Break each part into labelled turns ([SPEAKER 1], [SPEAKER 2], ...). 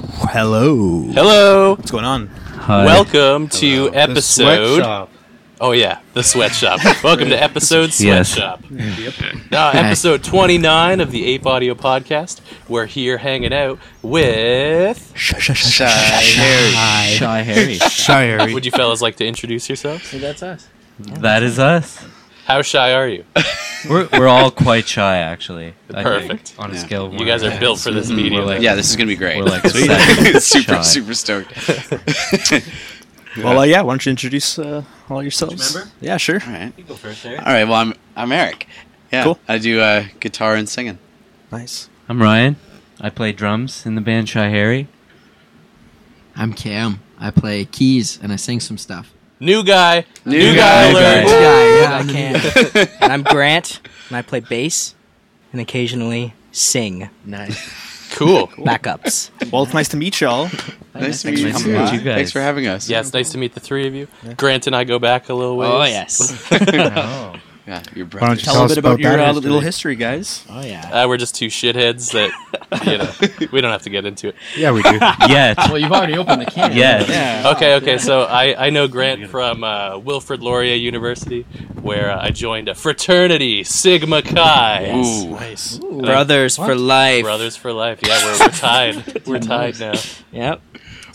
[SPEAKER 1] Hello.
[SPEAKER 2] Hello.
[SPEAKER 1] What's going on?
[SPEAKER 3] Hi.
[SPEAKER 2] Welcome
[SPEAKER 1] Hello.
[SPEAKER 2] to
[SPEAKER 1] The
[SPEAKER 2] episode.
[SPEAKER 4] Sweatshop.
[SPEAKER 2] Oh yeah, the sweatshop. Welcome to episode
[SPEAKER 3] Yes.
[SPEAKER 2] sweatshop. Uh, episode twenty nine of the Ape Audio Podcast. We're here hanging out with.
[SPEAKER 4] Shy Harry.
[SPEAKER 3] Shy Harry.
[SPEAKER 1] Shire.
[SPEAKER 2] Would you fellas like to introduce yourselves?
[SPEAKER 4] That's us.
[SPEAKER 3] that is us.
[SPEAKER 2] How shy are you?
[SPEAKER 3] We're, we're all quite shy, actually. I think,
[SPEAKER 2] Perfect.
[SPEAKER 3] on a
[SPEAKER 4] Yeah.
[SPEAKER 3] scale of
[SPEAKER 2] You
[SPEAKER 3] one
[SPEAKER 2] guys
[SPEAKER 3] to
[SPEAKER 2] are
[SPEAKER 3] ten.
[SPEAKER 2] built for this medium.
[SPEAKER 3] like-
[SPEAKER 4] Yeah, this is gonna be great.
[SPEAKER 3] We're like
[SPEAKER 4] super
[SPEAKER 3] shy.
[SPEAKER 4] super stoked.
[SPEAKER 1] Well, uh, yeah. Why don't you introduce uh, all yourselves?
[SPEAKER 2] Remember?
[SPEAKER 1] Yeah, sure.
[SPEAKER 4] All right,
[SPEAKER 2] go first, Harry.
[SPEAKER 4] all right. Well, I'm I'm Eric. Yeah,
[SPEAKER 1] Cool.
[SPEAKER 4] I do uh, guitar and singing.
[SPEAKER 1] Nice.
[SPEAKER 3] I'm Ryan. I play drums in the band Shy Harry.
[SPEAKER 5] I'm Cam. I play keys and I sing some stuff.
[SPEAKER 2] New guy. New,
[SPEAKER 4] guy.
[SPEAKER 2] guy,
[SPEAKER 3] New
[SPEAKER 2] alert.
[SPEAKER 3] guy. Woo!
[SPEAKER 6] guy, yeah, I can. and I'm Grant, and I play bass, and occasionally sing
[SPEAKER 5] Nice.
[SPEAKER 2] Cool.
[SPEAKER 6] backups.
[SPEAKER 1] Well, it's nice to meet y'all.
[SPEAKER 4] Nice to
[SPEAKER 5] Thanks
[SPEAKER 4] meet you.
[SPEAKER 3] for coming by. You guys.
[SPEAKER 4] Thanks for having us.
[SPEAKER 2] Yeah, it's nice to meet the three of you. Grant and I go back a little ways.
[SPEAKER 6] Oh yes.
[SPEAKER 3] Oh.
[SPEAKER 4] yeah, your
[SPEAKER 1] Why don't
[SPEAKER 4] brother.
[SPEAKER 1] you tell a bit about, your uh,
[SPEAKER 5] history.
[SPEAKER 1] little history, guys?
[SPEAKER 6] Oh yeah.
[SPEAKER 2] Uh, we're just two shitheads that you know we don't have to get into it.
[SPEAKER 1] Yeah, we do.
[SPEAKER 3] Yet.
[SPEAKER 5] Well, you've already opened the can.
[SPEAKER 3] Yes.
[SPEAKER 1] yeah.
[SPEAKER 2] Okay, okay. So I, I know Grant from uh, Wilfrid Laurier University, where uh, I joined a fraternity, Sigma Chi.
[SPEAKER 4] Ooh.
[SPEAKER 1] Nice.
[SPEAKER 6] Brothers for life.
[SPEAKER 2] Brothers for life. Yeah, we're, we're tied. we're tied now.
[SPEAKER 6] Yep.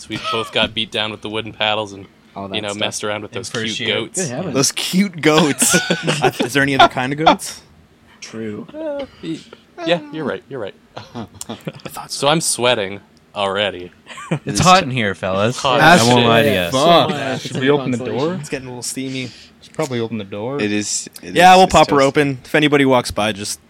[SPEAKER 2] So we both got beat down with the wooden paddles and
[SPEAKER 6] All that
[SPEAKER 2] you know
[SPEAKER 6] stuff.
[SPEAKER 2] messed around with those cute
[SPEAKER 6] Appreciate it.
[SPEAKER 2] goats.
[SPEAKER 5] Good heavens.
[SPEAKER 1] Those cute goats. Uh, Is there any other kind of goats?
[SPEAKER 6] True.
[SPEAKER 2] Yeah, you're right. You're right. so I'm sweating already.
[SPEAKER 3] It's hot in here, fellas.
[SPEAKER 2] Hot
[SPEAKER 3] I won't
[SPEAKER 2] shit.
[SPEAKER 3] lie to you.
[SPEAKER 5] much.
[SPEAKER 7] Should
[SPEAKER 5] It's
[SPEAKER 7] we
[SPEAKER 5] a
[SPEAKER 7] open the door?
[SPEAKER 1] It's getting a little steamy.
[SPEAKER 7] Should probably open the door.
[SPEAKER 4] It is. it
[SPEAKER 1] Yeah,
[SPEAKER 4] is-
[SPEAKER 1] we'll
[SPEAKER 4] it's
[SPEAKER 1] pop her
[SPEAKER 4] toast.
[SPEAKER 1] open. If anybody walks by, just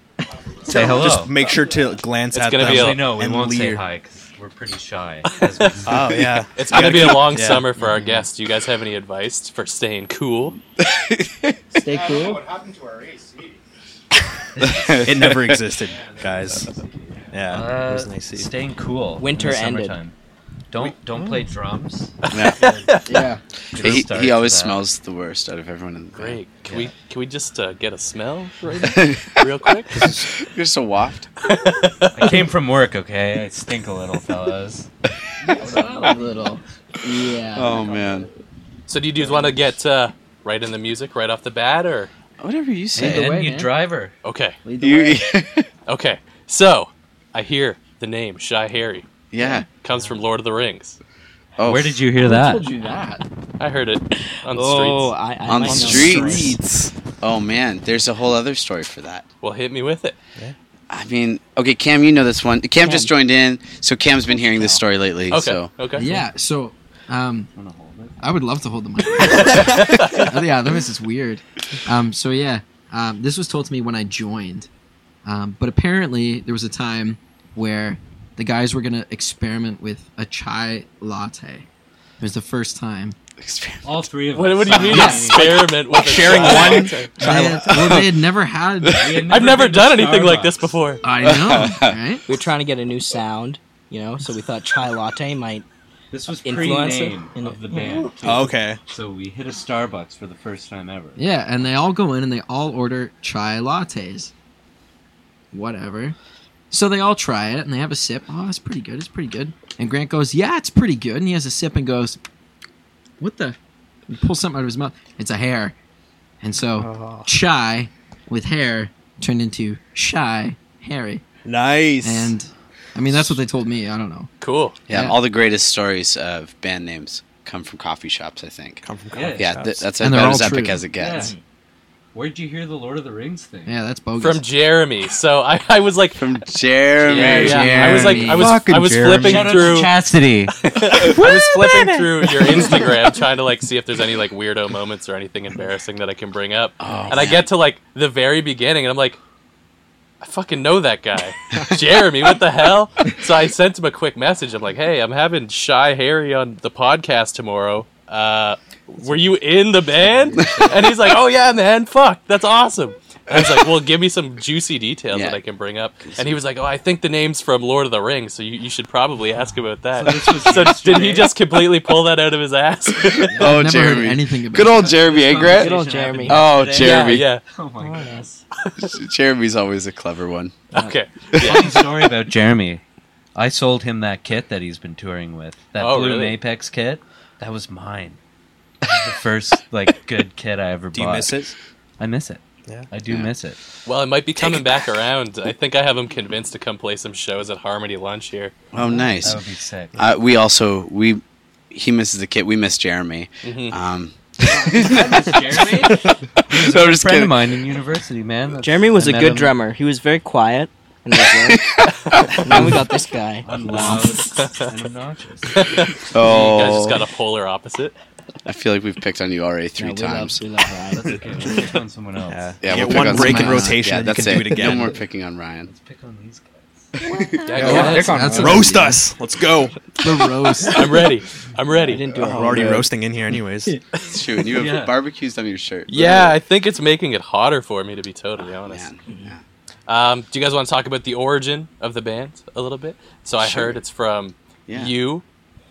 [SPEAKER 3] Say hello.
[SPEAKER 1] just make sure to glance
[SPEAKER 2] It's
[SPEAKER 1] at
[SPEAKER 2] gonna
[SPEAKER 1] them.
[SPEAKER 2] be a-
[SPEAKER 3] Actually, no, we
[SPEAKER 1] and
[SPEAKER 3] won't say
[SPEAKER 1] leer.
[SPEAKER 3] hi because we're pretty shy. as we-
[SPEAKER 1] Oh yeah.
[SPEAKER 2] It's gonna be a long
[SPEAKER 1] yeah.
[SPEAKER 2] summer for our guests. Do you guys have any advice for staying cool?
[SPEAKER 5] Stay cool.
[SPEAKER 1] it never existed, guys. Yeah.
[SPEAKER 3] Uh,
[SPEAKER 1] it was nice. to see.
[SPEAKER 3] Staying cool. in
[SPEAKER 6] Winter
[SPEAKER 3] the
[SPEAKER 6] ended.
[SPEAKER 3] summertime. Don't don't play drums.
[SPEAKER 4] Yeah.
[SPEAKER 5] Yeah.
[SPEAKER 3] Drill
[SPEAKER 4] he,
[SPEAKER 3] starts
[SPEAKER 4] he always
[SPEAKER 3] with that.
[SPEAKER 4] smells the worst out of everyone in the
[SPEAKER 2] Great. Can
[SPEAKER 3] Yeah.
[SPEAKER 2] we can we just uh, get a smell right now, real quick?
[SPEAKER 4] band. You're so waft.
[SPEAKER 3] I came from work, okay? I stink a little, fellas.
[SPEAKER 5] a little. Yeah.
[SPEAKER 4] Oh man.
[SPEAKER 2] So do you dudes want to get uh, right in the music right off the bat, or
[SPEAKER 4] Whatever you say.
[SPEAKER 5] the
[SPEAKER 3] And
[SPEAKER 5] way,
[SPEAKER 3] you
[SPEAKER 5] man.
[SPEAKER 3] driver.
[SPEAKER 2] okay,
[SPEAKER 5] Lead the
[SPEAKER 4] You.
[SPEAKER 5] way.
[SPEAKER 2] okay? So I hear the name Shy Harry
[SPEAKER 4] yeah.
[SPEAKER 2] comes from Lord of the Rings.
[SPEAKER 4] Oh.
[SPEAKER 3] Where did you hear
[SPEAKER 5] I
[SPEAKER 3] that?
[SPEAKER 5] told you that.
[SPEAKER 2] I heard it on the
[SPEAKER 6] Oh,
[SPEAKER 2] streets.
[SPEAKER 6] I, I
[SPEAKER 4] On the
[SPEAKER 6] might know.
[SPEAKER 4] streets. Oh man. There's a whole other story for that.
[SPEAKER 2] Well, hit me with it.
[SPEAKER 4] I mean, okay, Cam, you know this one. Cam, just joined in, so Cam's been hearing this story lately.
[SPEAKER 2] Okay,
[SPEAKER 4] So
[SPEAKER 2] okay.
[SPEAKER 5] Yeah. So, um, I would love to hold the mic. oh, yeah, that was just weird. Um, so yeah, um, this was told to me when I joined, um, but apparently there was a time where the guys were gonna experiment with a chai latte. It was the first time.
[SPEAKER 3] All three of
[SPEAKER 2] What,
[SPEAKER 3] us.
[SPEAKER 2] what do you mean experiment with sharing one?
[SPEAKER 5] They had- well, they had never had.
[SPEAKER 2] I've never done anything like this before.
[SPEAKER 5] I know, right?
[SPEAKER 6] We were trying to get a new sound, you know, so we thought chai latte might.
[SPEAKER 3] This was
[SPEAKER 6] Influencer?
[SPEAKER 3] pre-name of the band.
[SPEAKER 1] Oh, okay.
[SPEAKER 3] So we hit a Starbucks for the first time ever.
[SPEAKER 5] Yeah, and they all go in and they all order chai lattes. Whatever. So they all try it and they have a sip. Oh, it's pretty good. It's pretty good. And Grant goes, "Yeah, it's pretty good." And he has a sip and goes, "What the?" And pulls something out of his mouth. It's a hair. And so chai with hair turned into shy Harry.
[SPEAKER 1] Nice.
[SPEAKER 5] And I mean, that's what they told me. I don't know.
[SPEAKER 2] Cool.
[SPEAKER 4] yeah,
[SPEAKER 5] Yeah.
[SPEAKER 4] all the greatest stories of band names come from coffee shops. I think.
[SPEAKER 1] come from
[SPEAKER 3] Yeah.
[SPEAKER 1] coffee
[SPEAKER 4] Yeah,
[SPEAKER 1] shops.
[SPEAKER 4] th- that's
[SPEAKER 5] And they're
[SPEAKER 4] about
[SPEAKER 5] all
[SPEAKER 4] as epic
[SPEAKER 5] true.
[SPEAKER 4] as it gets.
[SPEAKER 3] Where'd you hear the Lord of the Rings thing?
[SPEAKER 5] Yeah, that's bogus.
[SPEAKER 2] From Jeremy. So I, I was like,
[SPEAKER 4] From Jeremy.
[SPEAKER 2] Yeah, yeah. I was like, I was,
[SPEAKER 1] Fucking
[SPEAKER 2] I was
[SPEAKER 1] Jeremy.
[SPEAKER 2] flipping
[SPEAKER 3] Shout out
[SPEAKER 2] through.
[SPEAKER 3] to Chastity.
[SPEAKER 5] Oh,
[SPEAKER 2] I was flipping through your Instagram trying to like see if there's any like weirdo moments or anything embarrassing that I can bring up.
[SPEAKER 4] Oh,
[SPEAKER 2] and I get to like the very beginning and I'm like, I fucking know that guy. Jeremy, what the hell? So I sent him a quick message. I'm like, hey, I'm having Shy Harry on the podcast tomorrow. Uh, were you in the band? And he's like, oh yeah, man, fuck, that's awesome. I was like, well, give me some juicy details
[SPEAKER 4] Yeah.
[SPEAKER 2] that I can bring up. And he was like, oh, I think the name's from Lord of the Rings, so you, you should probably ask about that. So did he just completely pull that out of his ass?
[SPEAKER 4] oh,
[SPEAKER 5] never heard
[SPEAKER 4] Jeremy.
[SPEAKER 5] anything about
[SPEAKER 4] Good old Jeremy, eh, Grant?
[SPEAKER 6] Good old Jeremy.
[SPEAKER 4] Oh,
[SPEAKER 2] yeah,
[SPEAKER 4] Jeremy.
[SPEAKER 2] yeah.
[SPEAKER 3] Oh my god.
[SPEAKER 4] Jeremy's always a clever one.
[SPEAKER 2] Okay. Yeah.
[SPEAKER 3] Funny story about Jeremy. I sold him that kit that he's been touring with. That
[SPEAKER 2] Oh,
[SPEAKER 3] Blue
[SPEAKER 2] really?
[SPEAKER 3] Apex kit. That was mine. It was the first like good kit I ever
[SPEAKER 1] Do
[SPEAKER 3] bought.
[SPEAKER 1] you miss it?
[SPEAKER 3] I miss it.
[SPEAKER 1] Yeah.
[SPEAKER 3] I do miss it.
[SPEAKER 2] Well, it might be coming back around. I think I have him convinced to come play some shows at Harmony Lunch here.
[SPEAKER 4] Oh, nice.
[SPEAKER 3] That would be sick.
[SPEAKER 4] Uh, we also we he misses the kit. We miss Jeremy.
[SPEAKER 2] Mm-hmm.
[SPEAKER 4] Um,
[SPEAKER 3] Jeremy,
[SPEAKER 4] so I'm just
[SPEAKER 3] friend of
[SPEAKER 4] kidding.
[SPEAKER 3] mine in university, man. That's-
[SPEAKER 6] Jeremy was
[SPEAKER 3] I
[SPEAKER 6] a
[SPEAKER 3] met
[SPEAKER 6] good
[SPEAKER 3] him
[SPEAKER 6] drummer. He was very quiet. And reserved. And now we got this guy.
[SPEAKER 3] on Loud and obnoxious.
[SPEAKER 2] You guys
[SPEAKER 4] Oh,
[SPEAKER 2] just got a polar opposite.
[SPEAKER 4] I feel like we've picked on you already three
[SPEAKER 6] No, we love-
[SPEAKER 4] times.
[SPEAKER 6] we love Ryan.
[SPEAKER 3] That's okay. We'll pick on someone else.
[SPEAKER 1] Yeah.
[SPEAKER 4] Yeah,
[SPEAKER 1] You get
[SPEAKER 4] we'll pick on
[SPEAKER 1] one break in
[SPEAKER 4] someone else.
[SPEAKER 1] rotation.
[SPEAKER 4] Yeah,
[SPEAKER 1] and
[SPEAKER 4] that's
[SPEAKER 1] you can
[SPEAKER 4] it.
[SPEAKER 1] do it again.
[SPEAKER 4] No more picking on Ryan.
[SPEAKER 3] Let's pick on these guys.
[SPEAKER 2] Yeah, go
[SPEAKER 6] Yeah,
[SPEAKER 2] ahead.
[SPEAKER 5] that's
[SPEAKER 6] that's- that's-
[SPEAKER 5] a-
[SPEAKER 1] Roast us. Let's go.
[SPEAKER 5] The roast.
[SPEAKER 2] I'm ready. I'm
[SPEAKER 6] I
[SPEAKER 2] ready.
[SPEAKER 6] didn't
[SPEAKER 7] Oh,
[SPEAKER 6] do a
[SPEAKER 1] We're
[SPEAKER 6] whole
[SPEAKER 1] already
[SPEAKER 6] load.
[SPEAKER 1] roasting in here, anyways.
[SPEAKER 4] Shoot, you have
[SPEAKER 3] Yeah.
[SPEAKER 4] barbecues on your shirt.
[SPEAKER 2] Yeah, I think it's making it hotter for me to be totally honest.
[SPEAKER 4] man. Yeah.
[SPEAKER 2] Um, do you guys want to talk about the origin of the band a little bit? So I
[SPEAKER 4] Sure.
[SPEAKER 2] heard it's from
[SPEAKER 4] Yeah.
[SPEAKER 2] you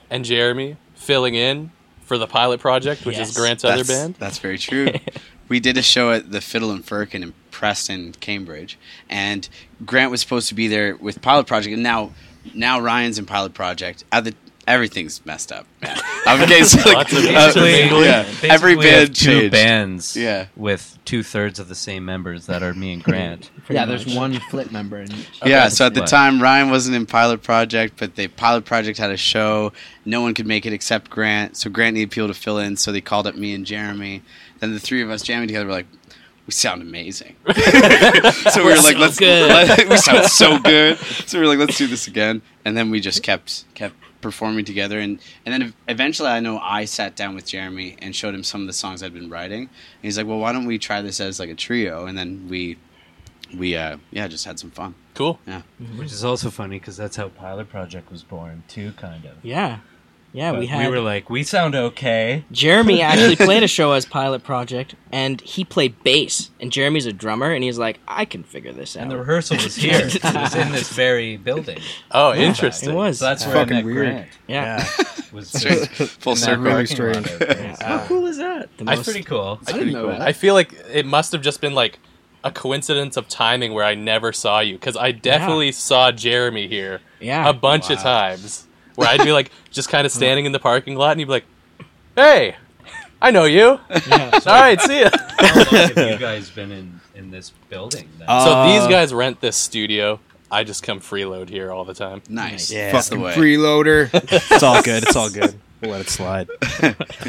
[SPEAKER 2] and Jeremy filling in for the pilot project, which
[SPEAKER 6] Yes.
[SPEAKER 2] is Grant's
[SPEAKER 4] That's,
[SPEAKER 2] other band.
[SPEAKER 4] That's very true. we did a show at the Fiddle and Firkin in Preston, Cambridge, and Grant was supposed to be there with Pilot Project, and now now Ryan's in Pilot Project. At the everything's messed up. Man. okay, so like,
[SPEAKER 2] Lots of
[SPEAKER 4] uh,
[SPEAKER 2] intermingling.
[SPEAKER 4] yeah, every
[SPEAKER 3] Basically, I have
[SPEAKER 4] band
[SPEAKER 3] two
[SPEAKER 4] changed.
[SPEAKER 3] bands.
[SPEAKER 4] Yeah.
[SPEAKER 3] with two thirds of the same members that are me and Grant.
[SPEAKER 5] yeah, there's one flip member in each.
[SPEAKER 4] Yeah, so at the
[SPEAKER 3] What?
[SPEAKER 4] time Ryan wasn't in Pilot Project, but the Pilot Project had a show. No one could make it except Grant, so Grant needed people to fill in. So they called up me and Jeremy. Then the three of us jamming together were like, "We sound amazing." so we were like,
[SPEAKER 2] so
[SPEAKER 4] "Let's
[SPEAKER 2] good."
[SPEAKER 4] let- we sound so good." So we were like, "Let's do this again." And then we just kept kept performing together, and and then ev- eventually I know I sat down with Jeremy and showed him some of the songs I'd been writing, and he's like, "Well, why don't we try this as like a trio?" And then we we uh, yeah just had some fun.
[SPEAKER 2] Cool.
[SPEAKER 4] Yeah.
[SPEAKER 3] Which is also funny because that's how Pilot Project was born too, kind of.
[SPEAKER 6] Yeah. Yeah,
[SPEAKER 3] But
[SPEAKER 6] we had.
[SPEAKER 3] were like, we sound okay.
[SPEAKER 6] Jeremy actually played a show as Pilot Project, and he played bass. And Jeremy's a drummer, and he's like, I can figure this out.
[SPEAKER 3] And the rehearsal was here. it was in this very building.
[SPEAKER 2] Oh,
[SPEAKER 6] it
[SPEAKER 2] interesting.
[SPEAKER 6] was.
[SPEAKER 3] So that's where
[SPEAKER 6] yeah.
[SPEAKER 3] I met Grant.
[SPEAKER 6] yeah.
[SPEAKER 3] Was
[SPEAKER 4] Strange.
[SPEAKER 3] just
[SPEAKER 4] Full
[SPEAKER 3] in that parking
[SPEAKER 4] circle.
[SPEAKER 7] Really
[SPEAKER 3] lot
[SPEAKER 7] strange.
[SPEAKER 3] over there.
[SPEAKER 6] How cool is that? Uh,
[SPEAKER 2] I
[SPEAKER 6] The most-
[SPEAKER 3] That's pretty cool.
[SPEAKER 5] I didn't know
[SPEAKER 2] I
[SPEAKER 5] that.
[SPEAKER 2] feel like it must have just been like a coincidence of timing where I never saw you because I definitely saw Jeremy here
[SPEAKER 6] Yeah.
[SPEAKER 2] a bunch of times where I'd be like just kind of standing in the parking lot and he'd be like, "Hey, I know you.
[SPEAKER 6] yeah.
[SPEAKER 2] All right, see ya."
[SPEAKER 3] How long have you guys been in, in this building? then?
[SPEAKER 2] so these
[SPEAKER 1] Uh,
[SPEAKER 2] guys rent this studio. I just come freeload here all the time.
[SPEAKER 4] Nice.
[SPEAKER 1] Yeah.
[SPEAKER 4] That's the
[SPEAKER 7] Fucking
[SPEAKER 4] way.
[SPEAKER 7] freeloader.
[SPEAKER 1] It's all good. It's all good. We'll let it slide.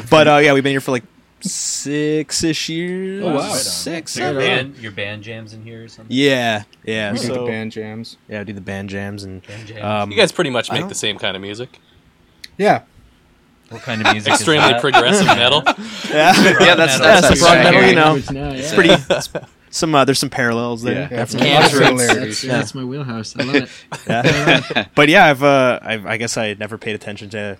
[SPEAKER 1] but uh, yeah, we've been here for like six ish years.
[SPEAKER 5] Oh, wow.
[SPEAKER 1] Six,
[SPEAKER 3] So
[SPEAKER 1] seven.
[SPEAKER 3] your band, your band jams in here or something?
[SPEAKER 1] Yeah, yeah.
[SPEAKER 7] we do
[SPEAKER 1] so-
[SPEAKER 7] the band jams.
[SPEAKER 1] Yeah, we do the band jams and
[SPEAKER 3] Band jams.
[SPEAKER 1] um,
[SPEAKER 2] You guys pretty much
[SPEAKER 1] I
[SPEAKER 2] make
[SPEAKER 1] don't-
[SPEAKER 2] the same kind of music.
[SPEAKER 7] Yeah.
[SPEAKER 3] what kind of music? is
[SPEAKER 2] Extremely
[SPEAKER 3] that?
[SPEAKER 2] progressive metal.
[SPEAKER 1] yeah,
[SPEAKER 4] Yeah, that's
[SPEAKER 3] Prog metal.
[SPEAKER 4] that's,
[SPEAKER 1] That's
[SPEAKER 4] what
[SPEAKER 1] prog
[SPEAKER 4] I'm
[SPEAKER 1] metal,
[SPEAKER 4] hearing.
[SPEAKER 1] you know.
[SPEAKER 5] Which now, yeah.
[SPEAKER 1] it's pretty. it's some uh, there's some parallels there.
[SPEAKER 7] yeah.
[SPEAKER 1] Definitely.
[SPEAKER 7] Lots of
[SPEAKER 6] Yeah.
[SPEAKER 7] similarities.
[SPEAKER 5] That's, that's my wheelhouse. I love it.
[SPEAKER 1] Yeah. but yeah, I've, uh, I've I guess I had never paid attention to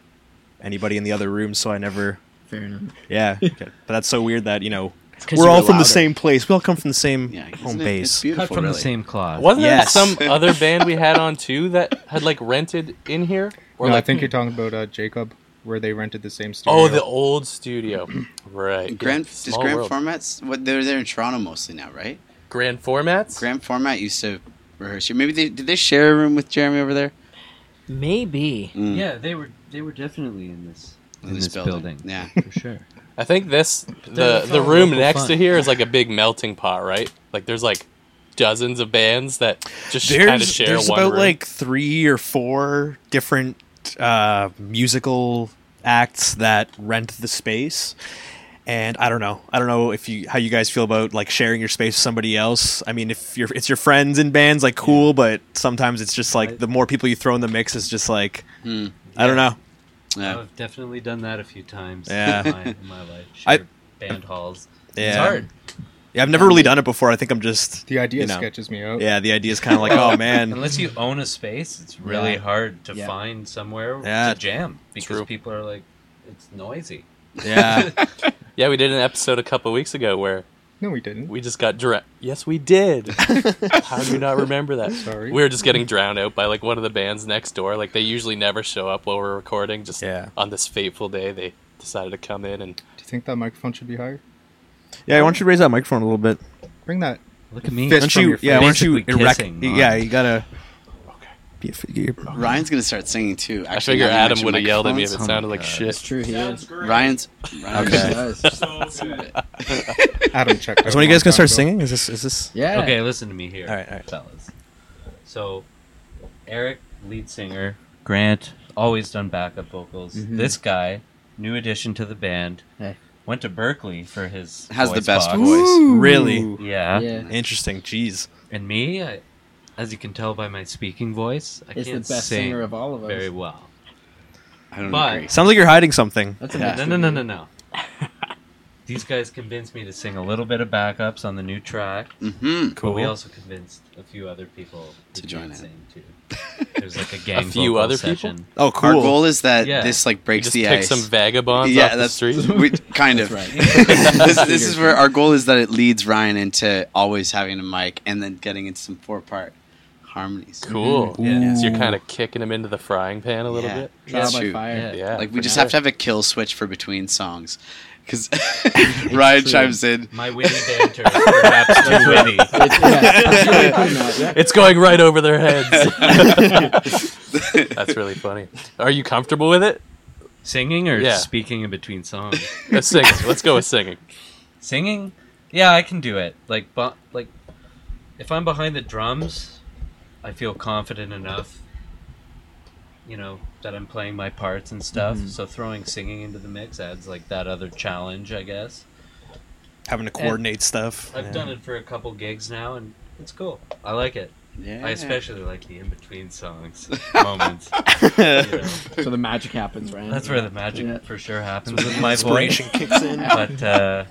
[SPEAKER 1] anybody in the other room, so I never.
[SPEAKER 5] Fair enough.
[SPEAKER 1] Yeah, but that's so weird that you know
[SPEAKER 5] 'cause
[SPEAKER 1] we're
[SPEAKER 5] you
[SPEAKER 1] all
[SPEAKER 5] were
[SPEAKER 1] from the
[SPEAKER 5] louder.
[SPEAKER 1] same place. We all come from the same
[SPEAKER 4] Yeah, isn't
[SPEAKER 1] home
[SPEAKER 4] it- It's
[SPEAKER 1] base.
[SPEAKER 3] Cut
[SPEAKER 4] beautiful,
[SPEAKER 3] from
[SPEAKER 4] really.
[SPEAKER 3] the same cloth.
[SPEAKER 2] Wasn't
[SPEAKER 1] Yes.
[SPEAKER 2] there some other band we had on too that had like rented in here? Or
[SPEAKER 7] No, I
[SPEAKER 2] like
[SPEAKER 7] think you're talking about uh, Jacob, where they rented the same studio.
[SPEAKER 2] Oh, the old studio. right.
[SPEAKER 4] Grand,
[SPEAKER 2] Yeah,
[SPEAKER 4] does
[SPEAKER 2] small
[SPEAKER 4] Grand
[SPEAKER 2] world.
[SPEAKER 4] Formats? What they're there in Toronto mostly now, right?
[SPEAKER 2] Grand formats?
[SPEAKER 4] Grand Format used to rehearse here. Maybe they did they share a room with Jeremy over there
[SPEAKER 6] Maybe.
[SPEAKER 3] Yeah, they were they were definitely in this in, this, building.
[SPEAKER 4] Yeah,
[SPEAKER 3] for sure.
[SPEAKER 2] I think this the
[SPEAKER 3] it's
[SPEAKER 2] the
[SPEAKER 3] all
[SPEAKER 2] room
[SPEAKER 3] local
[SPEAKER 2] next to
[SPEAKER 3] fun.
[SPEAKER 2] here is like a big melting pot, right? Like there's like dozens of bands that just kind of share
[SPEAKER 1] there's
[SPEAKER 2] one
[SPEAKER 1] about
[SPEAKER 2] room.
[SPEAKER 1] like three or four different uh, musical acts that rent the space and i don't know i don't know if you how you guys feel about like sharing your space with somebody else i mean if you're it's your friends in bands like cool but sometimes it's just like the more people you throw in the mix is just like
[SPEAKER 4] Hmm.
[SPEAKER 1] i don't know
[SPEAKER 4] yeah.
[SPEAKER 3] I've definitely done that a few times.
[SPEAKER 1] Yeah.
[SPEAKER 3] in, my, in my life.
[SPEAKER 1] I-
[SPEAKER 3] Shared band halls.
[SPEAKER 1] yeah
[SPEAKER 3] It's hard.
[SPEAKER 1] yeah i've never really done it before i think i'm just
[SPEAKER 7] The idea
[SPEAKER 1] you know.
[SPEAKER 7] sketches me out.
[SPEAKER 1] yeah the idea is kind of like oh man
[SPEAKER 3] Unless you own a space, it's really
[SPEAKER 5] Yeah.
[SPEAKER 3] hard to
[SPEAKER 5] Yeah.
[SPEAKER 3] find somewhere
[SPEAKER 1] Yeah.
[SPEAKER 3] to jam because
[SPEAKER 2] True.
[SPEAKER 3] people are like, it's noisy.
[SPEAKER 1] yeah
[SPEAKER 2] yeah, we did an episode a couple weeks ago where
[SPEAKER 7] No, we didn't.
[SPEAKER 2] we just got drowned. Yes, we did. How do you not remember that?
[SPEAKER 7] Sorry.
[SPEAKER 2] We were just getting drowned out by like one of the bands next door. Like they usually never show up while we're recording. Just
[SPEAKER 1] Yeah.
[SPEAKER 2] on this fateful day, they decided to come in and
[SPEAKER 7] Do you think that microphone should be higher?
[SPEAKER 1] yeah why don't you raise that microphone a little bit
[SPEAKER 7] Bring that.
[SPEAKER 3] Look at me.
[SPEAKER 7] Fist
[SPEAKER 1] Why don't
[SPEAKER 7] from
[SPEAKER 1] you,
[SPEAKER 7] your
[SPEAKER 1] yeah, why don't you
[SPEAKER 3] Basically
[SPEAKER 1] erect?
[SPEAKER 3] kissing on-
[SPEAKER 1] Yeah, you gotta You figure.
[SPEAKER 4] Ryan's gonna start singing too.
[SPEAKER 2] I
[SPEAKER 4] Actually,
[SPEAKER 2] figure
[SPEAKER 4] now that you
[SPEAKER 2] Adam
[SPEAKER 4] mention
[SPEAKER 2] would have yelled at me if it
[SPEAKER 5] Oh
[SPEAKER 4] microphones.
[SPEAKER 2] sounded like shit.
[SPEAKER 6] It's true. He is.
[SPEAKER 4] Ryan's. Ryan's
[SPEAKER 5] Okay.
[SPEAKER 7] Adam checked.
[SPEAKER 1] So when are you guys gonna start singing? Is this? Is this?
[SPEAKER 5] Yeah.
[SPEAKER 3] Okay, listen to me here.
[SPEAKER 1] All right, all right.
[SPEAKER 3] fellas. So, Eric, lead singer, Grant, always done backup vocals.
[SPEAKER 5] Mhm.
[SPEAKER 3] This guy, new addition to the band,
[SPEAKER 5] Hey.
[SPEAKER 3] went to Berkeley for his
[SPEAKER 4] Has the
[SPEAKER 3] voice
[SPEAKER 4] best
[SPEAKER 3] box.
[SPEAKER 4] voice.
[SPEAKER 1] Really
[SPEAKER 3] Yeah.
[SPEAKER 5] Yeah.
[SPEAKER 1] interesting. Jeez.
[SPEAKER 3] and me, I, as you can tell by my speaking voice, I
[SPEAKER 5] Is the
[SPEAKER 3] can't
[SPEAKER 5] best
[SPEAKER 3] sing
[SPEAKER 5] singer of all of us.
[SPEAKER 3] very well.
[SPEAKER 4] I don't
[SPEAKER 3] But-
[SPEAKER 4] agree.
[SPEAKER 1] Sounds like you're hiding something.
[SPEAKER 5] That's a
[SPEAKER 4] Yeah.
[SPEAKER 3] No,
[SPEAKER 5] mixed
[SPEAKER 3] no, no,
[SPEAKER 5] review.
[SPEAKER 3] no, no. These guys convinced me to sing a little bit of backups on the new track.
[SPEAKER 4] Mm-hmm.
[SPEAKER 3] But we
[SPEAKER 1] Cool.
[SPEAKER 3] also convinced a few other people
[SPEAKER 4] To
[SPEAKER 3] do
[SPEAKER 4] join
[SPEAKER 3] the
[SPEAKER 4] in.
[SPEAKER 3] same too. There's like a gang.
[SPEAKER 2] few
[SPEAKER 3] vocal
[SPEAKER 2] other people?
[SPEAKER 3] session.
[SPEAKER 1] Oh,
[SPEAKER 4] Our
[SPEAKER 1] cool.
[SPEAKER 4] goal is that
[SPEAKER 3] Yeah.
[SPEAKER 4] this like
[SPEAKER 2] You
[SPEAKER 4] breaks
[SPEAKER 2] just
[SPEAKER 4] the
[SPEAKER 2] pick
[SPEAKER 4] ice.
[SPEAKER 2] some vagabonds
[SPEAKER 4] yeah,
[SPEAKER 2] off the
[SPEAKER 4] that's Mm-hmm.
[SPEAKER 2] street.
[SPEAKER 4] we, kind of.
[SPEAKER 5] That's
[SPEAKER 4] this, this is where our goal is that it leads Ryan into always having a mic and then getting into some four part harmonies.
[SPEAKER 2] Cool.
[SPEAKER 3] Yeah.
[SPEAKER 2] So you're kind of kicking him into the frying pan a little
[SPEAKER 4] Yeah.
[SPEAKER 2] bit.
[SPEAKER 5] Mm-hmm. Trial
[SPEAKER 4] That's
[SPEAKER 5] by
[SPEAKER 4] true.
[SPEAKER 5] fire.
[SPEAKER 3] Yeah.
[SPEAKER 2] Yeah.
[SPEAKER 4] Like we
[SPEAKER 2] for
[SPEAKER 4] just
[SPEAKER 2] sure.
[SPEAKER 4] have to have a kill switch for between songs, because Ryan
[SPEAKER 5] true.
[SPEAKER 4] chimes in.
[SPEAKER 3] My witty banter is perhaps too witty.
[SPEAKER 5] It's- yeah. Pretty much, yeah.
[SPEAKER 2] It's going right over their heads. That's really funny. Are you comfortable with it?
[SPEAKER 3] Singing or
[SPEAKER 2] Yeah.
[SPEAKER 3] speaking in between songs?
[SPEAKER 2] Uh, singing. Let's go with singing.
[SPEAKER 3] Singing? Yeah, I can do it. Like, but like, if I'm behind the drums, I feel confident enough. You know that I'm playing my parts and stuff. So throwing singing into the mix adds like that other challenge, I guess.
[SPEAKER 1] Having to coordinate stuff.
[SPEAKER 3] I've
[SPEAKER 1] Yeah.
[SPEAKER 3] done it for a couple gigs now, and it's cool. I like it.
[SPEAKER 4] Yeah.
[SPEAKER 3] I especially like the in between songs moments. you know.
[SPEAKER 5] So the magic happens, right?
[SPEAKER 3] That's where the magic
[SPEAKER 5] Yeah.
[SPEAKER 3] for sure happens with my voice.
[SPEAKER 1] Inspiration kicks in.
[SPEAKER 3] But uh,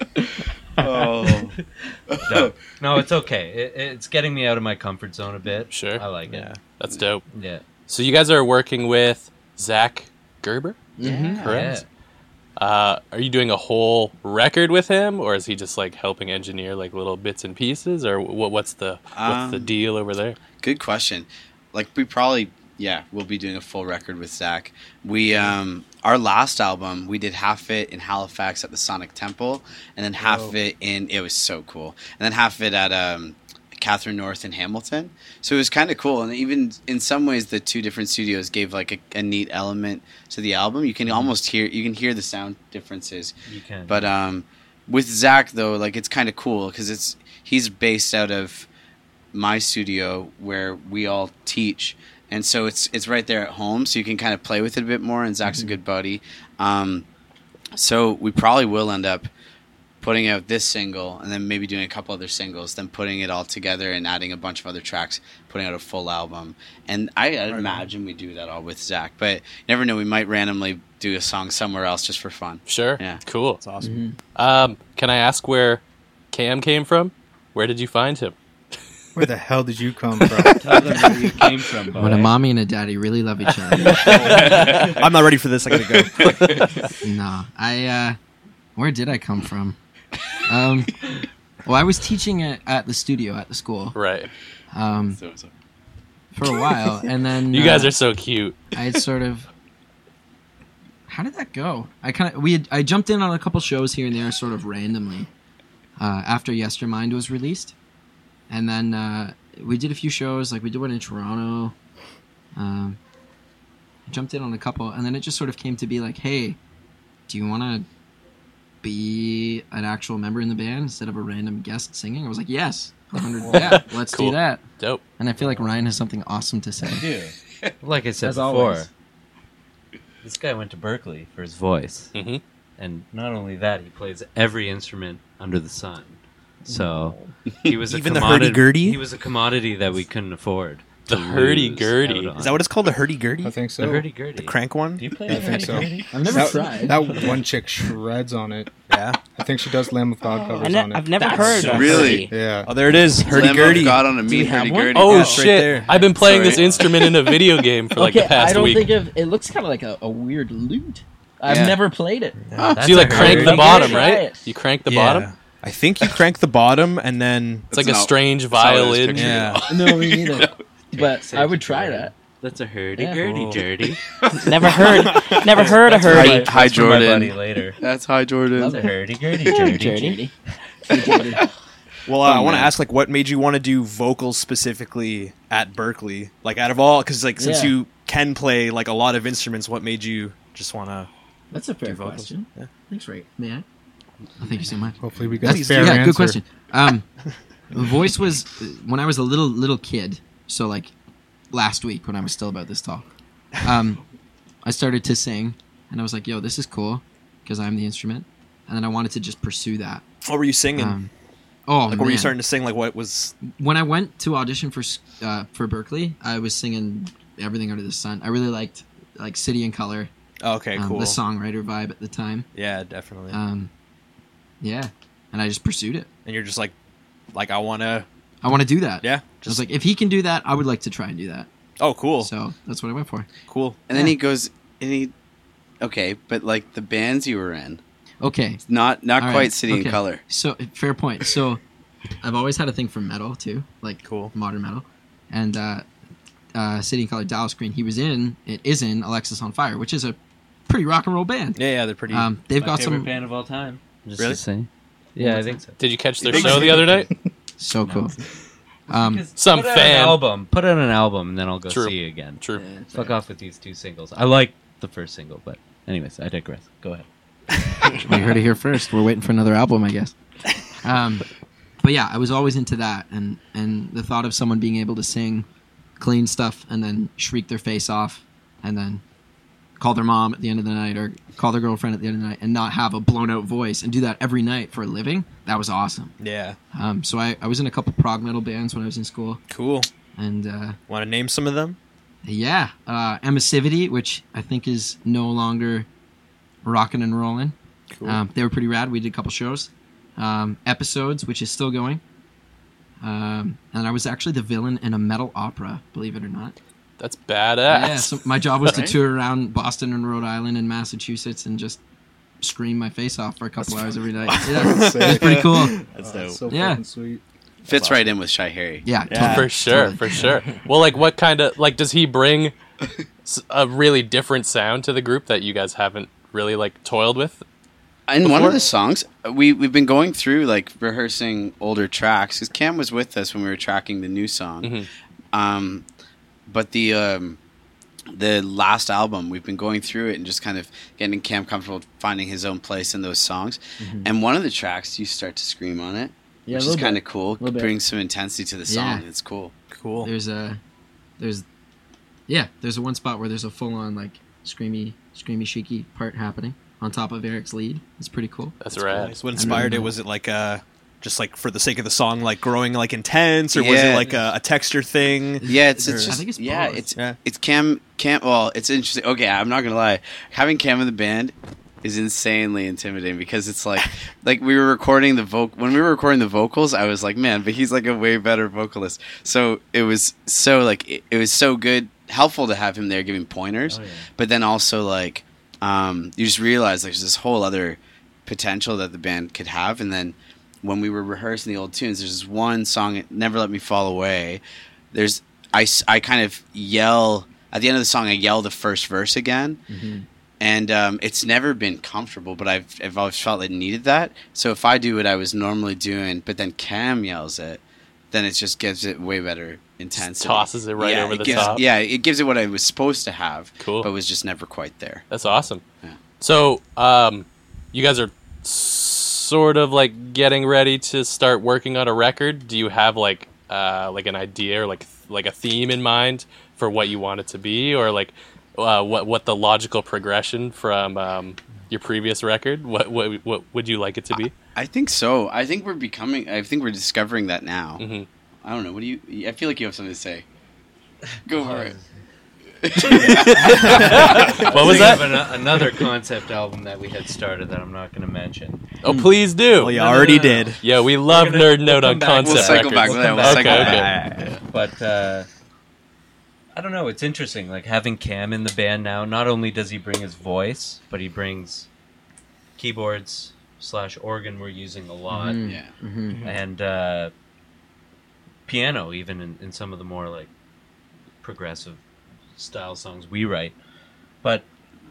[SPEAKER 4] Oh.
[SPEAKER 3] no, no, it's okay. It, it's getting me out of my comfort zone a bit.
[SPEAKER 2] Sure.
[SPEAKER 3] I like
[SPEAKER 1] Yeah.
[SPEAKER 3] it.
[SPEAKER 2] That's dope.
[SPEAKER 3] Yeah,
[SPEAKER 2] So you guys are working with Zach Gerber,
[SPEAKER 4] yeah.
[SPEAKER 2] correct? Uh, are you doing a whole record with him, or is he just like helping engineer like little bits and pieces, or what, what's the what's the
[SPEAKER 4] Um,
[SPEAKER 2] deal over there?
[SPEAKER 4] Good question. Like we probably yeah, we'll be doing a full record with Zach. We um our last album we did half of it in Halifax at the Sonic Temple and then half of it in it was so cool. And then half of it at um Catherine North in Hamilton. So it was kind of cool. And even in some ways, the two different studios gave like a, a neat element to the album. You can almost hear, you can hear the sound differences
[SPEAKER 3] you can.
[SPEAKER 4] But um, with Zach though, like it's kind of cool because it's he's based out of my studio where we all teach, and so it's it's right there at home, so you can kind of play with it a bit more. And Zach's a good buddy, um, so we probably will end up putting out this single and then maybe doing a couple other singles then putting it all together and adding a bunch of other tracks putting out a full album and i I'd imagine we do that all with zach but you never know we might randomly do a song somewhere else just for fun
[SPEAKER 2] Sure.
[SPEAKER 4] yeah.
[SPEAKER 2] Cool.
[SPEAKER 1] That's awesome.
[SPEAKER 2] Um, can I ask where Cam came from? Where did you find him?
[SPEAKER 7] Where the hell did you come from?
[SPEAKER 3] tell them where you came from. Boy.
[SPEAKER 5] When a mommy and a daddy really love each other.
[SPEAKER 1] I'm not ready for this. I gotta go.
[SPEAKER 5] no, I. uh Where did I come from? Um. Well, I was teaching at, at the studio at the school
[SPEAKER 2] Right.
[SPEAKER 5] um, for a while, and then
[SPEAKER 2] You
[SPEAKER 5] uh,
[SPEAKER 2] guys are so cute.
[SPEAKER 5] I had sort of. How did that go? I kind of we had, I jumped in on a couple shows here and there, sort of randomly, uh, after Yestermind was released, and then uh, we did a few shows. Like we did one in Toronto. Um, I jumped in on a couple, and then it just sort of came to be like, hey, do you want to be an actual member in the band instead of a random guest singing? I was like, yes, 100, yeah, let's
[SPEAKER 2] Cool.
[SPEAKER 5] do that.
[SPEAKER 2] Dope.
[SPEAKER 5] And I feel like Ryan has something awesome to say.
[SPEAKER 3] do. Like I said
[SPEAKER 5] As
[SPEAKER 3] before,
[SPEAKER 5] always.
[SPEAKER 3] this guy went to Berkeley for his voice,
[SPEAKER 2] Mhm.
[SPEAKER 3] and not only that, he plays every instrument under the sun. So he was a
[SPEAKER 1] Even the
[SPEAKER 3] commodity.
[SPEAKER 1] hurdy-gurdy?
[SPEAKER 3] He was a commodity that we couldn't afford.
[SPEAKER 2] The hurdy-gurdy.
[SPEAKER 1] Is that what it's called? The hurdy gurdy?
[SPEAKER 7] I think so.
[SPEAKER 3] the hurdy gurdy?
[SPEAKER 1] The crank
[SPEAKER 3] Do
[SPEAKER 1] one?
[SPEAKER 3] you play
[SPEAKER 7] I think so.
[SPEAKER 5] I've never
[SPEAKER 7] that,
[SPEAKER 5] tried.
[SPEAKER 7] That one chick shreds on it.
[SPEAKER 1] Yeah.
[SPEAKER 7] I think she does Lamb of
[SPEAKER 5] Oh,
[SPEAKER 7] God
[SPEAKER 6] I
[SPEAKER 7] covers
[SPEAKER 6] ne-
[SPEAKER 7] on it.
[SPEAKER 6] I've never heard. of
[SPEAKER 4] Really?
[SPEAKER 6] Hurdy.
[SPEAKER 7] yeah.
[SPEAKER 1] Oh, there it is. Hurdy gurdy.
[SPEAKER 4] God on a mean
[SPEAKER 5] have
[SPEAKER 4] hurdy
[SPEAKER 5] one?
[SPEAKER 4] gurdy.
[SPEAKER 2] Oh
[SPEAKER 1] Yeah, it's right
[SPEAKER 2] shit!
[SPEAKER 1] there.
[SPEAKER 2] I've been playing this
[SPEAKER 4] Sorry.
[SPEAKER 2] instrument in a video game for like
[SPEAKER 6] okay,
[SPEAKER 2] the past
[SPEAKER 6] I don't
[SPEAKER 2] week.
[SPEAKER 6] think of. It looks kind of like a, a weird lute. I've
[SPEAKER 4] Yeah.
[SPEAKER 6] never played it.
[SPEAKER 2] so you like crank the
[SPEAKER 6] hurdy-gurdy.
[SPEAKER 2] bottom,
[SPEAKER 6] Try
[SPEAKER 2] right?
[SPEAKER 6] it.
[SPEAKER 2] You crank the
[SPEAKER 1] Yeah.
[SPEAKER 2] bottom.
[SPEAKER 1] I think you crank the bottom and then.
[SPEAKER 2] It's
[SPEAKER 4] That's
[SPEAKER 2] like a
[SPEAKER 4] not-
[SPEAKER 2] strange
[SPEAKER 4] that's not what I was
[SPEAKER 2] violin.
[SPEAKER 4] picturing.
[SPEAKER 1] Yeah.
[SPEAKER 5] No, me neither. but
[SPEAKER 3] Safety
[SPEAKER 5] I would try
[SPEAKER 3] driver.
[SPEAKER 5] that.
[SPEAKER 3] That's a hurdy
[SPEAKER 1] Oh.
[SPEAKER 3] dirty.
[SPEAKER 6] Never heard. Never heard a
[SPEAKER 4] Hi,
[SPEAKER 6] hurdy.
[SPEAKER 4] hi
[SPEAKER 3] My buddy
[SPEAKER 4] Jordan.
[SPEAKER 3] later.
[SPEAKER 4] That's hi Jordan.
[SPEAKER 3] It's a hurdy gurdy dirty.
[SPEAKER 6] Dirty.
[SPEAKER 1] Well, uh,
[SPEAKER 4] Oh,
[SPEAKER 1] I want to
[SPEAKER 4] man.
[SPEAKER 1] ask, like, what made you want to do vocals specifically at Berkeley? Like, out of all, because like since
[SPEAKER 6] Yeah.
[SPEAKER 1] you can play like a lot of instruments, what made you just want to?
[SPEAKER 5] That's a fair
[SPEAKER 1] vocals.
[SPEAKER 5] question. Thanks, Ray. May I? Oh, thank you so much.
[SPEAKER 7] Hopefully, we got a
[SPEAKER 5] That's
[SPEAKER 7] fair
[SPEAKER 5] yeah,
[SPEAKER 7] answer.
[SPEAKER 5] good question. Um, voice was when I was a little little kid, so like last week when I was still about this tall. Um, I started to sing, and I was like, "Yo, this is cool," because I'm the instrument, and then I wanted to just pursue that.
[SPEAKER 1] What were you singing?
[SPEAKER 5] Um, oh
[SPEAKER 1] like,
[SPEAKER 5] man!
[SPEAKER 1] were you starting to sing? Like, what was?
[SPEAKER 5] when I went to audition for s- uh, for Berkeley, I was singing everything under the sun. I really liked like City and Color,
[SPEAKER 1] Oh, okay,
[SPEAKER 5] um,
[SPEAKER 1] cool.
[SPEAKER 5] the songwriter vibe at the time.
[SPEAKER 1] Yeah, definitely.
[SPEAKER 5] Um, yeah, and I just pursued it.
[SPEAKER 1] and you're just like, like I want to.
[SPEAKER 5] I want to do that.
[SPEAKER 1] Yeah,
[SPEAKER 5] Just
[SPEAKER 1] just
[SPEAKER 5] like if he can do that, I would like to try and do that.
[SPEAKER 1] oh, cool,
[SPEAKER 5] So that's what I went for.
[SPEAKER 1] cool.
[SPEAKER 4] And then he goes, and he, okay, but like the bands you were in,
[SPEAKER 5] Okay.
[SPEAKER 4] not not
[SPEAKER 5] all
[SPEAKER 4] quite
[SPEAKER 5] right,
[SPEAKER 4] City in
[SPEAKER 5] okay.
[SPEAKER 4] Color.
[SPEAKER 5] So fair point. So I've always had a thing for metal too, like
[SPEAKER 1] Cool.
[SPEAKER 5] modern metal, and uh, uh, City and Color Dallas Green. He was in it is in Alexis on Fire, which is a pretty rock and roll band.
[SPEAKER 1] Yeah, yeah, they're pretty.
[SPEAKER 5] Um, they've
[SPEAKER 3] My
[SPEAKER 5] got
[SPEAKER 3] favorite
[SPEAKER 5] some
[SPEAKER 3] band of all time. Just
[SPEAKER 1] Really?
[SPEAKER 3] to say. Yeah, I think so.
[SPEAKER 2] Did you catch their show the other night?
[SPEAKER 5] so cool. Um,
[SPEAKER 3] Because
[SPEAKER 2] Some
[SPEAKER 3] put out
[SPEAKER 2] fan.
[SPEAKER 3] an album. Put out an album, and then I'll go
[SPEAKER 2] True.
[SPEAKER 3] see you again.
[SPEAKER 2] True.
[SPEAKER 3] Fuck off with these two singles. I like the first single, but anyways, I digress. Go ahead.
[SPEAKER 5] we heard it here first. We're waiting for another album, I guess. Um, but yeah, I was always into that, and and the thought of someone being able to sing clean stuff and then shriek their face off, and then call their mom at the end of the night or call their girlfriend at the end of the night, and not have a blown out voice, and do that every night for a living. That was awesome.
[SPEAKER 1] yeah,
[SPEAKER 5] Um, so I, I was in a couple prog metal bands when I was in school,
[SPEAKER 1] cool.
[SPEAKER 5] and uh,
[SPEAKER 1] Want to name some of them?
[SPEAKER 5] yeah, uh, emissivity, which I think is no longer rocking and rolling.
[SPEAKER 1] Cool.
[SPEAKER 5] Um, they were pretty rad. We did a couple shows, um, episodes, which is still going. Um, and I was actually the villain in a metal opera, believe it or not.
[SPEAKER 2] That's badass.
[SPEAKER 5] Yeah, so my job was
[SPEAKER 4] Right.
[SPEAKER 5] to tour around Boston and Rhode Island and Massachusetts and just scream my face off for a couple hours every night. Yeah, it was pretty cool.
[SPEAKER 1] That's
[SPEAKER 7] Oh, that's so
[SPEAKER 5] Yeah.
[SPEAKER 7] fucking sweet.
[SPEAKER 4] Fits right in with Shai Harry.
[SPEAKER 5] Yeah,
[SPEAKER 1] Yeah.
[SPEAKER 5] totally,
[SPEAKER 2] for sure,
[SPEAKER 5] totally.
[SPEAKER 2] for sure. Well, like, what kind of like does he bring s- a really different sound to the group that you guys haven't really like toiled with?
[SPEAKER 4] In one of the songs, uh, we we've been going through like rehearsing older tracks because Cam was with us when we were tracking the new song.
[SPEAKER 6] Mm-hmm.
[SPEAKER 4] Um, but the um, the last album, we've been going through it and just kind of getting Cam comfortable finding his own place in those songs. And one of the tracks, you start to scream on it,
[SPEAKER 6] Mm-hmm. Yeah,
[SPEAKER 4] which
[SPEAKER 6] a
[SPEAKER 4] is
[SPEAKER 6] little
[SPEAKER 4] kind of
[SPEAKER 6] bit.
[SPEAKER 4] cool.
[SPEAKER 6] Little bit.
[SPEAKER 4] Brings some intensity to the song.
[SPEAKER 5] Yeah.
[SPEAKER 4] It's cool.
[SPEAKER 1] Cool.
[SPEAKER 5] There's a, there's, yeah, there's a one spot where there's a full on like screamy, screamy, shaky part happening on top of Eric's lead. It's pretty cool.
[SPEAKER 2] That's, rad.
[SPEAKER 1] Nice. What inspired it? Was it like uh just like for the sake of the song, like growing like intense, or was it
[SPEAKER 4] Yeah.
[SPEAKER 1] like a, a texture thing?
[SPEAKER 4] Yeah, it's, it's
[SPEAKER 1] Or-
[SPEAKER 4] just
[SPEAKER 5] I think it's
[SPEAKER 4] yeah,
[SPEAKER 5] both.
[SPEAKER 4] it's
[SPEAKER 1] Yeah.
[SPEAKER 4] it's Cam Cam. Well, it's interesting. Okay, I'm not gonna lie, having Cam in the band is insanely intimidating because it's like like we were recording the voc when we were recording the vocals, I was like, man, but he's like a way better vocalist. So it was so like it, it was so good, helpful to have him there giving pointers, but then also like um, you just realize there's this whole other potential that the band could have, and then. When we were rehearsing the old tunes, there's this one song, "Never Let Me Fall Away," there's I, s- I kind of yell at the end of the song i yell the first verse again
[SPEAKER 2] Mm-hmm.
[SPEAKER 4] and um, it's never been comfortable but I've, I've always felt it needed that so if i do what i was normally doing but then cam yells it then it just gives it way better intensity
[SPEAKER 2] tosses it right
[SPEAKER 4] Yeah,
[SPEAKER 2] over the
[SPEAKER 4] gives-
[SPEAKER 2] top.
[SPEAKER 4] yeah it gives it what i was supposed to have
[SPEAKER 2] Cool.
[SPEAKER 4] but was just never quite there
[SPEAKER 2] That's awesome. So, um, you guys are sort of like getting ready to start working on a record. Do you have like uh, like an idea or like like a theme in mind for what you want it to be, or like uh, what what the logical progression from um, your previous record? What what what would you like it to be?
[SPEAKER 4] i think so i think we're becoming i think we're discovering that now i don't know what do you i feel like you have something to say go for it
[SPEAKER 2] what was
[SPEAKER 3] Think
[SPEAKER 2] that?
[SPEAKER 3] of an- uh, another concept album that we had started that I'm not going to mention.
[SPEAKER 2] Oh, please do.
[SPEAKER 1] Well, you
[SPEAKER 3] No, no,
[SPEAKER 1] already
[SPEAKER 3] no, no.
[SPEAKER 1] did.
[SPEAKER 2] Yeah, we love
[SPEAKER 3] We're gonna-
[SPEAKER 2] nerd note
[SPEAKER 3] we'll
[SPEAKER 2] on
[SPEAKER 3] come back.
[SPEAKER 2] concept
[SPEAKER 3] We'll
[SPEAKER 4] cycle back
[SPEAKER 2] records.
[SPEAKER 4] to that. We'll
[SPEAKER 2] okay,
[SPEAKER 4] cycle
[SPEAKER 2] okay.
[SPEAKER 4] back.
[SPEAKER 3] But uh, I don't know. It's interesting. Like having Cam in the band now. Not only does he bring his voice, but he brings keyboards slash organ we're using a lot,
[SPEAKER 4] yeah
[SPEAKER 5] Mm-hmm.
[SPEAKER 3] and uh, piano even in, in some of the more like progressive style songs we write. But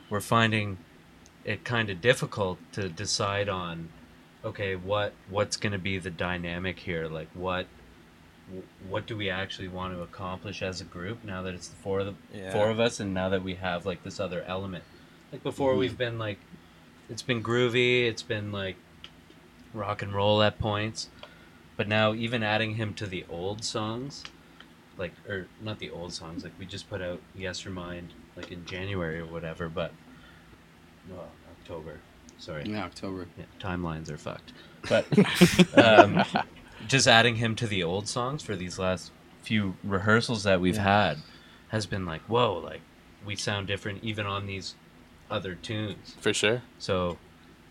[SPEAKER 3] we're finding it kind of difficult to decide on okay, what what's going to be the dynamic here? Like what wh- what do we actually want to accomplish as a group now that it's the four of the
[SPEAKER 1] Yeah.
[SPEAKER 3] four of us and now that we have like this other element? Like before we've been like it's been groovy, it's been like rock and roll at points. But now even adding him to the old songs, like or not the old songs, like we just put out Yes Your Mind like in January or whatever, but well, October. Sorry.
[SPEAKER 4] in October.
[SPEAKER 3] Yeah, timelines are fucked. But um, just adding him to the old songs for these last few rehearsals that we've had has been like, whoa, like we sound different even on these other tunes.
[SPEAKER 2] for sure.
[SPEAKER 3] So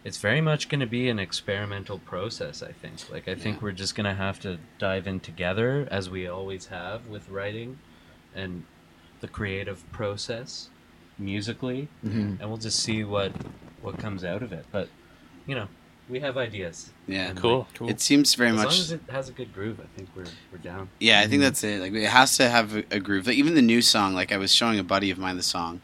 [SPEAKER 3] it's very much going to be an experimental process, I think. Like, I think we're just going to have to dive in together, as we always have with writing and the creative process musically,
[SPEAKER 4] Mm-hmm.
[SPEAKER 3] and we'll just see what what comes out of it. But you know, we have ideas.
[SPEAKER 4] Yeah,
[SPEAKER 2] Cool.
[SPEAKER 4] It seems very
[SPEAKER 3] As
[SPEAKER 4] much.
[SPEAKER 3] long as it has a good groove, I think we're we're down.
[SPEAKER 4] Yeah, I think that's it. Like it has to have a, a groove. Like even the new song. Like I was showing a buddy of mine the song,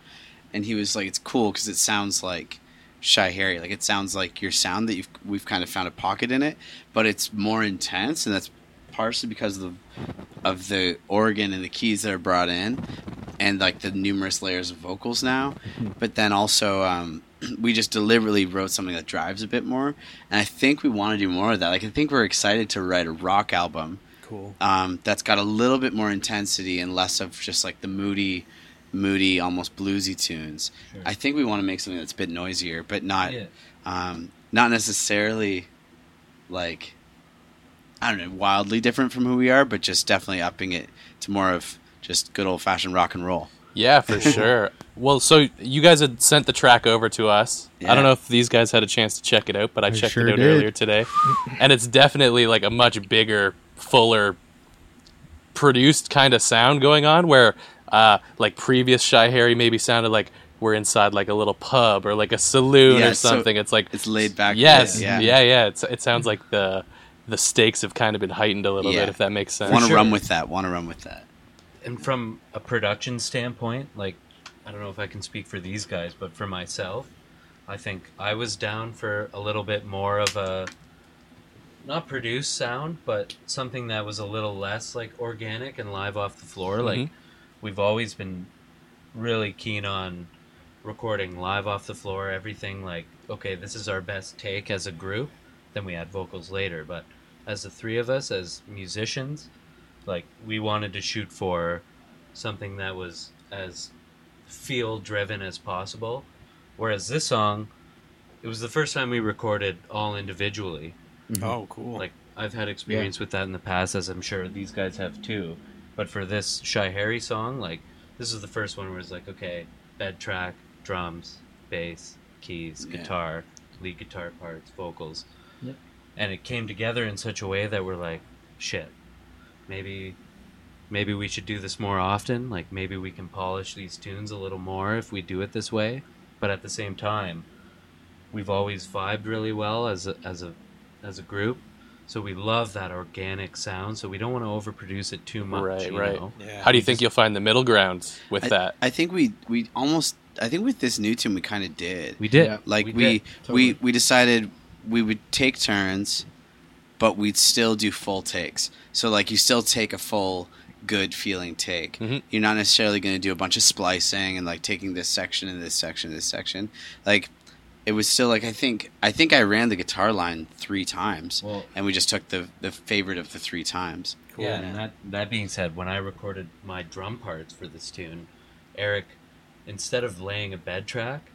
[SPEAKER 4] and he was like, "It's cool because it sounds like Shy Harry. Like it sounds like your sound that you've we've kind of found a pocket in it, but it's more intense, and that's partially because of the of the organ and the keys that are brought in, and like the numerous layers of vocals now. But then also, um, we just deliberately wrote something that drives a bit more, and I think we want to do more of that. Like I think we're excited to write a rock album
[SPEAKER 1] Oh, Cool.
[SPEAKER 4] um, that's got a little bit more intensity and less of just like the moody, moody, almost bluesy tunes. I think we want to make something that's a bit noisier, but not
[SPEAKER 3] Yeah.
[SPEAKER 4] um, not necessarily like I don't know, wildly different from who we are, but just definitely upping it to more of just good old fashioned rock and roll.
[SPEAKER 2] Yeah, for sure. Well, so you guys had sent the track over to us. I
[SPEAKER 4] Yeah.
[SPEAKER 2] don't know if these guys had a chance to check it out, but I, checked
[SPEAKER 7] sure
[SPEAKER 2] it out
[SPEAKER 7] did.
[SPEAKER 2] earlier today. and it's definitely like a much bigger, fuller, produced kind of sound going on where uh, like previous Shy Harry maybe sounded like we're inside like a little pub or like a saloon
[SPEAKER 4] Yeah,
[SPEAKER 2] or
[SPEAKER 4] so
[SPEAKER 2] something. it's like
[SPEAKER 4] It's laid back.
[SPEAKER 2] Yes,
[SPEAKER 4] yeah.
[SPEAKER 2] yeah, yeah. It's, it sounds like the the stakes have kind of been heightened a little
[SPEAKER 4] Yeah.
[SPEAKER 2] bit, if that makes sense.
[SPEAKER 4] Want to run with that? Want to run with that?
[SPEAKER 3] and from a production standpoint, like I don't know if I can speak for these guys, but for myself, I think I was down for a little bit more of a not produced sound, but something that was a little less like organic and live off the floor. Like we've always been really keen on recording live off the floor, everything like, okay, this is our best take as a group, then we add vocals later. But as the three of us, as musicians, like we wanted to shoot for something that was as feel driven as possible. Whereas this song, it was the first time we recorded all individually.
[SPEAKER 1] Oh, cool.
[SPEAKER 3] Like I've had experience with that in the past, as I'm sure these guys have too. But for this Shy Harry song, like this is the first one where it's like, okay, bed track, drums, bass, keys,
[SPEAKER 4] Yeah.
[SPEAKER 3] guitar, lead guitar parts, vocals,
[SPEAKER 5] Yep.
[SPEAKER 3] and it came together in such a way that we're like, shit, maybe, maybe we should do this more often. Like maybe we can polish these tunes a little more if we do it this way. But at the same time, we've always vibed really well as a, as a as a group. So we love that organic sound. So we don't want to overproduce it too much.
[SPEAKER 2] Right,
[SPEAKER 3] you
[SPEAKER 2] right.
[SPEAKER 3] know?
[SPEAKER 1] yeah.
[SPEAKER 2] How do you think you'll find the middle ground with
[SPEAKER 4] I,
[SPEAKER 2] that?
[SPEAKER 4] I think we we almost. I think with this new tune, we kind of did.
[SPEAKER 3] We did.
[SPEAKER 5] Yeah.
[SPEAKER 4] Like we
[SPEAKER 3] We
[SPEAKER 4] we,
[SPEAKER 3] did,
[SPEAKER 4] we decided we would take turns, but we'd still do full takes. So like you still take a full good feeling take.
[SPEAKER 3] Mm-hmm.
[SPEAKER 2] Mhm.
[SPEAKER 4] You're not necessarily going to do a bunch of splicing and like taking this section and this section and this section. Like it was still like I think I think I ran the guitar line three times,
[SPEAKER 3] Well-
[SPEAKER 4] and we just took the the favorite of the three times.
[SPEAKER 3] Yeah, and that, that being said, when I recorded my drum parts for this tune, Eric, instead of laying a bed track,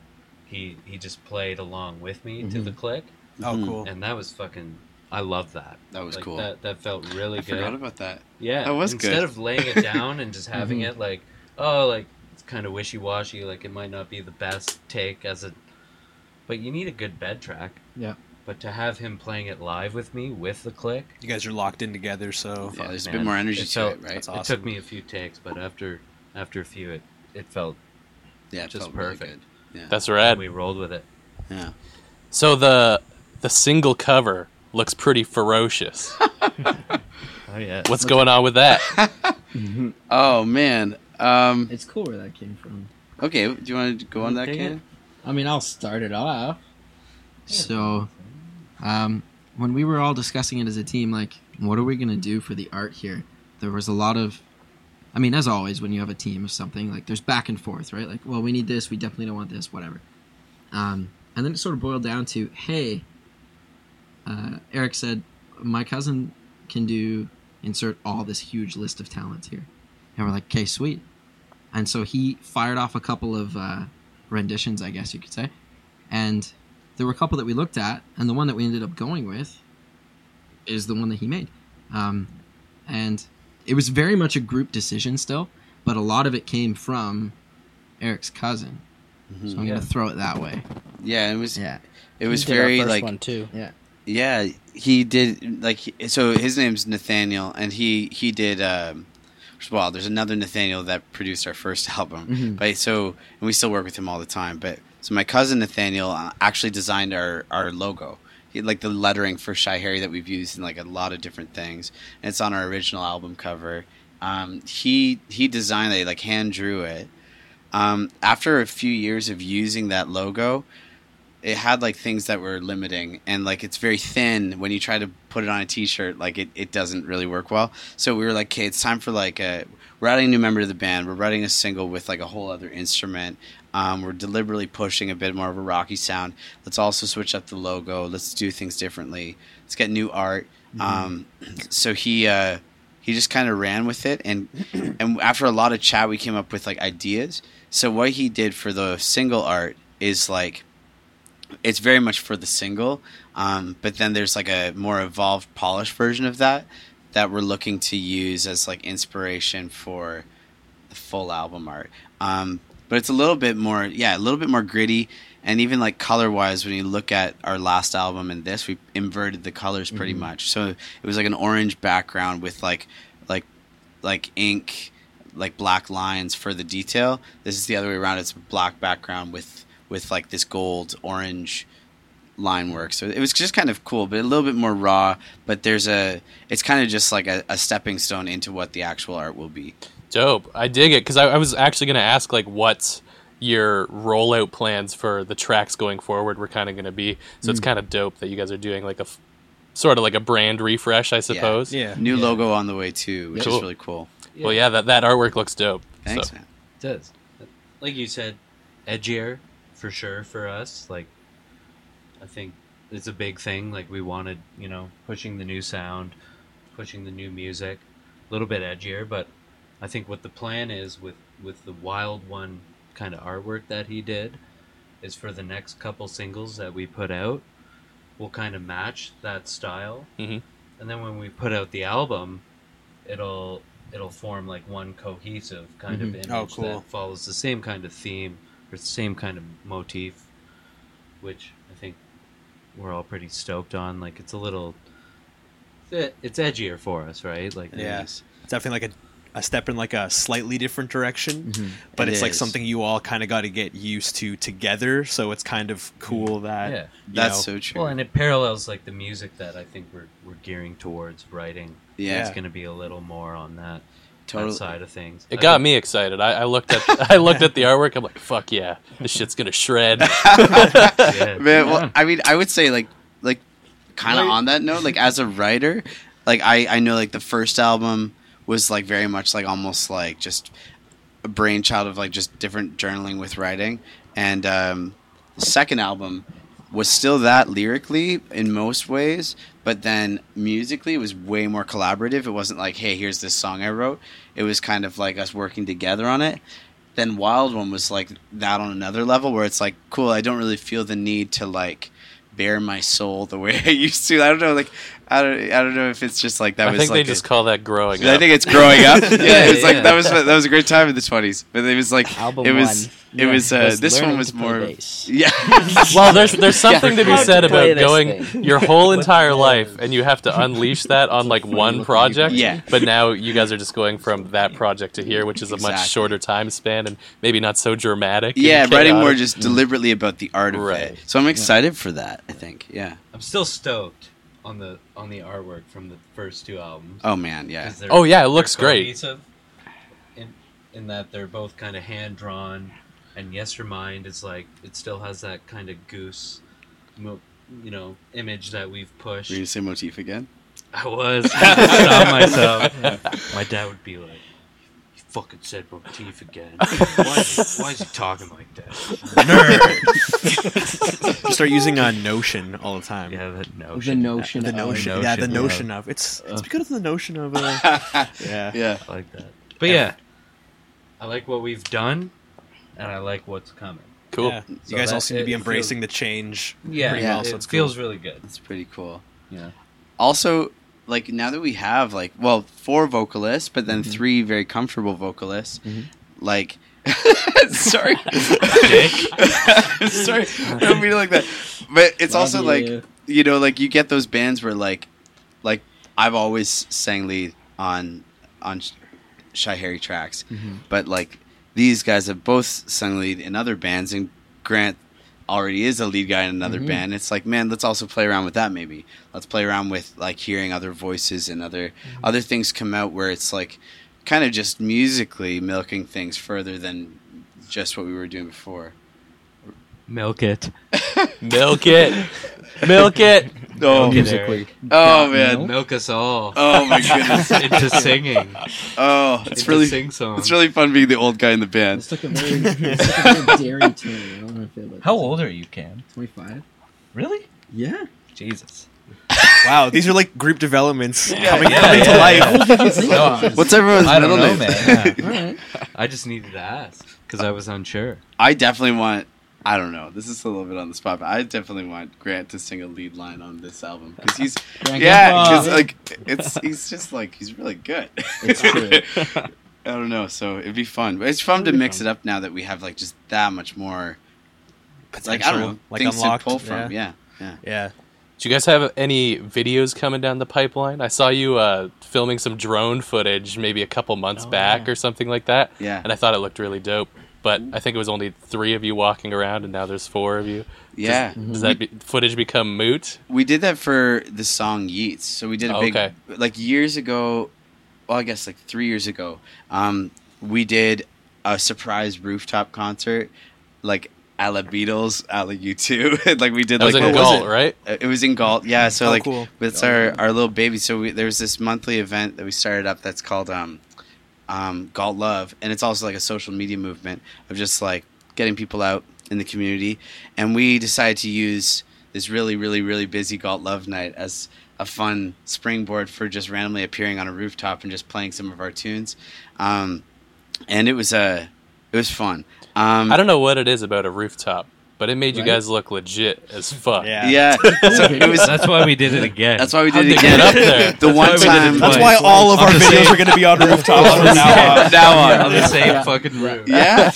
[SPEAKER 3] he, he just played along with me to
[SPEAKER 2] Mm-hmm.
[SPEAKER 3] the click,
[SPEAKER 1] Oh, cool.
[SPEAKER 3] and that was fucking. I love that.
[SPEAKER 4] That was
[SPEAKER 3] Like,
[SPEAKER 4] cool.
[SPEAKER 3] That, uh, that felt really
[SPEAKER 4] I
[SPEAKER 3] good.
[SPEAKER 4] forgot about that.
[SPEAKER 3] Yeah,
[SPEAKER 4] That was
[SPEAKER 3] instead
[SPEAKER 4] good. Mm-hmm.
[SPEAKER 3] of laying it down and just having it like, oh, like it's kind of wishy washy, like it might not be the best take as a, but you need a good bed track.
[SPEAKER 5] Yeah.
[SPEAKER 3] But to have him playing it live with me with the click,
[SPEAKER 1] You guys are locked in together, so
[SPEAKER 4] Yeah, there's a
[SPEAKER 3] man.
[SPEAKER 4] bit more energy
[SPEAKER 3] It
[SPEAKER 4] to
[SPEAKER 3] felt-
[SPEAKER 4] it, right?
[SPEAKER 1] that's
[SPEAKER 3] it
[SPEAKER 1] Awesome.
[SPEAKER 3] took me a few takes, but after after a few, it it felt
[SPEAKER 4] Yeah, it
[SPEAKER 3] just
[SPEAKER 4] felt really
[SPEAKER 3] perfect.
[SPEAKER 4] good. Yeah,
[SPEAKER 2] That's rad.
[SPEAKER 3] we rolled with it.
[SPEAKER 4] yeah.
[SPEAKER 2] So the the single cover looks pretty ferocious.
[SPEAKER 3] Oh yeah.
[SPEAKER 2] What's going on with that?
[SPEAKER 4] Oh man. Um,
[SPEAKER 5] It's cool where that came from.
[SPEAKER 4] Okay, do you want to go
[SPEAKER 6] Mm,
[SPEAKER 4] on that,
[SPEAKER 3] Take it.
[SPEAKER 4] Ken?
[SPEAKER 5] I mean, I'll start it off. So, um, when we were all discussing it as a team, like, what are we gonna do for the art here? There was a lot of, I mean, as always, when you have a team of something, like, there's back and forth, right? Like, well, we need this, we definitely don't want this, whatever. Um, and then it sort of boiled down to, hey, uh, Eric said, my cousin can do insert all this huge list of talents here, and we're like, okay, sweet. And so he fired off a couple of uh, renditions, I guess you could say, and there were a couple that we looked at, and the one that we ended up going with is the one that he made. Um, and it was very much a group decision still, but a lot of it came from Eric's cousin. So I'm
[SPEAKER 3] Yeah.
[SPEAKER 5] gonna throw it that way.
[SPEAKER 4] Yeah, it was.
[SPEAKER 5] Yeah,
[SPEAKER 4] It was
[SPEAKER 6] Did our
[SPEAKER 4] very
[SPEAKER 6] first
[SPEAKER 4] like
[SPEAKER 6] one too.
[SPEAKER 5] yeah.
[SPEAKER 4] Yeah, he did like he- so. His name's Nathaniel, and he he did. Um, well, there's another Nathaniel that produced our first album, but so and we still work with him all the time. But so my cousin Nathaniel uh, actually designed our our logo, he, like the lettering for Shy Harry that we've used in like a lot of different things, and it's on our original album cover. Um, he he designed it, like hand drew it. Um, after a few years of using that logo, it had like things that were limiting and like it's very thin when you try to put it on a t-shirt like it, it doesn't really work well so we were like okay it's time for like a we're adding a new member to the band we're writing a single with like a whole other instrument um, we're deliberately pushing a bit more of a rocky sound let's also switch up the logo let's do things differently let's get new art um, so he uh, he just kind of ran with it and and after a lot of chat we came up with like ideas so what he did for the single art is like it's very much for the single um, but then there's like a more evolved polished version of that that we're looking to use as like inspiration for the full album art um, but it's a little bit more yeah a little bit more gritty and even like color wise when you look at our last album and this we inverted the colors pretty much so it was like an orange background with like like like ink like black lines for the detail this is the other way around it's a black background with with like this gold orange line work so it was just kind of cool but a little bit more raw but there's a it's kind of just like a, a stepping stone into what the actual art will be
[SPEAKER 2] Dope. I dig it because I, I was actually going to ask like what's your rollout plans for the tracks going forward were kind of going to be. So
[SPEAKER 4] Mm.
[SPEAKER 2] it's kind of dope that you guys are doing like a f- sort of like a brand refresh, I suppose.
[SPEAKER 1] Yeah.
[SPEAKER 4] new logo on the way too which
[SPEAKER 2] Cool.
[SPEAKER 4] is really cool
[SPEAKER 2] Well, yeah, that, that artwork looks dope.
[SPEAKER 4] thanks
[SPEAKER 2] So,
[SPEAKER 4] man
[SPEAKER 3] It does. Like you said, edgier for sure for us. Like, I think it's a big thing. Like, we wanted, you know, pushing the new sound, pushing the new music, a little bit edgier. But I think what the plan is with with the wild one kind of artwork that he did is for the next couple singles that we put out, we'll kind of match that style.
[SPEAKER 1] Mm-hmm.
[SPEAKER 2] Mhm.
[SPEAKER 3] And then when we put out the album, it'll it'll form like one cohesive kind of image
[SPEAKER 1] Oh, cool.
[SPEAKER 3] that follows the same kind of theme or the same kind of motif, which I think we're all pretty stoked on. Like it's a little, it- it's edgier for us, right? Like
[SPEAKER 4] yes
[SPEAKER 1] It's definitely like a, a step in like a slightly different direction, but
[SPEAKER 4] It
[SPEAKER 1] it's like
[SPEAKER 4] is.
[SPEAKER 1] something you all kind of got to get used to together. So it's kind of cool that
[SPEAKER 3] Yeah.
[SPEAKER 1] you
[SPEAKER 4] that's
[SPEAKER 1] know,
[SPEAKER 4] so true
[SPEAKER 3] Well, and it parallels like the music that I think we're we're gearing towards writing.
[SPEAKER 4] Yeah.
[SPEAKER 3] it's going to be a little more on that,
[SPEAKER 4] Totally.
[SPEAKER 3] that side of things.
[SPEAKER 2] It
[SPEAKER 3] I
[SPEAKER 2] got
[SPEAKER 3] think-
[SPEAKER 2] me excited. I, I looked at I looked at the artwork. I'm like, fuck yeah, this shit's gonna shred.
[SPEAKER 3] yeah.
[SPEAKER 4] Man, well, I mean, I would say like like kind of
[SPEAKER 7] Right.
[SPEAKER 4] on that note, like as a writer, like I I know like the first album was like very much like almost like just a brainchild of like just different journaling with writing, and um, second album was still that lyrically in most ways, but then musically it was way more collaborative. It wasn't like, hey, here's this song I wrote. It was kind of like us working together on it. Then Wild One was like that on another level where it's like, cool, I don't really feel the need to like bare my soul the way I used to. I don't know, like I don't I don't know if it's just like that
[SPEAKER 2] I
[SPEAKER 4] was
[SPEAKER 2] think
[SPEAKER 4] like
[SPEAKER 2] they just
[SPEAKER 4] a-
[SPEAKER 2] call that growing
[SPEAKER 4] I
[SPEAKER 2] up.
[SPEAKER 4] think it's growing up. yeah, it was
[SPEAKER 3] yeah.
[SPEAKER 4] like that was that was a great time in the twenties, but it was like
[SPEAKER 6] Album
[SPEAKER 4] it was
[SPEAKER 6] one.
[SPEAKER 4] it was uh,
[SPEAKER 6] Was
[SPEAKER 4] this one
[SPEAKER 6] learning
[SPEAKER 4] was
[SPEAKER 6] to play
[SPEAKER 4] more
[SPEAKER 6] bass.
[SPEAKER 4] yeah.
[SPEAKER 2] well, there's there's something to be
[SPEAKER 6] How to
[SPEAKER 2] said
[SPEAKER 6] play
[SPEAKER 2] about
[SPEAKER 6] this
[SPEAKER 2] going
[SPEAKER 6] thing.
[SPEAKER 2] your whole entire life and you have to unleash that on like one project.
[SPEAKER 4] Yeah.
[SPEAKER 2] But now you guys are just going from that project to here, which is a much
[SPEAKER 4] Exactly.
[SPEAKER 2] shorter time span and maybe not so dramatic. and
[SPEAKER 4] yeah, writing more
[SPEAKER 2] chaotic.
[SPEAKER 4] just deliberately about the art of
[SPEAKER 2] Right.
[SPEAKER 4] it. So I'm excited for that. I think. Yeah.
[SPEAKER 3] I'm still stoked on the on the artwork from the first two albums.
[SPEAKER 4] Oh man. Yeah.
[SPEAKER 3] 'Cause they're-
[SPEAKER 2] Oh, yeah, it
[SPEAKER 3] they're
[SPEAKER 2] looks great.
[SPEAKER 3] cohesive In, in that they're both kind of hand drawn, and Yes Your Mind is like it still has that kind of goose mo- you know, image that we've pushed.
[SPEAKER 4] We're gonna say motif again.
[SPEAKER 3] I was stop myself. My dad would be like, "He fucking said motif again. Why is he, why is he talking like that? Nerd."
[SPEAKER 1] You start using uh, Notion all the time.
[SPEAKER 3] Yeah, that
[SPEAKER 5] Oh, The
[SPEAKER 3] notion.
[SPEAKER 5] notion.
[SPEAKER 1] The
[SPEAKER 5] of-
[SPEAKER 1] notion,
[SPEAKER 3] Notion,
[SPEAKER 1] yeah,
[SPEAKER 3] yeah.
[SPEAKER 1] the notion of it's it's because of the notion of uh, yeah.
[SPEAKER 4] Yeah.
[SPEAKER 3] I like that. But yeah, I like what we've done, and I like what's coming.
[SPEAKER 2] Cool.
[SPEAKER 1] Yeah. You
[SPEAKER 3] So
[SPEAKER 1] guys all
[SPEAKER 3] that-
[SPEAKER 1] seem to
[SPEAKER 3] it
[SPEAKER 1] be
[SPEAKER 3] feels-
[SPEAKER 1] embracing the change.
[SPEAKER 3] Yeah,
[SPEAKER 1] pretty
[SPEAKER 4] yeah,
[SPEAKER 1] well, so
[SPEAKER 3] it
[SPEAKER 1] it's cool.
[SPEAKER 3] feels really good.
[SPEAKER 4] That's pretty cool.
[SPEAKER 3] Yeah.
[SPEAKER 4] Also, like now that we have like well four vocalists, but then three very comfortable vocalists, like. sorry, sorry, I don't mean it like that. But it's also like
[SPEAKER 6] you.
[SPEAKER 4] you know, like you get those bands where like, like I've always sang lead on on Sh- Shy Harry tracks, but like these guys have both sung lead in other bands, and Grant already is a lead guy in another
[SPEAKER 3] Mm-hmm.
[SPEAKER 4] band. It's like, man, let's also play around with that. Maybe let's play around with like hearing other voices and other
[SPEAKER 3] Mm-hmm.
[SPEAKER 4] other things come out where it's like kind of just musically milking things further than just what we were doing before.
[SPEAKER 3] Milk it.
[SPEAKER 2] Milk it. Milk it.
[SPEAKER 4] Oh,
[SPEAKER 3] Okay.
[SPEAKER 7] musically.
[SPEAKER 4] oh man.
[SPEAKER 3] Milk us all
[SPEAKER 4] Oh my goodness.
[SPEAKER 3] into singing.
[SPEAKER 4] Oh, it's
[SPEAKER 3] into
[SPEAKER 4] really
[SPEAKER 3] sing song.
[SPEAKER 4] It's really fun being the old guy in the band.
[SPEAKER 5] It's like a very, it's like a very dairy tune. I don't know if it was
[SPEAKER 3] How old are you, Cam?
[SPEAKER 5] 25.
[SPEAKER 3] Really?
[SPEAKER 5] Yeah.
[SPEAKER 3] Jesus.
[SPEAKER 1] Wow, these are like group developments coming,
[SPEAKER 3] yeah,
[SPEAKER 1] coming to
[SPEAKER 3] yeah,
[SPEAKER 1] life.
[SPEAKER 3] No,
[SPEAKER 4] What's everyone's
[SPEAKER 3] I don't
[SPEAKER 4] middle
[SPEAKER 3] know,
[SPEAKER 4] name?
[SPEAKER 3] man. Yeah.
[SPEAKER 5] All right.
[SPEAKER 3] I just needed to ask because I was unsure.
[SPEAKER 4] I definitely want. I don't know. This is a little bit on the spot, but I definitely want Grant to sing a lead line on this album because he's yeah, because like it's he's just like he's really good.
[SPEAKER 5] It's true.
[SPEAKER 4] I don't know. So it'd be fun. But It's fun to mix it up now that we have like just that much more. Like I don't know,
[SPEAKER 1] Potential, like,
[SPEAKER 4] things
[SPEAKER 1] unlocked,
[SPEAKER 4] to pull from. Yeah.
[SPEAKER 1] Yeah.
[SPEAKER 2] Do you guys have any videos coming down the pipeline? I saw you uh, filming some drone footage maybe a couple months
[SPEAKER 6] Oh,
[SPEAKER 2] back
[SPEAKER 6] yeah.
[SPEAKER 2] or something like that.
[SPEAKER 4] Yeah.
[SPEAKER 2] And I thought it looked really dope. But I think it was only three of you walking around, and now there's four of you.
[SPEAKER 4] Yeah.
[SPEAKER 2] Does that be, footage become moot?
[SPEAKER 4] We did that for the song Yeats. So we did a
[SPEAKER 2] Oh,
[SPEAKER 4] big
[SPEAKER 2] okay.
[SPEAKER 4] like years ago. Well, I guess like three years ago, um, we did a surprise rooftop concert, like a la Beatles, a la U two. like we did
[SPEAKER 2] That
[SPEAKER 4] like
[SPEAKER 2] was in
[SPEAKER 4] what was
[SPEAKER 2] Gaul,
[SPEAKER 4] it?
[SPEAKER 2] right?
[SPEAKER 4] Uh, It was in Galt, yeah. So
[SPEAKER 1] Oh,
[SPEAKER 4] like,
[SPEAKER 1] cool.
[SPEAKER 4] it's our our little baby. So we, there was this monthly event that we started up that's called um, um, Galt Love, and it's also like a social media movement of just like getting people out in the community. And we decided to use this really, really, really busy Galt Love night as a fun springboard for just randomly appearing on a rooftop and just playing some of our tunes. Um, and it was uh, it was fun. Um,
[SPEAKER 2] I don't know what it is about a rooftop, but it made you
[SPEAKER 5] Right?
[SPEAKER 2] guys look legit as fuck.
[SPEAKER 1] Yeah.
[SPEAKER 4] yeah, so it was.
[SPEAKER 3] That's why we did it again.
[SPEAKER 4] That's why we
[SPEAKER 2] How'd
[SPEAKER 4] did it
[SPEAKER 2] they get
[SPEAKER 4] again.
[SPEAKER 2] up there?
[SPEAKER 4] The
[SPEAKER 2] That's why
[SPEAKER 4] one
[SPEAKER 2] we did it
[SPEAKER 4] time,
[SPEAKER 1] That's
[SPEAKER 2] Like,
[SPEAKER 1] why all of our videos are going to be on rooftops from now on.
[SPEAKER 4] now on.
[SPEAKER 3] on the same
[SPEAKER 5] Yeah.
[SPEAKER 3] fucking room.
[SPEAKER 4] Yeah.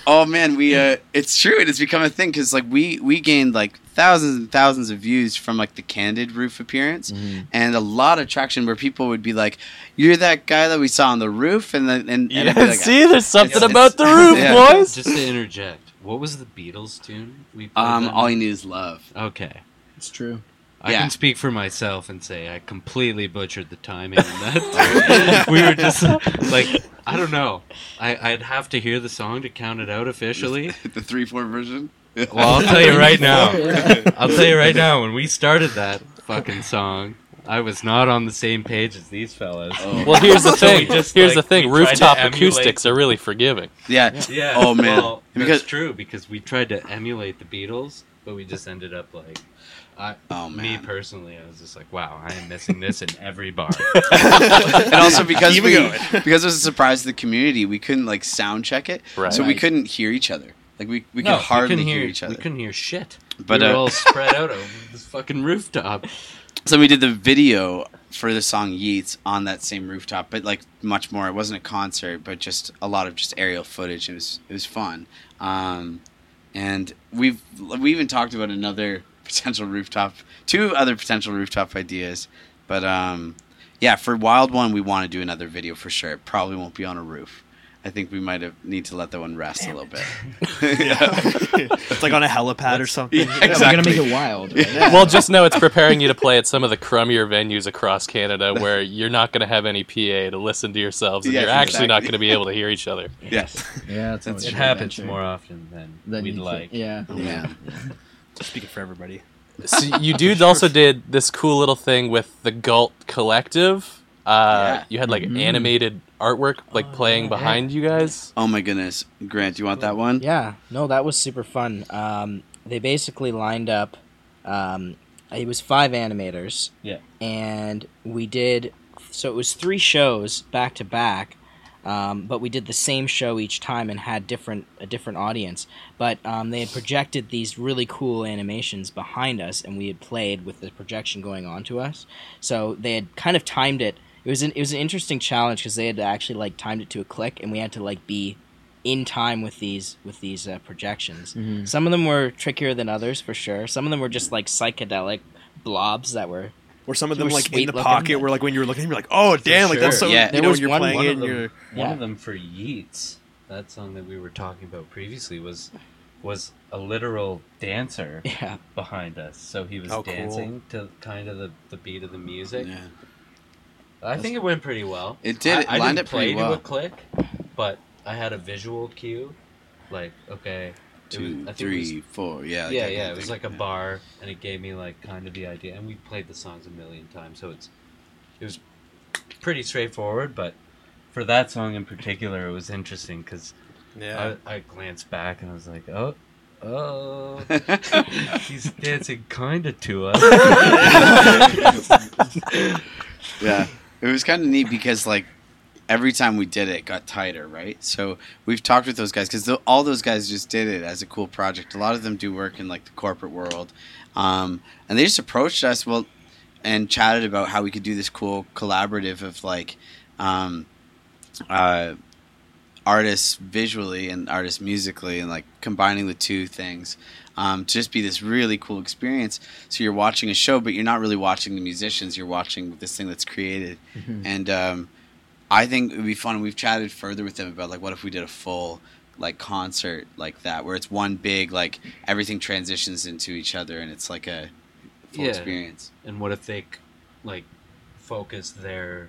[SPEAKER 4] oh man, we uh, it's true, and it's become a thing because like we we gained like thousands and thousands of views from like the candid roof appearance,
[SPEAKER 3] Mm-hmm.
[SPEAKER 4] and a lot of traction where people would be like, "You're that guy that we saw on the roof," and then and, and
[SPEAKER 2] Yeah,
[SPEAKER 4] it'd be like,
[SPEAKER 2] see, there's something
[SPEAKER 4] it's-
[SPEAKER 2] about the roof,
[SPEAKER 4] yeah.
[SPEAKER 2] boys.
[SPEAKER 3] Just to interject, what was the Beatles tune we played?
[SPEAKER 4] um,
[SPEAKER 3] that
[SPEAKER 4] all you
[SPEAKER 3] night?
[SPEAKER 4] need is love.
[SPEAKER 3] Okay.
[SPEAKER 5] It's true.
[SPEAKER 3] I
[SPEAKER 4] Yeah.
[SPEAKER 3] can speak for myself and say I completely butchered the timing on that. we were just like, I don't know. I, I'd have to hear the song to count it out officially.
[SPEAKER 4] the three four version.
[SPEAKER 3] Well, I'll tell you right now.
[SPEAKER 5] Yeah.
[SPEAKER 3] I'll tell you right now. When we started that fucking song, I was not on the same page as these fellas.
[SPEAKER 4] Oh.
[SPEAKER 2] Well, here's the
[SPEAKER 3] So we
[SPEAKER 2] thing.
[SPEAKER 3] just,
[SPEAKER 2] here's
[SPEAKER 3] like,
[SPEAKER 2] the thing.
[SPEAKER 3] we tried to
[SPEAKER 2] Rooftop
[SPEAKER 3] emulate-
[SPEAKER 2] acoustics are really forgiving.
[SPEAKER 4] yeah.
[SPEAKER 3] Yeah.
[SPEAKER 4] Oh man,
[SPEAKER 3] well,
[SPEAKER 4] because
[SPEAKER 3] that's true because we tried to emulate the Beatles, but we just ended up like. I,
[SPEAKER 4] Oh,
[SPEAKER 3] me
[SPEAKER 4] man.
[SPEAKER 3] personally, I was just like, "Wow, I am missing this in every bar."
[SPEAKER 4] and also because
[SPEAKER 1] Keep
[SPEAKER 4] we
[SPEAKER 1] going.
[SPEAKER 4] because it was a surprise to the community, we couldn't like sound check it,
[SPEAKER 2] Right.
[SPEAKER 4] so we
[SPEAKER 5] Right.
[SPEAKER 4] couldn't hear each other. Like we, we
[SPEAKER 3] No,
[SPEAKER 4] could hardly
[SPEAKER 3] couldn't
[SPEAKER 4] hear, each other.
[SPEAKER 3] We couldn't hear shit.
[SPEAKER 4] But,
[SPEAKER 3] But we were
[SPEAKER 4] uh,
[SPEAKER 3] all spread out over this fucking rooftop.
[SPEAKER 4] So we did the video for the song Yeats on that same rooftop, but like much more. It wasn't a concert, but just a lot of just aerial footage. It was it was fun, um, and we've we even talked about another potential rooftop, two other potential rooftop ideas, but um, yeah, for Wild One, we want to do another video for sure. It probably won't be on a roof. I think we might have, need to let that one rest a little bit.
[SPEAKER 1] It's like on a helipad or something.
[SPEAKER 5] We're
[SPEAKER 4] exactly.
[SPEAKER 5] gonna make it wild. Right?
[SPEAKER 2] Well, just know it's preparing you to play at some of the crummier venues across Canada where you're not going to have any PA to listen to yourselves and
[SPEAKER 4] Yes,
[SPEAKER 2] you're actually not
[SPEAKER 4] exactly.
[SPEAKER 2] going to be able to hear each other.
[SPEAKER 4] yes.
[SPEAKER 5] Yeah, it's always
[SPEAKER 3] It
[SPEAKER 5] an
[SPEAKER 3] happens
[SPEAKER 5] adventure.
[SPEAKER 3] more often than
[SPEAKER 5] Than
[SPEAKER 3] we'd
[SPEAKER 5] you
[SPEAKER 3] like.
[SPEAKER 5] think. Yeah.
[SPEAKER 4] Yeah.
[SPEAKER 1] Speaking for everybody.
[SPEAKER 2] so you dudes also did this cool little thing with the Galt Collective. Uh,
[SPEAKER 4] Yeah.
[SPEAKER 2] You had like animated artwork like playing behind you guys.
[SPEAKER 4] Oh my goodness, Grant, you want that one?
[SPEAKER 6] Yeah, no, that was super fun. Um, they basically lined up. Um, it was five animators,
[SPEAKER 3] Yeah.
[SPEAKER 6] and we did. So it was three shows back to back, um, but we did the same show each time and had different a different audience. But um, they had projected these really cool animations behind us, and we had played with the projection going on to us. So they had kind of timed it. It was an, it was an interesting challenge because they had actually like timed it to a click, and we had to like be in time with these with these uh, projections.
[SPEAKER 3] Mm-hmm.
[SPEAKER 6] Some of them were trickier than others for sure. Some of them were just like psychedelic blobs that were
[SPEAKER 1] Or some of
[SPEAKER 6] They
[SPEAKER 1] them
[SPEAKER 6] were
[SPEAKER 1] like in
[SPEAKER 6] sweet
[SPEAKER 1] the
[SPEAKER 6] looking,
[SPEAKER 1] pocket,
[SPEAKER 6] like-
[SPEAKER 1] where like when you were looking, at them, you're like, oh damn, like that's
[SPEAKER 3] sure.
[SPEAKER 1] so.
[SPEAKER 4] Yeah.
[SPEAKER 1] you
[SPEAKER 6] There
[SPEAKER 1] know,
[SPEAKER 6] was
[SPEAKER 1] you're
[SPEAKER 6] one-
[SPEAKER 1] playing
[SPEAKER 3] one
[SPEAKER 1] it.
[SPEAKER 3] of
[SPEAKER 1] and
[SPEAKER 3] them,
[SPEAKER 1] you're,
[SPEAKER 3] one
[SPEAKER 6] Yeah.
[SPEAKER 3] of them for Yeats. That song that we were talking about previously was was a literal dancer
[SPEAKER 6] yeah.
[SPEAKER 3] behind us. So he was
[SPEAKER 1] Oh, cool.
[SPEAKER 3] dancing to kind of the, the beat of the music.
[SPEAKER 4] Yeah.
[SPEAKER 3] I think it went pretty well.
[SPEAKER 4] It did.
[SPEAKER 3] I,
[SPEAKER 4] It
[SPEAKER 3] I
[SPEAKER 4] lined
[SPEAKER 3] didn't
[SPEAKER 4] up pretty
[SPEAKER 3] play
[SPEAKER 4] well.
[SPEAKER 3] to a click, but I had a visual cue. Like okay, it was-
[SPEAKER 4] Two,
[SPEAKER 3] I think it was-
[SPEAKER 4] three, four. Yeah. like
[SPEAKER 3] yeah,
[SPEAKER 4] that kind
[SPEAKER 3] yeah.
[SPEAKER 4] of
[SPEAKER 3] It was
[SPEAKER 4] thing.
[SPEAKER 3] like a
[SPEAKER 4] Yeah.
[SPEAKER 3] bar, and it gave me like kind of the idea. And we played the songs a million times, so it's it was pretty straightforward. But for that song in particular, it was interesting because
[SPEAKER 1] yeah.
[SPEAKER 3] I, I glanced back and I was like, oh, oh, he's dancing kind of to us.
[SPEAKER 4] Yeah. It was kind of neat because like every time we did it, it got tighter, right? So we've talked with those guys because all those guys just did it as a cool project. A lot of them do work in like the corporate world, um, and they just approached us well and chatted about how we could do this cool collaborative of like. Um, uh, artists visually and artists musically and like combining the two things um, to just be this really cool experience so you're watching a show but you're not really watching the musicians you're watching this thing that's created and um, i think it would be fun we've chatted further with them about like what if we did a full like concert like that where it's one big like everything transitions into each other and it's like a full
[SPEAKER 3] Yeah.
[SPEAKER 4] experience
[SPEAKER 3] and what if they c- like focus their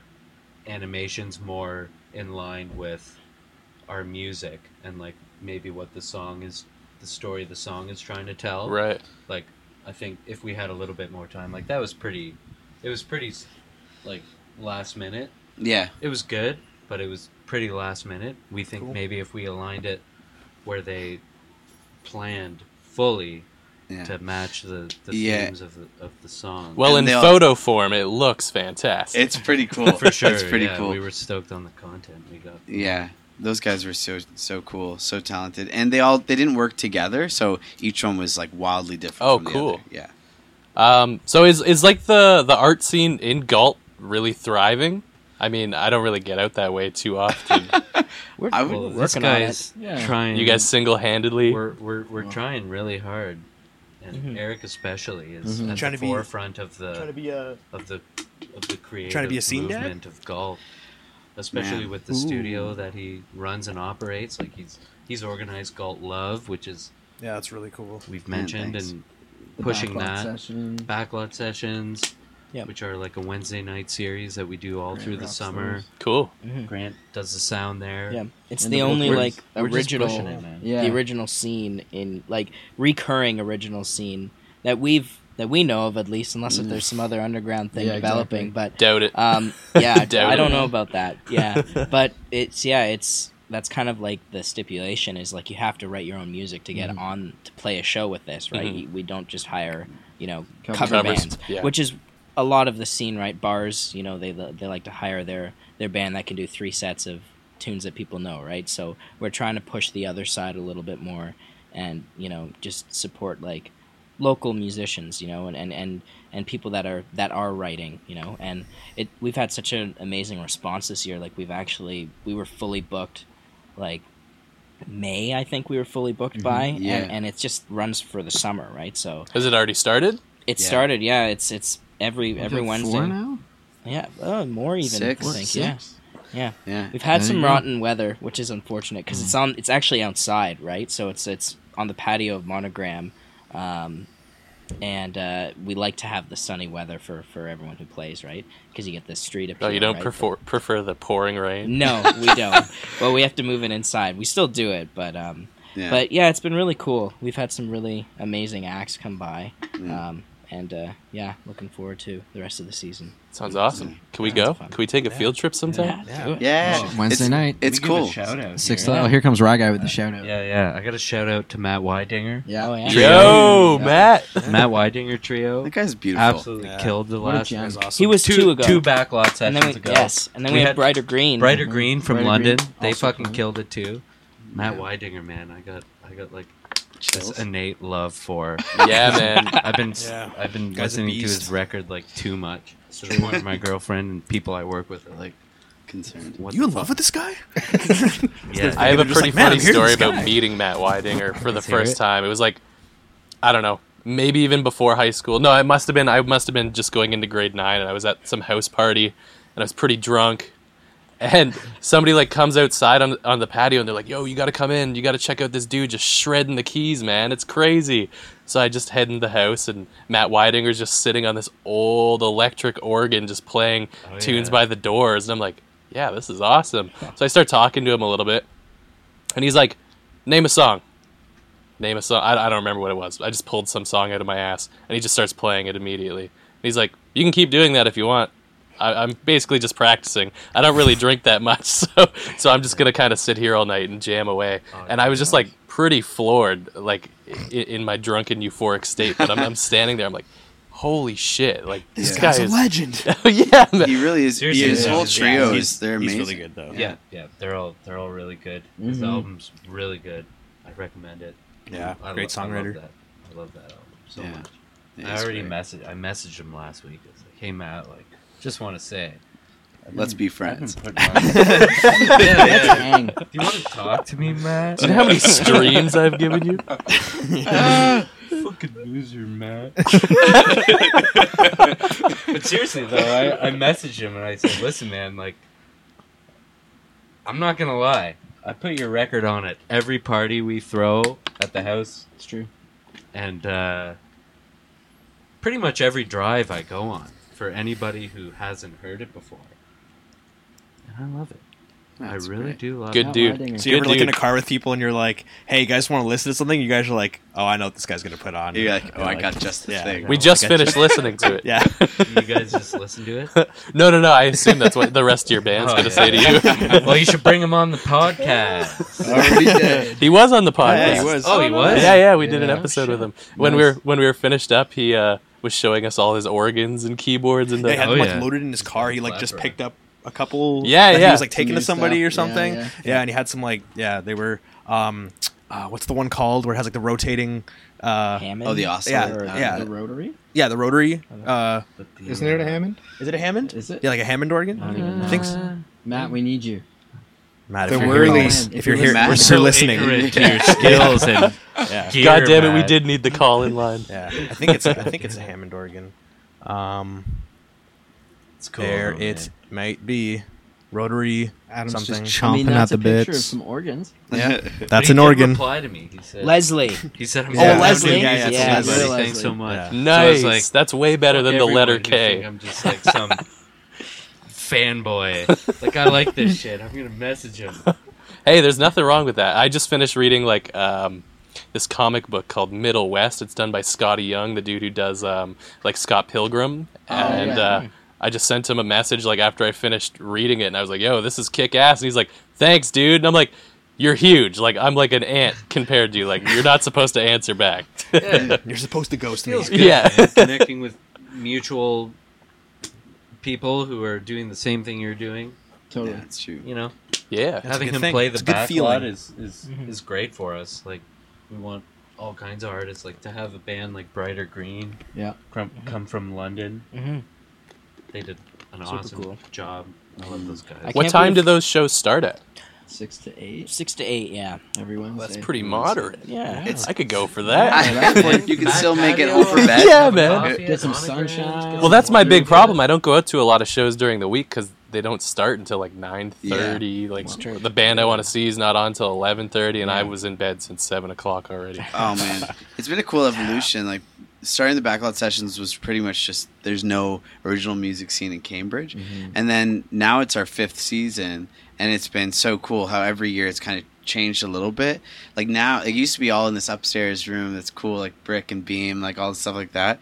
[SPEAKER 3] animations more in line with our music and like maybe what the song is the story the song is trying to tell
[SPEAKER 2] Right.
[SPEAKER 3] like i think if we had a little bit more time like that was pretty it was pretty s- like last minute
[SPEAKER 4] yeah
[SPEAKER 3] it was good but it was pretty last minute we think maybe if we aligned it where they planned fully
[SPEAKER 4] yeah
[SPEAKER 3] to match the, the
[SPEAKER 4] Yeah.
[SPEAKER 3] themes of the, of the song
[SPEAKER 2] Well,
[SPEAKER 4] And
[SPEAKER 2] in
[SPEAKER 4] they'll-
[SPEAKER 2] photo form, it looks fantastic.
[SPEAKER 4] it's pretty cool
[SPEAKER 3] for sure.
[SPEAKER 4] it's pretty
[SPEAKER 3] yeah,
[SPEAKER 4] cool
[SPEAKER 3] We were stoked on the content we got.
[SPEAKER 4] Yeah, those guys were so so cool, so talented, and they all they didn't work together, so each one was like wildly different.
[SPEAKER 2] Oh,
[SPEAKER 4] from the
[SPEAKER 2] cool.
[SPEAKER 4] other. Yeah,
[SPEAKER 2] Um, so is is like the the art scene in Galt really thriving? I mean, I don't really get out that way too often.
[SPEAKER 6] We're,
[SPEAKER 4] I
[SPEAKER 6] we're
[SPEAKER 4] would-
[SPEAKER 3] Well,
[SPEAKER 6] working
[SPEAKER 3] this
[SPEAKER 6] on
[SPEAKER 3] guy's
[SPEAKER 6] it.
[SPEAKER 3] trying.
[SPEAKER 2] you guys single handedly.
[SPEAKER 3] we're we're, we're trying really hard, and Eric especially is at
[SPEAKER 1] Mm-hmm. Trying
[SPEAKER 3] the
[SPEAKER 1] to be-
[SPEAKER 3] forefront of the
[SPEAKER 1] Trying to be a
[SPEAKER 3] of the of the creative
[SPEAKER 1] to be a scene dad?
[SPEAKER 3] movement of golf, especially
[SPEAKER 4] Man.
[SPEAKER 3] with the studio that he runs and operates. Like he's he's organized Galt Love, which is
[SPEAKER 1] yeah, that's really cool.
[SPEAKER 3] we've
[SPEAKER 4] Man,
[SPEAKER 3] mentioned
[SPEAKER 4] thanks.
[SPEAKER 3] and pushing that.
[SPEAKER 5] Session.
[SPEAKER 3] Backlot sessions,
[SPEAKER 6] Yep.
[SPEAKER 3] which are like a Wednesday night series that we do all through the
[SPEAKER 5] Rock
[SPEAKER 3] summer.
[SPEAKER 5] Stars.
[SPEAKER 2] Cool.
[SPEAKER 3] Grant does the sound there.
[SPEAKER 6] Yeah, it's
[SPEAKER 5] And
[SPEAKER 6] the
[SPEAKER 5] the
[SPEAKER 6] only
[SPEAKER 5] book-
[SPEAKER 6] like
[SPEAKER 3] We're just
[SPEAKER 6] original,
[SPEAKER 3] pushing it, man.
[SPEAKER 5] Yeah.
[SPEAKER 6] the original scene in like recurring original scene that we've that we know of at least, unless if there's some other underground thing
[SPEAKER 5] Yeah,
[SPEAKER 6] developing. But
[SPEAKER 2] Doubt it.
[SPEAKER 6] Um, yeah,
[SPEAKER 2] Doubt
[SPEAKER 6] I don't
[SPEAKER 2] it.
[SPEAKER 6] know about that. Yeah, but it's yeah, it's that's kind of like the stipulation is like you have to write your own music to get on to play a show with this, right?
[SPEAKER 2] Mhm.
[SPEAKER 6] We- We don't just hire you know
[SPEAKER 5] Cover
[SPEAKER 6] cover
[SPEAKER 2] Covers,
[SPEAKER 6] bands,
[SPEAKER 2] yeah.
[SPEAKER 6] which is a lot of the scene, right? Bars, you know, they they like to hire their their band that can do three sets of tunes that people know, right? So we're trying to push the other side a little bit more, and you know, just support like local musicians, you know, and and and, and people that are that are writing, you know, and it we've had such an amazing response this year. Like we've actually we were fully booked, like May I think we were fully booked by,
[SPEAKER 4] Yeah.
[SPEAKER 6] and and it just runs for the summer, right? So
[SPEAKER 2] Has it already started?
[SPEAKER 6] it
[SPEAKER 4] Yeah.
[SPEAKER 6] started, yeah. It's it's every every
[SPEAKER 5] Like
[SPEAKER 6] Wednesday.
[SPEAKER 5] Four now?
[SPEAKER 6] Yeah, oh, more even.
[SPEAKER 4] Six.
[SPEAKER 6] I
[SPEAKER 5] Four,
[SPEAKER 6] think.
[SPEAKER 5] six?
[SPEAKER 6] Yeah, yeah.
[SPEAKER 4] yeah.
[SPEAKER 6] We've had
[SPEAKER 5] There
[SPEAKER 6] some
[SPEAKER 5] you go. Mm.
[SPEAKER 6] rotten weather, which is unfortunate because it's on. It's actually outside, right? So it's it's on the patio of Monogram, um, and uh, we like to have the sunny weather for for everyone who plays, right? Because you get the street appeal.
[SPEAKER 2] Oh, you don't
[SPEAKER 6] right?
[SPEAKER 2] prefer prefer the pouring rain.
[SPEAKER 6] No, we don't. well, we have to move it inside. We still do it, but um,
[SPEAKER 4] Yeah. Mm.
[SPEAKER 6] but yeah, it's been really cool. We've had some really amazing acts come by, um, And uh, yeah, looking forward to the rest of the season.
[SPEAKER 2] Sounds awesome. Can we go? Can we take a field trip sometime?
[SPEAKER 6] Yeah, do it.
[SPEAKER 4] Yeah,
[SPEAKER 5] Wednesday
[SPEAKER 4] it's,
[SPEAKER 5] night.
[SPEAKER 4] It's
[SPEAKER 3] We give a
[SPEAKER 4] cool.
[SPEAKER 3] Shout out.
[SPEAKER 5] Six.
[SPEAKER 3] here.
[SPEAKER 5] Oh, here comes Rye Guy with the shout out.
[SPEAKER 3] Yeah, yeah. I got a shout out to Matt Weidinger.
[SPEAKER 5] Yeah.
[SPEAKER 6] Oh, yeah.
[SPEAKER 2] Yo, Matt.
[SPEAKER 3] Matt Weidinger trio.
[SPEAKER 4] That guy's beautiful.
[SPEAKER 3] Absolutely
[SPEAKER 1] Yeah.
[SPEAKER 3] killed the
[SPEAKER 5] What a
[SPEAKER 3] last.
[SPEAKER 5] gem. That's
[SPEAKER 6] He was two, ago.
[SPEAKER 3] Two backlot
[SPEAKER 6] and
[SPEAKER 3] sessions
[SPEAKER 6] then we,
[SPEAKER 3] ago.
[SPEAKER 6] yes, and then
[SPEAKER 3] We
[SPEAKER 6] we,
[SPEAKER 3] had
[SPEAKER 6] had Brighter Green.
[SPEAKER 3] Brighter Green from
[SPEAKER 5] Brighter
[SPEAKER 3] London.
[SPEAKER 5] Green,
[SPEAKER 3] they
[SPEAKER 5] also
[SPEAKER 3] fucking
[SPEAKER 5] from-
[SPEAKER 3] killed it too. Matt Weidinger, man, I got, I got like this innate love for.
[SPEAKER 2] Yeah, man.
[SPEAKER 3] I've been,
[SPEAKER 1] Yeah.
[SPEAKER 3] I've been
[SPEAKER 1] Guy's a
[SPEAKER 3] listening to his
[SPEAKER 1] beast.
[SPEAKER 3] record like too much. To the point where my girlfriend and people I work with are like,
[SPEAKER 4] Concerned.
[SPEAKER 3] "What
[SPEAKER 1] You
[SPEAKER 3] the
[SPEAKER 1] in love with this guy?
[SPEAKER 3] fuck?" Yeah,
[SPEAKER 2] I have a
[SPEAKER 1] They're just
[SPEAKER 2] pretty
[SPEAKER 1] like, "Man,
[SPEAKER 2] funny
[SPEAKER 1] I'm here to
[SPEAKER 2] story
[SPEAKER 1] this guy."
[SPEAKER 2] about meeting Matt Weidinger for the
[SPEAKER 3] Let's hear
[SPEAKER 2] first
[SPEAKER 3] it.
[SPEAKER 2] time. It was like, I don't know, maybe even before high school. No, it must have been. I must have been just going into grade nine, and I was at some house party, and I was pretty drunk. And somebody like comes outside on on the patio, and they're like, "Yo, you got to come in. You got to check out this dude just shredding the keys, man. It's crazy." So I just head in the house, and Matt Weidinger's just sitting on this old electric organ, just playing
[SPEAKER 3] Oh,
[SPEAKER 2] tunes
[SPEAKER 3] yeah.
[SPEAKER 2] by the Doors, and I'm like, "Yeah, this is awesome." So I start talking to him a little bit, and he's like, name a song. Name a song. I, I don't remember what it was. I just pulled some song out of my ass, and he just starts playing it immediately. And he's like, you can keep doing that if you want. I, I'm basically just practicing. I don't really drink that much, so so I'm just gonna kind of sit here all night and jam away.
[SPEAKER 1] Oh,
[SPEAKER 2] and I was just like pretty floored, like in, in my drunken euphoric state. But I'm, I'm standing there. I'm like, holy shit! Like this guy
[SPEAKER 1] Guy's a
[SPEAKER 2] is.
[SPEAKER 1] legend.
[SPEAKER 2] yeah, man.
[SPEAKER 4] He really is.
[SPEAKER 3] Seriously,
[SPEAKER 4] he, his
[SPEAKER 3] yeah.
[SPEAKER 4] whole
[SPEAKER 3] Yeah, he's-
[SPEAKER 4] trios,
[SPEAKER 1] he's,
[SPEAKER 4] they're amazing.
[SPEAKER 1] He's really good though.
[SPEAKER 3] yeah, yeah. They're all, they're all really good. His
[SPEAKER 5] Mhm.
[SPEAKER 3] album's really good. I recommend it.
[SPEAKER 1] Yeah,
[SPEAKER 3] I
[SPEAKER 1] great
[SPEAKER 3] lo-
[SPEAKER 1] songwriter.
[SPEAKER 3] I love that, I love that album so
[SPEAKER 4] Yeah.
[SPEAKER 3] much.
[SPEAKER 4] It
[SPEAKER 3] I
[SPEAKER 4] is
[SPEAKER 3] already
[SPEAKER 4] great.
[SPEAKER 3] messaged. I messaged him last week. It's like, hey Matt, like, just want to say,
[SPEAKER 4] Let's be friends.
[SPEAKER 3] I've been putting on- Yeah, yeah.
[SPEAKER 5] Dang.
[SPEAKER 3] Do you want to talk to me, Matt?
[SPEAKER 2] Do you know how many streams I've given you?
[SPEAKER 3] fucking loser, Matt. but seriously though, I, I messaged him and I said, "Listen, man, like, I'm not gonna lie. I put your record on at every party we throw at the house,
[SPEAKER 5] It's true.
[SPEAKER 3] and uh, pretty much every drive I go on for anybody who hasn't heard it before. And I love it.
[SPEAKER 4] That's
[SPEAKER 3] I really
[SPEAKER 4] great.
[SPEAKER 3] do love
[SPEAKER 2] Good
[SPEAKER 3] it.
[SPEAKER 2] dude.
[SPEAKER 5] Weidinger.
[SPEAKER 1] So you ever
[SPEAKER 2] Good
[SPEAKER 1] look in
[SPEAKER 2] dude.
[SPEAKER 1] a car with people and you're like, "Hey, you guys want to listen to something?" You guys are like, "Oh, I know what this guy's gonna put on."
[SPEAKER 4] You're like, oh,
[SPEAKER 1] You're
[SPEAKER 4] I
[SPEAKER 1] like,
[SPEAKER 4] got just the
[SPEAKER 1] yeah.
[SPEAKER 4] thing.
[SPEAKER 2] We just
[SPEAKER 1] I got you.
[SPEAKER 2] finished listening to it.
[SPEAKER 1] Yeah,
[SPEAKER 3] You guys just listen to it.
[SPEAKER 2] No, no, no. I assume that's what the rest of your band's
[SPEAKER 3] Oh,
[SPEAKER 2] going to
[SPEAKER 3] yeah.
[SPEAKER 2] say to
[SPEAKER 3] well, you should bring him on the podcast.
[SPEAKER 4] already did.
[SPEAKER 2] you. he was on the podcast.
[SPEAKER 1] yeah, he was.
[SPEAKER 3] Oh, he was.
[SPEAKER 2] Yeah, yeah, we did an
[SPEAKER 5] Yeah.
[SPEAKER 2] episode with him
[SPEAKER 5] Nice.
[SPEAKER 2] when we were when we were finished up. He uh, was showing us all his organs and keyboards and
[SPEAKER 1] They
[SPEAKER 2] the.
[SPEAKER 1] had
[SPEAKER 3] Oh,
[SPEAKER 1] them, like
[SPEAKER 3] yeah.
[SPEAKER 1] loaded in his car. He like just
[SPEAKER 3] Clever.
[SPEAKER 1] picked up a couple.
[SPEAKER 2] Yeah,
[SPEAKER 1] that He
[SPEAKER 2] yeah.
[SPEAKER 1] was like taking
[SPEAKER 5] New
[SPEAKER 1] to somebody
[SPEAKER 5] stuff.
[SPEAKER 1] or something.
[SPEAKER 5] Yeah,
[SPEAKER 1] Yeah,
[SPEAKER 5] yeah.
[SPEAKER 1] and he had some like yeah, they were um, uh, what's the one called where it has like the rotating uh,
[SPEAKER 6] Hammond.
[SPEAKER 4] Oh, the oscillator.
[SPEAKER 1] Yeah,
[SPEAKER 4] Uh,
[SPEAKER 1] yeah.
[SPEAKER 5] The rotary?
[SPEAKER 1] yeah, the rotary. Uh,
[SPEAKER 7] Isn't it a Hammond?
[SPEAKER 1] is it a Hammond?
[SPEAKER 5] Is it?
[SPEAKER 1] Yeah, like a Hammond organ.
[SPEAKER 5] I don't even know.
[SPEAKER 1] I think so.
[SPEAKER 5] Matt, we need you.
[SPEAKER 1] Matt,
[SPEAKER 7] The
[SPEAKER 1] if you're hearing
[SPEAKER 7] Whirlies.
[SPEAKER 1] this, if you're here,
[SPEAKER 4] Matt,
[SPEAKER 1] we're
[SPEAKER 4] you're
[SPEAKER 1] still
[SPEAKER 4] so
[SPEAKER 1] listening.
[SPEAKER 3] to your skills and
[SPEAKER 1] Yeah.
[SPEAKER 3] gear,
[SPEAKER 2] God damn it! We
[SPEAKER 3] Matt.
[SPEAKER 2] did need the call in line.
[SPEAKER 1] Yeah, I think it's I think it's a Hammond organ. Um,
[SPEAKER 3] It's cool.
[SPEAKER 1] there
[SPEAKER 3] though,
[SPEAKER 1] it
[SPEAKER 3] man.
[SPEAKER 1] might be rotary
[SPEAKER 7] Adam's
[SPEAKER 1] something.
[SPEAKER 7] just
[SPEAKER 5] I mean,
[SPEAKER 7] chomping
[SPEAKER 5] that's
[SPEAKER 7] at
[SPEAKER 5] a
[SPEAKER 7] the
[SPEAKER 5] picture of
[SPEAKER 7] bits.
[SPEAKER 5] some organs.
[SPEAKER 4] yeah.
[SPEAKER 1] That's
[SPEAKER 3] He
[SPEAKER 1] an
[SPEAKER 3] did
[SPEAKER 1] organ.
[SPEAKER 3] Reply to me. He said.
[SPEAKER 6] Leslie.
[SPEAKER 3] He said. I'm
[SPEAKER 1] Oh,
[SPEAKER 3] sorry,
[SPEAKER 1] Leslie?
[SPEAKER 3] dude,
[SPEAKER 1] Yeah,
[SPEAKER 3] he's
[SPEAKER 1] yeah, it's
[SPEAKER 3] just
[SPEAKER 1] Leslie.
[SPEAKER 3] Leslie. Thanks so much.
[SPEAKER 1] Yeah.
[SPEAKER 2] Nice.
[SPEAKER 3] So it's like-
[SPEAKER 2] That's way better than the
[SPEAKER 3] Everyone
[SPEAKER 2] letter
[SPEAKER 3] who think
[SPEAKER 2] K.
[SPEAKER 3] I'm just like some fanboy. Like I like this shit. I'm gonna message him.
[SPEAKER 2] Hey, there's nothing wrong with that. I just finished reading like um, this comic book called Middle West. It's done by Scotty Young, the dude who does um, like Scott Pilgrim, and
[SPEAKER 5] yeah.
[SPEAKER 2] uh, I just sent him a message like after I finished reading it, and I was like, "Yo, this is kick ass," and he's like, "Thanks, dude," and I'm like. You're huge. Like I'm like an ant compared to you. Like you're not supposed to answer back.
[SPEAKER 3] Yeah.
[SPEAKER 1] You're supposed to ghost me.
[SPEAKER 3] Feels good.
[SPEAKER 2] Yeah.
[SPEAKER 3] man. Connecting with mutual people who are doing the same thing you're doing.
[SPEAKER 5] Totally.
[SPEAKER 4] Yeah, it's true.
[SPEAKER 3] You know.
[SPEAKER 2] yeah.
[SPEAKER 1] That's a
[SPEAKER 3] having
[SPEAKER 1] good
[SPEAKER 3] him
[SPEAKER 1] thing.
[SPEAKER 3] play the
[SPEAKER 1] It's a good
[SPEAKER 3] back
[SPEAKER 1] feeling.
[SPEAKER 3] lot is is, is great for us. Like we want all kinds of artists like to have a band like Brighter Green
[SPEAKER 5] Yeah.
[SPEAKER 3] from, come from London.
[SPEAKER 6] hmm
[SPEAKER 3] They did an
[SPEAKER 6] Super
[SPEAKER 3] awesome
[SPEAKER 6] cool.
[SPEAKER 3] job. I love those guys.
[SPEAKER 6] I
[SPEAKER 2] What
[SPEAKER 6] can't
[SPEAKER 2] time do
[SPEAKER 6] believe-
[SPEAKER 2] those shows start at?
[SPEAKER 5] Six to eight
[SPEAKER 6] Six to eight. Yeah.
[SPEAKER 5] every Wednesday.
[SPEAKER 2] That's pretty moderate.
[SPEAKER 6] Yeah.
[SPEAKER 2] I could go for that.
[SPEAKER 4] I- you can still make it over bed.
[SPEAKER 2] Yeah, man.
[SPEAKER 5] Get some sunshine.
[SPEAKER 2] Well, that's my big problem. I don't go out to a lot of shows during the week because they don't start until like nine thirty. Like the band I want to see is not on until eleven thirty, and I was in bed since seven o'clock already.
[SPEAKER 4] Oh man, it's been a cool evolution. Like starting the backlot sessions was pretty much just there's no original music scene in Cambridge, and then now it's our fifth season, and it's been so cool how every year it's kind of changed a little bit. Like now, it used to be all in this upstairs room that's cool, like brick and beam, like all the stuff like that.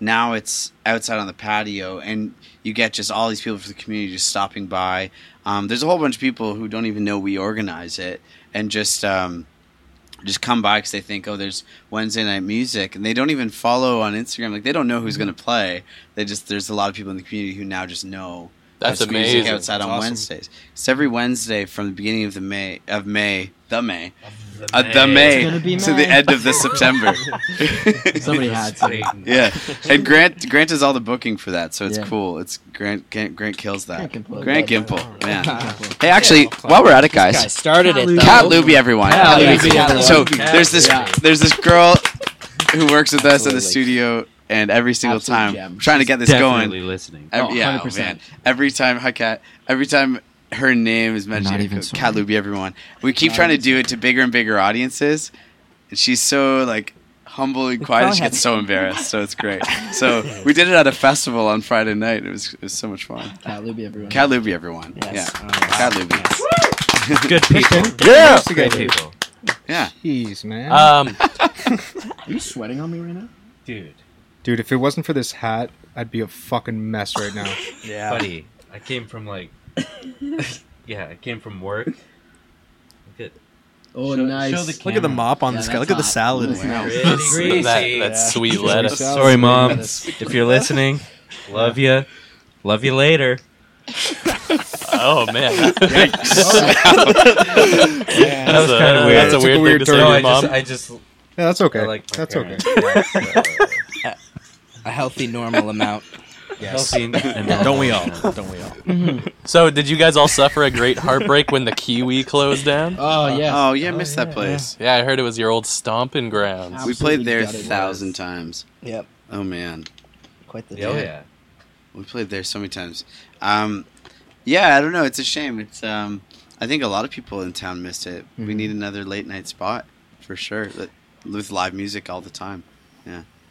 [SPEAKER 4] now it's outside on the patio and you get just all these people from the community just stopping by um, there's a whole bunch of people who don't even know we organize it and just um, just come by because they think oh there's wednesday night music and they don't even follow on instagram like they don't know who's going to play they just there's a lot of people in the community who now just know
[SPEAKER 2] That's
[SPEAKER 4] there's music
[SPEAKER 2] amazing.
[SPEAKER 4] outside
[SPEAKER 7] That's
[SPEAKER 4] on
[SPEAKER 7] awesome.
[SPEAKER 4] wednesdays it's every wednesday from the beginning of the may of may the may
[SPEAKER 3] The
[SPEAKER 4] uh, the may,
[SPEAKER 5] gonna be
[SPEAKER 4] to
[SPEAKER 5] May.
[SPEAKER 4] the end of the september
[SPEAKER 5] Somebody had some.
[SPEAKER 4] yeah, and Grant Grant does all the booking for that, so it's
[SPEAKER 5] Yeah.
[SPEAKER 4] cool. It's Grant Grant, Grant kills that.
[SPEAKER 5] Grant Gimple.
[SPEAKER 4] Grant Gimple, man. Hey, actually, while we're at it,
[SPEAKER 6] Guys
[SPEAKER 4] guys,
[SPEAKER 6] started it though.
[SPEAKER 4] Cat Luby, everyone.
[SPEAKER 5] Cat
[SPEAKER 6] Luby,
[SPEAKER 4] Luby.
[SPEAKER 6] Cat Luby.
[SPEAKER 4] So
[SPEAKER 3] Cat
[SPEAKER 4] there's this
[SPEAKER 5] Luby.
[SPEAKER 4] there's this girl who works with us in the
[SPEAKER 6] Absolutely.
[SPEAKER 4] studio, and every single
[SPEAKER 5] Absolute
[SPEAKER 4] time
[SPEAKER 5] gem.
[SPEAKER 4] trying to get this
[SPEAKER 3] Definitely
[SPEAKER 4] going.
[SPEAKER 3] listening.
[SPEAKER 4] Every,
[SPEAKER 5] Oh,
[SPEAKER 4] yeah, oh,
[SPEAKER 5] 100%.
[SPEAKER 4] man. Every time, hi Cat. Every time her name is mentioned,
[SPEAKER 5] Not even
[SPEAKER 4] Cat
[SPEAKER 5] sorry.
[SPEAKER 4] Luby, everyone. We keep trying to do it to bigger and bigger audiences, and she's so like humble and quiet.
[SPEAKER 6] probably
[SPEAKER 4] She
[SPEAKER 6] had-
[SPEAKER 4] gets so embarrassed, so it's great. So we did it at a festival on Friday night. It was it was so much fun.
[SPEAKER 5] Cat Luby, everyone.
[SPEAKER 4] Cat Luby, everyone.
[SPEAKER 6] Yes.
[SPEAKER 4] Yeah,
[SPEAKER 6] Oh,
[SPEAKER 4] Cat Luby.
[SPEAKER 3] Good
[SPEAKER 5] uh,
[SPEAKER 3] people.
[SPEAKER 7] Yeah.
[SPEAKER 3] Good people.
[SPEAKER 4] Yeah,
[SPEAKER 7] Jeez, man.
[SPEAKER 1] Uh,
[SPEAKER 2] Um,
[SPEAKER 5] Are you sweating on me right now?
[SPEAKER 3] Dude,
[SPEAKER 7] Dude, if it wasn't for this hat, I'd be a fucking mess right now.
[SPEAKER 1] Yeah.
[SPEAKER 3] buddy, I came from like. yeah, I came from work. Look at
[SPEAKER 5] Oh,
[SPEAKER 3] Show-
[SPEAKER 5] nice.
[SPEAKER 3] show the
[SPEAKER 1] Look at the mop on
[SPEAKER 5] Yeah,
[SPEAKER 1] this guy.
[SPEAKER 5] that's
[SPEAKER 1] Look at the
[SPEAKER 5] hot.
[SPEAKER 1] salad.
[SPEAKER 5] Ooh,
[SPEAKER 4] Wow.
[SPEAKER 3] Pretty
[SPEAKER 2] that,
[SPEAKER 3] greasy.
[SPEAKER 2] that sweet lettuce.
[SPEAKER 3] Sorry, mom. If you're listening, love you. Love you later.
[SPEAKER 2] Oh man,
[SPEAKER 7] Yeah,
[SPEAKER 2] that's, a,
[SPEAKER 7] kinda weird.
[SPEAKER 2] that's a
[SPEAKER 7] Took a
[SPEAKER 2] weird,
[SPEAKER 7] weird
[SPEAKER 2] thing to say to
[SPEAKER 7] turn. No,
[SPEAKER 2] your mom.
[SPEAKER 3] I just
[SPEAKER 7] Yeah, that's okay.
[SPEAKER 3] I like my
[SPEAKER 7] that's
[SPEAKER 3] parents.
[SPEAKER 7] okay.
[SPEAKER 6] A healthy normal amount.
[SPEAKER 3] Healthy and- and
[SPEAKER 1] Don't we
[SPEAKER 3] normal.
[SPEAKER 1] all? Don't we all?
[SPEAKER 2] so, did you guys all suffer a great heartbreak when the Kiwi closed down?
[SPEAKER 3] Uh,
[SPEAKER 5] Oh, yes.
[SPEAKER 4] Oh yeah, I missed that place.
[SPEAKER 2] Yeah, I heard it was your old stomping grounds.
[SPEAKER 5] Ow.
[SPEAKER 4] We played there a
[SPEAKER 5] Absolutely gutted.
[SPEAKER 4] thousand times.
[SPEAKER 6] Yep.
[SPEAKER 4] Oh man.
[SPEAKER 6] Quite the
[SPEAKER 3] Oh
[SPEAKER 6] day.
[SPEAKER 3] yeah.
[SPEAKER 4] We played there so many times. Um, yeah, I don't know. It's a shame. It's um, I think a lot of people in town missed it. We need another late night spot for sure. But with live music all the time.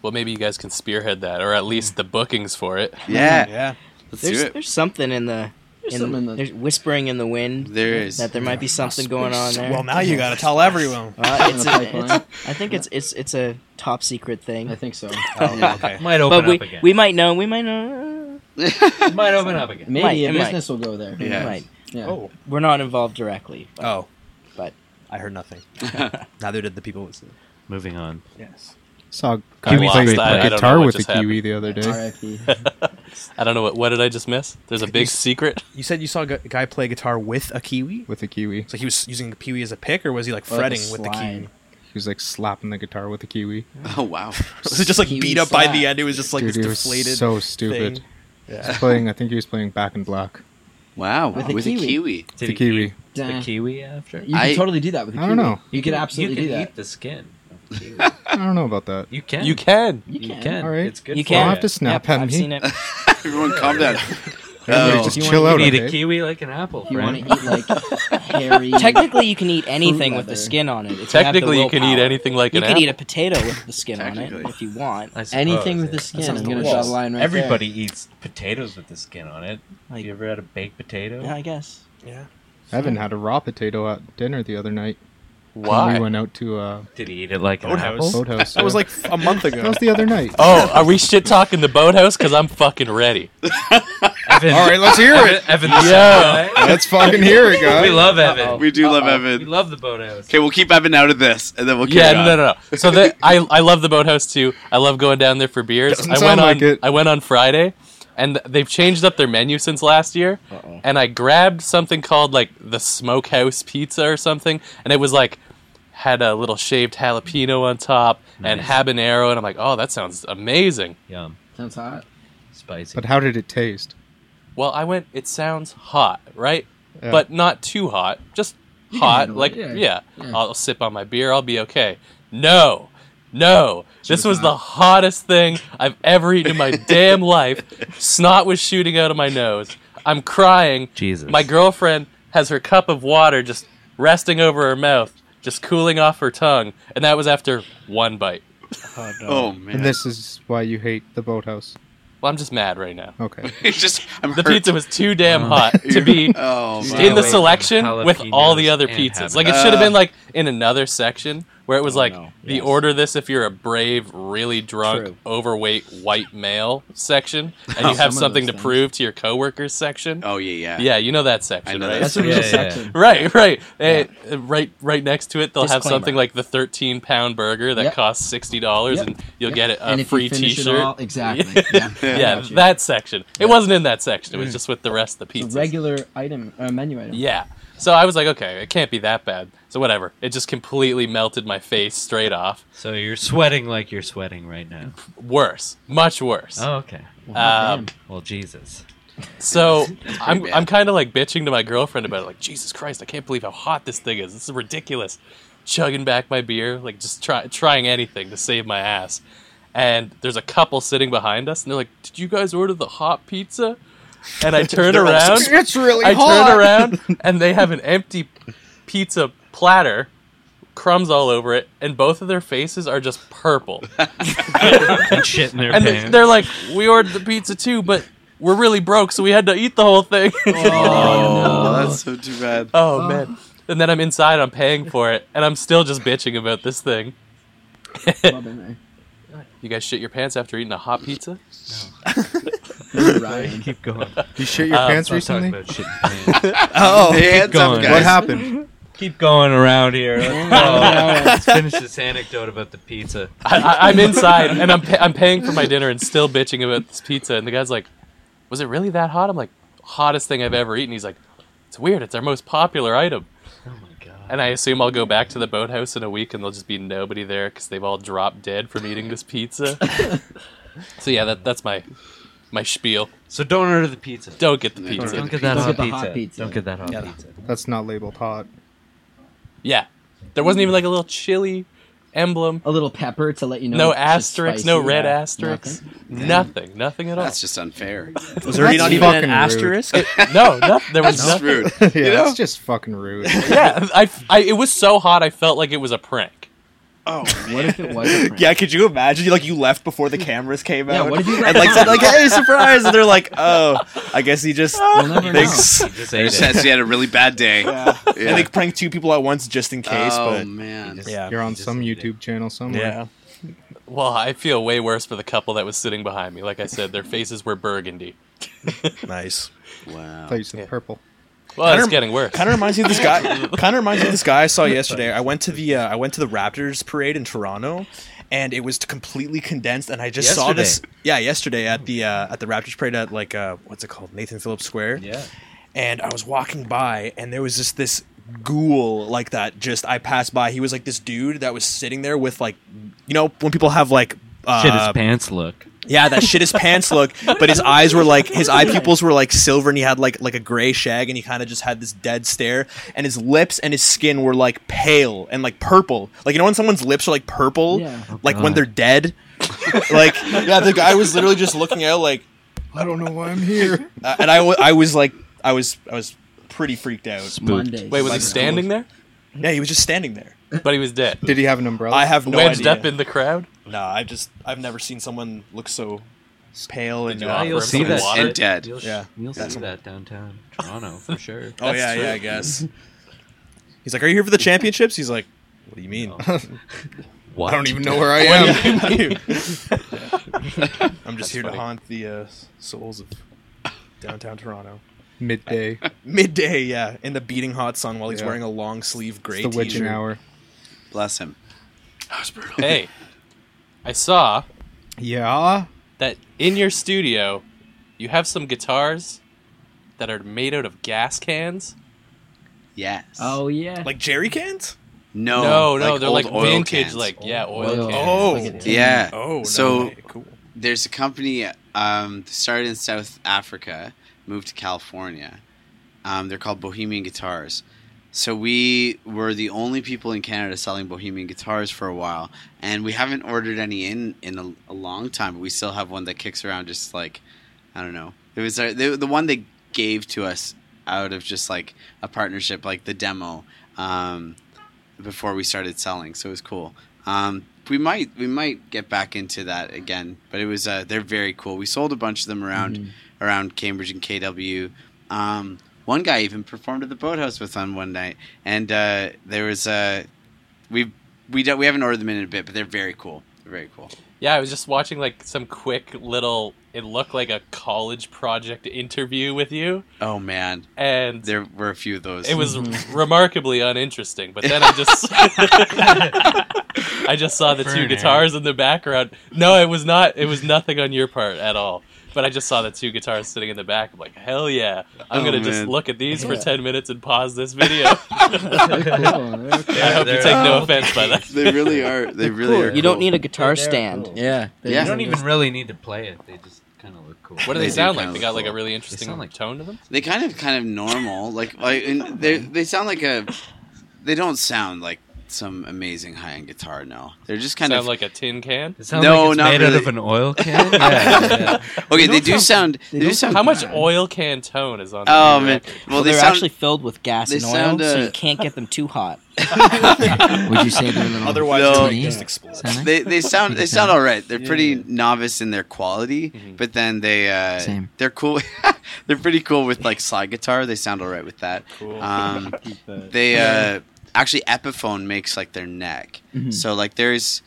[SPEAKER 2] Well, maybe you guys can spearhead that, or at least the bookings for it.
[SPEAKER 4] Yeah,
[SPEAKER 1] Yeah.
[SPEAKER 4] let's
[SPEAKER 6] There's
[SPEAKER 4] do it.
[SPEAKER 6] there's something in the
[SPEAKER 5] There's
[SPEAKER 6] in,
[SPEAKER 5] something in the-
[SPEAKER 6] there's whispering in the wind
[SPEAKER 4] There is.
[SPEAKER 6] that there might be something going on there.
[SPEAKER 1] Well, now you gotta tell everyone.
[SPEAKER 6] Uh,
[SPEAKER 5] In
[SPEAKER 6] it's
[SPEAKER 5] the
[SPEAKER 6] a, it's a,
[SPEAKER 5] pipeline.
[SPEAKER 6] I think it's it's it's a top secret
[SPEAKER 5] I
[SPEAKER 6] thing.
[SPEAKER 5] think so.
[SPEAKER 1] okay.
[SPEAKER 3] Might open
[SPEAKER 6] But we
[SPEAKER 3] up again.
[SPEAKER 6] we might know. We might know.
[SPEAKER 3] might open up again.
[SPEAKER 5] Maybe
[SPEAKER 6] Might,
[SPEAKER 5] a
[SPEAKER 6] it might.
[SPEAKER 5] business will go there.
[SPEAKER 6] We
[SPEAKER 4] Yeah.
[SPEAKER 6] might.
[SPEAKER 5] Yeah.
[SPEAKER 1] Oh.
[SPEAKER 6] We're not involved directly. but-
[SPEAKER 1] Oh.
[SPEAKER 6] But-
[SPEAKER 1] I heard nothing. Neither did the people. With
[SPEAKER 3] Moving on.
[SPEAKER 1] yes.
[SPEAKER 7] Saw Kiwi
[SPEAKER 2] lost.
[SPEAKER 7] play
[SPEAKER 2] I- I don't know
[SPEAKER 7] guitar
[SPEAKER 2] what
[SPEAKER 7] with a
[SPEAKER 2] just
[SPEAKER 7] Kiwi the other day.
[SPEAKER 5] R.I.P.
[SPEAKER 2] I don't know what. What did I just miss? There's a big secret.
[SPEAKER 1] You said you saw a gu- guy play guitar with a kiwi.
[SPEAKER 7] With a Kiwi.
[SPEAKER 1] So he was using the peewee as a pick, or was he like
[SPEAKER 5] Or like a
[SPEAKER 1] fretting with the kiwi?
[SPEAKER 5] slide.
[SPEAKER 7] He was like slapping the guitar with a Kiwi.
[SPEAKER 4] Oh wow.
[SPEAKER 1] Was it just like
[SPEAKER 5] Kiwi
[SPEAKER 1] beat up by the
[SPEAKER 5] slap.
[SPEAKER 1] end? It was just like
[SPEAKER 7] Dude,
[SPEAKER 1] this
[SPEAKER 7] he was
[SPEAKER 1] deflated.
[SPEAKER 7] so stupid.
[SPEAKER 1] thing.
[SPEAKER 7] He was playing, I think he was playing Back in Black.
[SPEAKER 4] Wow,
[SPEAKER 5] With
[SPEAKER 4] with,
[SPEAKER 5] a
[SPEAKER 4] a, kiwi.
[SPEAKER 5] kiwi.
[SPEAKER 7] The Kiwi.
[SPEAKER 5] Dang.
[SPEAKER 3] kiwi after?
[SPEAKER 5] You can
[SPEAKER 4] I-
[SPEAKER 5] totally do that with a
[SPEAKER 7] I don't
[SPEAKER 5] kiwi.
[SPEAKER 7] know.
[SPEAKER 5] You could absolutely
[SPEAKER 3] you
[SPEAKER 5] do
[SPEAKER 3] can
[SPEAKER 5] that.
[SPEAKER 3] Eat the skin. of the kiwi.
[SPEAKER 7] I don't know about that.
[SPEAKER 3] You can.
[SPEAKER 2] You can.
[SPEAKER 5] You
[SPEAKER 3] You
[SPEAKER 5] can.
[SPEAKER 3] can.
[SPEAKER 7] All right.
[SPEAKER 3] It's good.
[SPEAKER 6] You
[SPEAKER 3] for
[SPEAKER 7] I'll
[SPEAKER 6] can.
[SPEAKER 7] have to snap
[SPEAKER 6] Yep,
[SPEAKER 7] at
[SPEAKER 6] I've
[SPEAKER 7] me.
[SPEAKER 6] seen it.
[SPEAKER 4] Everyone, calm down.
[SPEAKER 7] Everybody
[SPEAKER 4] Oh.
[SPEAKER 7] just
[SPEAKER 5] You
[SPEAKER 7] chill
[SPEAKER 5] wanna
[SPEAKER 7] out,
[SPEAKER 3] You need
[SPEAKER 7] okay?
[SPEAKER 3] a kiwi like an apple,
[SPEAKER 5] You want
[SPEAKER 3] friend.
[SPEAKER 5] to eat like hairy.
[SPEAKER 6] Technically, you can eat anything with the
[SPEAKER 5] leather.
[SPEAKER 6] skin on it. if you have the
[SPEAKER 2] Technically, you can eat
[SPEAKER 6] willpower.
[SPEAKER 2] anything like
[SPEAKER 6] You
[SPEAKER 2] an
[SPEAKER 6] can
[SPEAKER 2] apple.
[SPEAKER 6] eat a potato with the skin on it
[SPEAKER 4] Technically.
[SPEAKER 6] if you want.
[SPEAKER 3] I suppose,
[SPEAKER 5] anything with
[SPEAKER 3] yeah.
[SPEAKER 5] the skin.
[SPEAKER 6] sounds
[SPEAKER 5] I'm gonna draw
[SPEAKER 6] delicious.
[SPEAKER 5] the line right
[SPEAKER 3] Everybody eats potatoes with the skin on it.
[SPEAKER 6] Like-
[SPEAKER 3] you ever had a baked potato?
[SPEAKER 6] Yeah, I guess.
[SPEAKER 7] Evan had a raw potato at dinner the other night. When
[SPEAKER 2] Why?
[SPEAKER 7] we went out to uh,
[SPEAKER 3] Did he eat it like an
[SPEAKER 1] Boathouse.
[SPEAKER 3] apple?
[SPEAKER 7] Boathouse.
[SPEAKER 1] That was
[SPEAKER 7] yeah.
[SPEAKER 1] like a month
[SPEAKER 7] That
[SPEAKER 1] ago.
[SPEAKER 7] was the other night.
[SPEAKER 2] Oh, are we shit talking the boathouse? Because I'm fucking ready.
[SPEAKER 3] Evan,
[SPEAKER 7] All right, let's hear it.
[SPEAKER 3] Evan, the
[SPEAKER 2] Yeah.
[SPEAKER 3] shy guy.
[SPEAKER 7] Let's fucking hear it, guys.
[SPEAKER 3] We love Evan.
[SPEAKER 4] We do love
[SPEAKER 3] We
[SPEAKER 4] Evan.
[SPEAKER 3] love the boathouse.
[SPEAKER 4] Okay, we'll keep Evan out of this, and then we'll.
[SPEAKER 2] Yeah,
[SPEAKER 4] carry on.
[SPEAKER 2] no, no, no. So the, I, I love the boathouse too. I love going down there for beers.
[SPEAKER 7] Doesn't
[SPEAKER 2] I went
[SPEAKER 7] sound like
[SPEAKER 2] on,
[SPEAKER 7] it.
[SPEAKER 2] I went on Friday, and they've changed up their menu since last year. And I grabbed something called like the Smokehouse Pizza or something, and it was like had a little shaved jalapeno on top and
[SPEAKER 3] Nice.
[SPEAKER 2] habanero, and I'm like, oh, that sounds amazing.
[SPEAKER 3] Yum.
[SPEAKER 5] Sounds hot.
[SPEAKER 3] Spicy.
[SPEAKER 7] But how did it taste?
[SPEAKER 2] Well, I went. It sounds hot, right?
[SPEAKER 7] Yeah.
[SPEAKER 2] But not too hot. Just hot.
[SPEAKER 5] handle it,
[SPEAKER 2] Like
[SPEAKER 5] yeah,
[SPEAKER 2] yeah.
[SPEAKER 5] yeah.
[SPEAKER 2] I'll sip on my beer. I'll be okay. No. No, this was the hottest thing I've ever eaten in my damn life. Snot was shooting out of my nose. I'm crying.
[SPEAKER 3] Jesus.
[SPEAKER 2] My girlfriend has her cup of water just resting over her mouth, just cooling off her tongue, and that was after one bite.
[SPEAKER 4] Oh man.
[SPEAKER 7] And this is why you hate the boathouse.
[SPEAKER 2] Well, I'm just mad right now.
[SPEAKER 7] Okay.
[SPEAKER 4] It's just I'm
[SPEAKER 2] The
[SPEAKER 4] hurt.
[SPEAKER 2] pizza was too damn hot to be
[SPEAKER 4] Oh
[SPEAKER 3] Stay
[SPEAKER 4] man.
[SPEAKER 2] in the
[SPEAKER 3] away from
[SPEAKER 2] selection with all the
[SPEAKER 3] jalapenos
[SPEAKER 2] other
[SPEAKER 3] and
[SPEAKER 2] pizzas.
[SPEAKER 3] habaneros.
[SPEAKER 2] Like it should have
[SPEAKER 4] Uh,
[SPEAKER 2] been like in another section where it was
[SPEAKER 6] Oh,
[SPEAKER 2] like
[SPEAKER 6] no.
[SPEAKER 2] the
[SPEAKER 6] Yes.
[SPEAKER 2] order this if you're a brave, really drunk,
[SPEAKER 6] True.
[SPEAKER 2] overweight white male section, and you
[SPEAKER 5] Some of
[SPEAKER 2] have something
[SPEAKER 5] those
[SPEAKER 2] to
[SPEAKER 5] things.
[SPEAKER 2] prove to your coworkers section.
[SPEAKER 4] Oh yeah, yeah.
[SPEAKER 2] Yeah, you know that section,
[SPEAKER 4] I know
[SPEAKER 2] right?
[SPEAKER 4] that
[SPEAKER 5] That's a
[SPEAKER 3] Yeah,
[SPEAKER 5] real
[SPEAKER 3] yeah, yeah.
[SPEAKER 5] section.
[SPEAKER 2] Right, right, Eh, right, right. Next to it, they'll have
[SPEAKER 6] Disclaimer.
[SPEAKER 2] something like the thirteen-pound burger that
[SPEAKER 5] Yep.
[SPEAKER 2] costs sixty dollars,
[SPEAKER 5] Yep.
[SPEAKER 2] and you'll
[SPEAKER 5] Yep.
[SPEAKER 2] get a
[SPEAKER 5] and if
[SPEAKER 2] free
[SPEAKER 5] you finish
[SPEAKER 2] T-shirt.
[SPEAKER 5] It all, exactly.
[SPEAKER 2] Yeah.
[SPEAKER 5] Yeah.
[SPEAKER 2] yeah,
[SPEAKER 5] Gotcha.
[SPEAKER 2] that section. It wasn't in that section. It was just with the rest of the
[SPEAKER 5] It's
[SPEAKER 2] pizzas.
[SPEAKER 5] a regular item, uh, menu item.
[SPEAKER 2] Yeah. So I was like, okay, it can't be that bad. So whatever. It just completely melted my face straight off.
[SPEAKER 3] So you're sweating like you're sweating right now.
[SPEAKER 2] Worse, much worse.
[SPEAKER 3] Oh, okay.
[SPEAKER 5] Wow,
[SPEAKER 2] Um,
[SPEAKER 5] damn.
[SPEAKER 3] Well, Jesus.
[SPEAKER 2] So I'm
[SPEAKER 4] bad.
[SPEAKER 2] I'm kind of like bitching to my girlfriend about it. Like Jesus Christ, I can't believe how hot this thing is. This is ridiculous. Chugging back my beer, like just try, trying anything to save my ass. And there's a couple sitting behind us, and they're like, "Did you guys order the hot pizza?" And I turn
[SPEAKER 1] They're all
[SPEAKER 2] around.
[SPEAKER 7] It's really
[SPEAKER 2] I
[SPEAKER 7] hot.
[SPEAKER 2] turn around and they have an empty pizza platter, crumbs all over it, and both of their faces are just purple.
[SPEAKER 3] And shit in their
[SPEAKER 2] And they,
[SPEAKER 3] pants.
[SPEAKER 2] they're like, "We ordered the pizza too, but we're really broke, so we had to eat the whole thing."
[SPEAKER 4] Oh, that's so too bad.
[SPEAKER 2] oh man! And then I'm inside, I'm paying for it, and I'm still just bitching about this thing.
[SPEAKER 5] Love it,
[SPEAKER 2] You guys shit your pants after eating a hot pizza?
[SPEAKER 5] man. Ryan.
[SPEAKER 3] Keep going.
[SPEAKER 7] You shit your
[SPEAKER 2] Um,
[SPEAKER 7] pants
[SPEAKER 3] Stop talking
[SPEAKER 7] recently?
[SPEAKER 3] about shit in your pants.
[SPEAKER 1] Oh,
[SPEAKER 4] Hands up,
[SPEAKER 3] going.
[SPEAKER 4] guys.
[SPEAKER 7] What happened?
[SPEAKER 3] Keep going around here. Let's, go. Oh, Let's finish this anecdote about the pizza. Oh,
[SPEAKER 2] I, I, I'm inside, and I'm pa- I'm paying for my dinner, and still bitching about this pizza. And the guy's like, "Was it really that hot?" I'm like, "Hottest thing I've ever eaten." He's like, "It's weird. It's our most popular item."
[SPEAKER 3] Oh my god.
[SPEAKER 2] And I assume I'll go back to the boathouse in a week and there'll just be nobody there because they've all dropped dead from eating this pizza. so yeah, that, that's my my spiel.
[SPEAKER 3] So don't order the pizza.
[SPEAKER 2] Don't get the
[SPEAKER 4] Don't
[SPEAKER 2] pizza.
[SPEAKER 3] Don't get that
[SPEAKER 5] Don't
[SPEAKER 3] hot
[SPEAKER 5] get the
[SPEAKER 3] pizza.
[SPEAKER 5] hot pizza.
[SPEAKER 3] Don't get that hot pizza.
[SPEAKER 7] That's not labeled hot.
[SPEAKER 2] Yeah, there wasn't even like a little chili emblem.
[SPEAKER 5] A little pepper to let you know.
[SPEAKER 2] No
[SPEAKER 5] it's
[SPEAKER 2] asterisks,
[SPEAKER 5] spicy.
[SPEAKER 2] no red
[SPEAKER 5] Yeah.
[SPEAKER 2] asterisks,
[SPEAKER 5] Nothing.
[SPEAKER 2] nothing. nothing, at all.
[SPEAKER 4] That's just unfair.
[SPEAKER 1] was there
[SPEAKER 7] That's
[SPEAKER 1] not even an
[SPEAKER 7] fucking rude.
[SPEAKER 1] asterisk?
[SPEAKER 2] no, no, there was
[SPEAKER 4] That's
[SPEAKER 2] nothing.
[SPEAKER 4] rude.
[SPEAKER 7] yeah,
[SPEAKER 4] You know?
[SPEAKER 7] that's just fucking rude.
[SPEAKER 2] Yeah, I, I, it was so hot I felt like it was a prank.
[SPEAKER 4] Oh,
[SPEAKER 5] What if it wasn't?
[SPEAKER 1] Yeah, could you imagine? Like you left before the cameras came out.
[SPEAKER 5] Yeah, what if you
[SPEAKER 1] and like said like, "Hey, surprise!" And they're like, "Oh, I guess he just
[SPEAKER 5] We'll never know.
[SPEAKER 1] thinks."
[SPEAKER 3] You just ate it.
[SPEAKER 4] says he had a really bad day.
[SPEAKER 1] Yeah.
[SPEAKER 4] Yeah.
[SPEAKER 1] And they prank two people at once just in case.
[SPEAKER 4] oh
[SPEAKER 1] but
[SPEAKER 4] man.
[SPEAKER 1] yeah,
[SPEAKER 7] You're on some
[SPEAKER 3] ate it.
[SPEAKER 7] YouTube channel somewhere.
[SPEAKER 1] yeah.
[SPEAKER 2] Well, I feel way worse for the couple that was sitting behind me. Like I said, their faces were burgundy.
[SPEAKER 1] Nice.
[SPEAKER 7] I
[SPEAKER 4] Wow.
[SPEAKER 7] thought you said purple.
[SPEAKER 2] Well, it's
[SPEAKER 1] Kinda-
[SPEAKER 2] getting worse.
[SPEAKER 1] Kind of reminds me of this guy. Kind of reminds me of this guy I saw yesterday. I went to the uh, I went to the Raptors parade in Toronto, and it was completely condensed. And I just saw this.
[SPEAKER 3] Yesterday.
[SPEAKER 1] Yeah, yesterday at the uh, at the Raptors parade at like uh, what's it called Nathan Phillips Square.
[SPEAKER 3] Yeah.
[SPEAKER 1] and I was walking by, and there was just this ghoul like that. Just I passed by. He was like this dude that was sitting there with like, you know, when people have like. Uh,
[SPEAKER 3] Shit, his pants look.
[SPEAKER 1] yeah, that shit his pants look, but his eyes were like his eye pupils were like silver, and he had like like a gray shag, and he kind of just had this dead stare, and his lips and his skin were like pale and like purple, like you know when someone's lips are like purple,
[SPEAKER 5] Yeah. Oh,
[SPEAKER 1] like when
[SPEAKER 3] God.
[SPEAKER 1] they're dead, like yeah, the guy was literally just looking out like
[SPEAKER 7] I don't know why I'm here.
[SPEAKER 1] uh, and I, w- I was like, I was, I was pretty freaked out.
[SPEAKER 5] Mondays.
[SPEAKER 2] Wait, was
[SPEAKER 1] Like
[SPEAKER 2] he standing there?
[SPEAKER 1] Yeah, he was just standing there.
[SPEAKER 2] But he was dead.
[SPEAKER 7] Did he have an umbrella?
[SPEAKER 1] I have no
[SPEAKER 2] Wedged
[SPEAKER 1] idea.
[SPEAKER 2] up in the crowd.
[SPEAKER 1] nah, I just, I've never seen someone look so pale and.
[SPEAKER 2] you
[SPEAKER 1] uh,
[SPEAKER 2] offer
[SPEAKER 3] you'll
[SPEAKER 2] him
[SPEAKER 3] see
[SPEAKER 2] some
[SPEAKER 3] that
[SPEAKER 2] water?
[SPEAKER 3] shit.
[SPEAKER 4] Dead.
[SPEAKER 3] You'll,
[SPEAKER 1] Yeah.
[SPEAKER 3] you'll see that downtown Toronto for sure.
[SPEAKER 1] oh yeah, yeah, I guess. He's like, "Are you here for the championships?" He's like, "What do you mean?"
[SPEAKER 3] What?
[SPEAKER 7] I don't even know where I am.
[SPEAKER 1] I'm just here
[SPEAKER 2] funny.
[SPEAKER 1] to haunt the uh, souls of downtown Toronto.
[SPEAKER 7] Midday.
[SPEAKER 1] Midday, yeah, in the beating hot sun while he's
[SPEAKER 7] Yeah.
[SPEAKER 1] wearing a long sleeve gray
[SPEAKER 7] It's the witching
[SPEAKER 1] t-shirt.
[SPEAKER 7] hour.
[SPEAKER 4] Bless him.
[SPEAKER 2] Hey, I saw
[SPEAKER 7] Yeah.
[SPEAKER 2] that in your studio, you have some guitars that are made out of gas cans.
[SPEAKER 4] Yes.
[SPEAKER 5] Oh yeah.
[SPEAKER 1] Like jerry cans?
[SPEAKER 4] no.
[SPEAKER 2] no, no, they're like
[SPEAKER 4] oil
[SPEAKER 2] vintage,
[SPEAKER 4] cans.
[SPEAKER 2] like yeah, oil.
[SPEAKER 5] Oil
[SPEAKER 2] cans.
[SPEAKER 5] cans.
[SPEAKER 1] Oh.
[SPEAKER 5] Like a tin.
[SPEAKER 4] Yeah.
[SPEAKER 1] Oh, no
[SPEAKER 4] so
[SPEAKER 1] way. cool.
[SPEAKER 4] there's a company um, that started in South Africa, moved to California. Um, they're called Bohemian Guitars. So we were the only people in Canada selling Bohemian guitars for a while, and we haven't ordered any in in a, a long time. But we still have one that kicks around, just like I don't know. It was our, the, the one they gave to us out of just like a partnership, like the demo um, before we started selling. So it was cool. Um, we might we might get back into that again, but it was uh, they're very cool. We sold a bunch of them around around Cambridge and KW. Um, one guy even performed at the boathouse with them one night, and uh, there was uh, we we don't, we haven't ordered them in, in a bit, but they're very cool. They're very cool.
[SPEAKER 2] Yeah, I was just watching like some quick little. It looked like a college project interview with you,
[SPEAKER 4] Oh man,
[SPEAKER 2] and
[SPEAKER 4] there were a few of those.
[SPEAKER 2] it was remarkably uninteresting. But then I just, I just saw the two
[SPEAKER 3] Burnout.
[SPEAKER 2] guitars in the background. No, it was not. It was nothing on your part at all. But I just saw the two guitars sitting in the back. I'm like, hell yeah! I'm
[SPEAKER 4] Oh,
[SPEAKER 2] gonna just
[SPEAKER 4] man.
[SPEAKER 2] look at these for ten minutes and pause this video. I Oh. hope you
[SPEAKER 3] they're-
[SPEAKER 2] take no offense by that.
[SPEAKER 4] They really are. They really are.
[SPEAKER 6] You don't
[SPEAKER 4] cool.
[SPEAKER 6] need a guitar
[SPEAKER 3] They're
[SPEAKER 6] stand.
[SPEAKER 3] cool.
[SPEAKER 5] Yeah.
[SPEAKER 4] Yeah.
[SPEAKER 3] You don't even really need to play it. They just kind of look cool.
[SPEAKER 2] What do
[SPEAKER 4] They
[SPEAKER 2] they,
[SPEAKER 4] do
[SPEAKER 2] sound
[SPEAKER 4] kinda
[SPEAKER 2] like? They
[SPEAKER 4] look
[SPEAKER 2] got like a
[SPEAKER 4] cool.
[SPEAKER 2] really interesting
[SPEAKER 3] sound like-
[SPEAKER 2] tone to them.
[SPEAKER 4] They kind of kind of normal. Like I, and they they sound like a. They don't sound like some amazing high end guitar. No, they're just kind
[SPEAKER 2] sound
[SPEAKER 4] of
[SPEAKER 2] like a tin can.
[SPEAKER 3] It sounds like
[SPEAKER 4] No,
[SPEAKER 3] it's
[SPEAKER 4] not
[SPEAKER 3] made out
[SPEAKER 4] really.
[SPEAKER 3] of an oil can. yeah, yeah.
[SPEAKER 4] okay. They, do sound. They, do
[SPEAKER 5] don't
[SPEAKER 4] sound.
[SPEAKER 2] How much oil can tone is on?
[SPEAKER 4] Oh
[SPEAKER 2] the
[SPEAKER 4] man.
[SPEAKER 6] Well,
[SPEAKER 4] Well, they
[SPEAKER 6] they're
[SPEAKER 4] sound.
[SPEAKER 6] actually filled with gas
[SPEAKER 4] they
[SPEAKER 6] and oil,
[SPEAKER 4] sound,
[SPEAKER 6] so
[SPEAKER 4] uh,
[SPEAKER 6] you can't get them too hot.
[SPEAKER 5] Would you say they're a little
[SPEAKER 1] Otherwise,
[SPEAKER 4] No.
[SPEAKER 1] no.
[SPEAKER 5] tiny?
[SPEAKER 1] just explodes.
[SPEAKER 5] Sonic?
[SPEAKER 4] they, they sound they sound all right. They're pretty
[SPEAKER 1] Yeah.
[SPEAKER 4] novice in their quality, but then they uh,
[SPEAKER 5] Same.
[SPEAKER 4] they're cool. they're pretty cool with like slide guitar. They sound all right with that.
[SPEAKER 2] Cool.
[SPEAKER 4] Um, they uh, actually Epiphone makes like their neck,
[SPEAKER 5] Mhm.
[SPEAKER 4] so like there's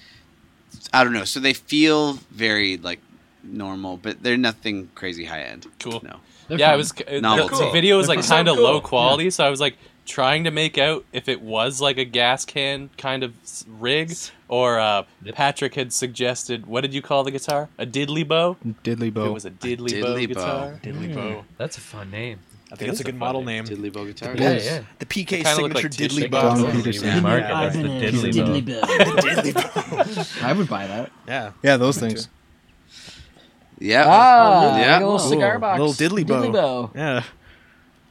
[SPEAKER 4] I don't know. So they feel very like normal, but they're nothing crazy high end.
[SPEAKER 2] Cool.
[SPEAKER 4] No.
[SPEAKER 5] They're
[SPEAKER 2] yeah,
[SPEAKER 5] fun.
[SPEAKER 2] I was. The,
[SPEAKER 4] Novelty.
[SPEAKER 2] the video was
[SPEAKER 3] They're
[SPEAKER 2] like
[SPEAKER 3] cool.
[SPEAKER 2] kind of
[SPEAKER 3] Sound
[SPEAKER 2] low
[SPEAKER 3] cool.
[SPEAKER 2] quality, so I was like trying to make out if it was like a gas can kind of s- rig, or uh, Patrick had suggested. What did you call the guitar? A diddly bow. If
[SPEAKER 7] Diddly
[SPEAKER 2] it
[SPEAKER 7] bow.
[SPEAKER 2] was a diddly,
[SPEAKER 4] diddly
[SPEAKER 2] bow
[SPEAKER 4] bow.
[SPEAKER 2] guitar.
[SPEAKER 1] Diddly bow.
[SPEAKER 3] That's a fun name.
[SPEAKER 1] I think that's a good model name.
[SPEAKER 4] Diddly bow guitar.
[SPEAKER 1] Yeah,
[SPEAKER 3] Yeah, yeah.
[SPEAKER 1] The PK
[SPEAKER 2] kinda look
[SPEAKER 1] signature
[SPEAKER 2] like two
[SPEAKER 1] diddly
[SPEAKER 2] chickens.
[SPEAKER 1] bow.
[SPEAKER 7] Don Peterson.
[SPEAKER 3] Mark,
[SPEAKER 1] Yeah,
[SPEAKER 3] that's the diddly, bow.
[SPEAKER 1] diddly bow.
[SPEAKER 5] I would buy that.
[SPEAKER 1] Yeah.
[SPEAKER 7] Yeah, those things.
[SPEAKER 4] Yeah.
[SPEAKER 5] Ah,
[SPEAKER 4] yeah.
[SPEAKER 5] like a little
[SPEAKER 6] Cool.
[SPEAKER 5] cigar box.
[SPEAKER 1] Little diddly bow.
[SPEAKER 5] Diddly bow.
[SPEAKER 1] Yeah.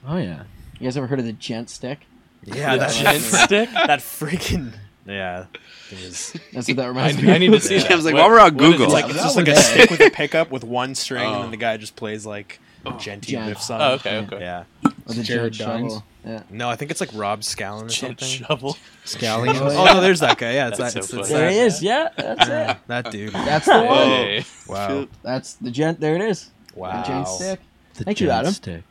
[SPEAKER 5] Oh yeah. You guys ever heard of the gent stick?
[SPEAKER 1] Yeah. That,
[SPEAKER 2] Chin stick.
[SPEAKER 1] that freaking. Yeah. It was,
[SPEAKER 5] That's what that
[SPEAKER 2] I,
[SPEAKER 5] reminds me.
[SPEAKER 2] I need to see.
[SPEAKER 4] I was
[SPEAKER 2] that.
[SPEAKER 4] like, while we're on
[SPEAKER 2] what is it
[SPEAKER 4] Google.
[SPEAKER 1] like,
[SPEAKER 2] like-
[SPEAKER 1] it's
[SPEAKER 5] that
[SPEAKER 1] just like a
[SPEAKER 5] was-
[SPEAKER 1] stick with a pickup with one string, and
[SPEAKER 4] Oh.
[SPEAKER 1] then the guy just plays like a genty
[SPEAKER 5] Gent.
[SPEAKER 1] riff song.
[SPEAKER 2] Oh, okay, okay.
[SPEAKER 1] Yeah.
[SPEAKER 5] Or the
[SPEAKER 7] Jared
[SPEAKER 5] gent shovel.
[SPEAKER 7] Dines.
[SPEAKER 5] Yeah.
[SPEAKER 1] No, I think it's like Rob Scallon or
[SPEAKER 2] Chin
[SPEAKER 1] something.
[SPEAKER 2] shovel.
[SPEAKER 7] Scallions.
[SPEAKER 1] Oh no, there's that guy. Yeah, it's
[SPEAKER 2] That's
[SPEAKER 1] that.
[SPEAKER 2] so
[SPEAKER 1] it's, it's
[SPEAKER 2] funny.
[SPEAKER 5] There
[SPEAKER 1] that,
[SPEAKER 5] it is. Yeah, that's it.
[SPEAKER 1] that dude.
[SPEAKER 5] That's the one.
[SPEAKER 2] Hey.
[SPEAKER 1] Wow.
[SPEAKER 5] That's the gent. There it is. The gent
[SPEAKER 1] Wow.
[SPEAKER 5] stick.
[SPEAKER 3] The
[SPEAKER 5] Thank you,
[SPEAKER 3] gent
[SPEAKER 5] Adam.
[SPEAKER 3] Stick.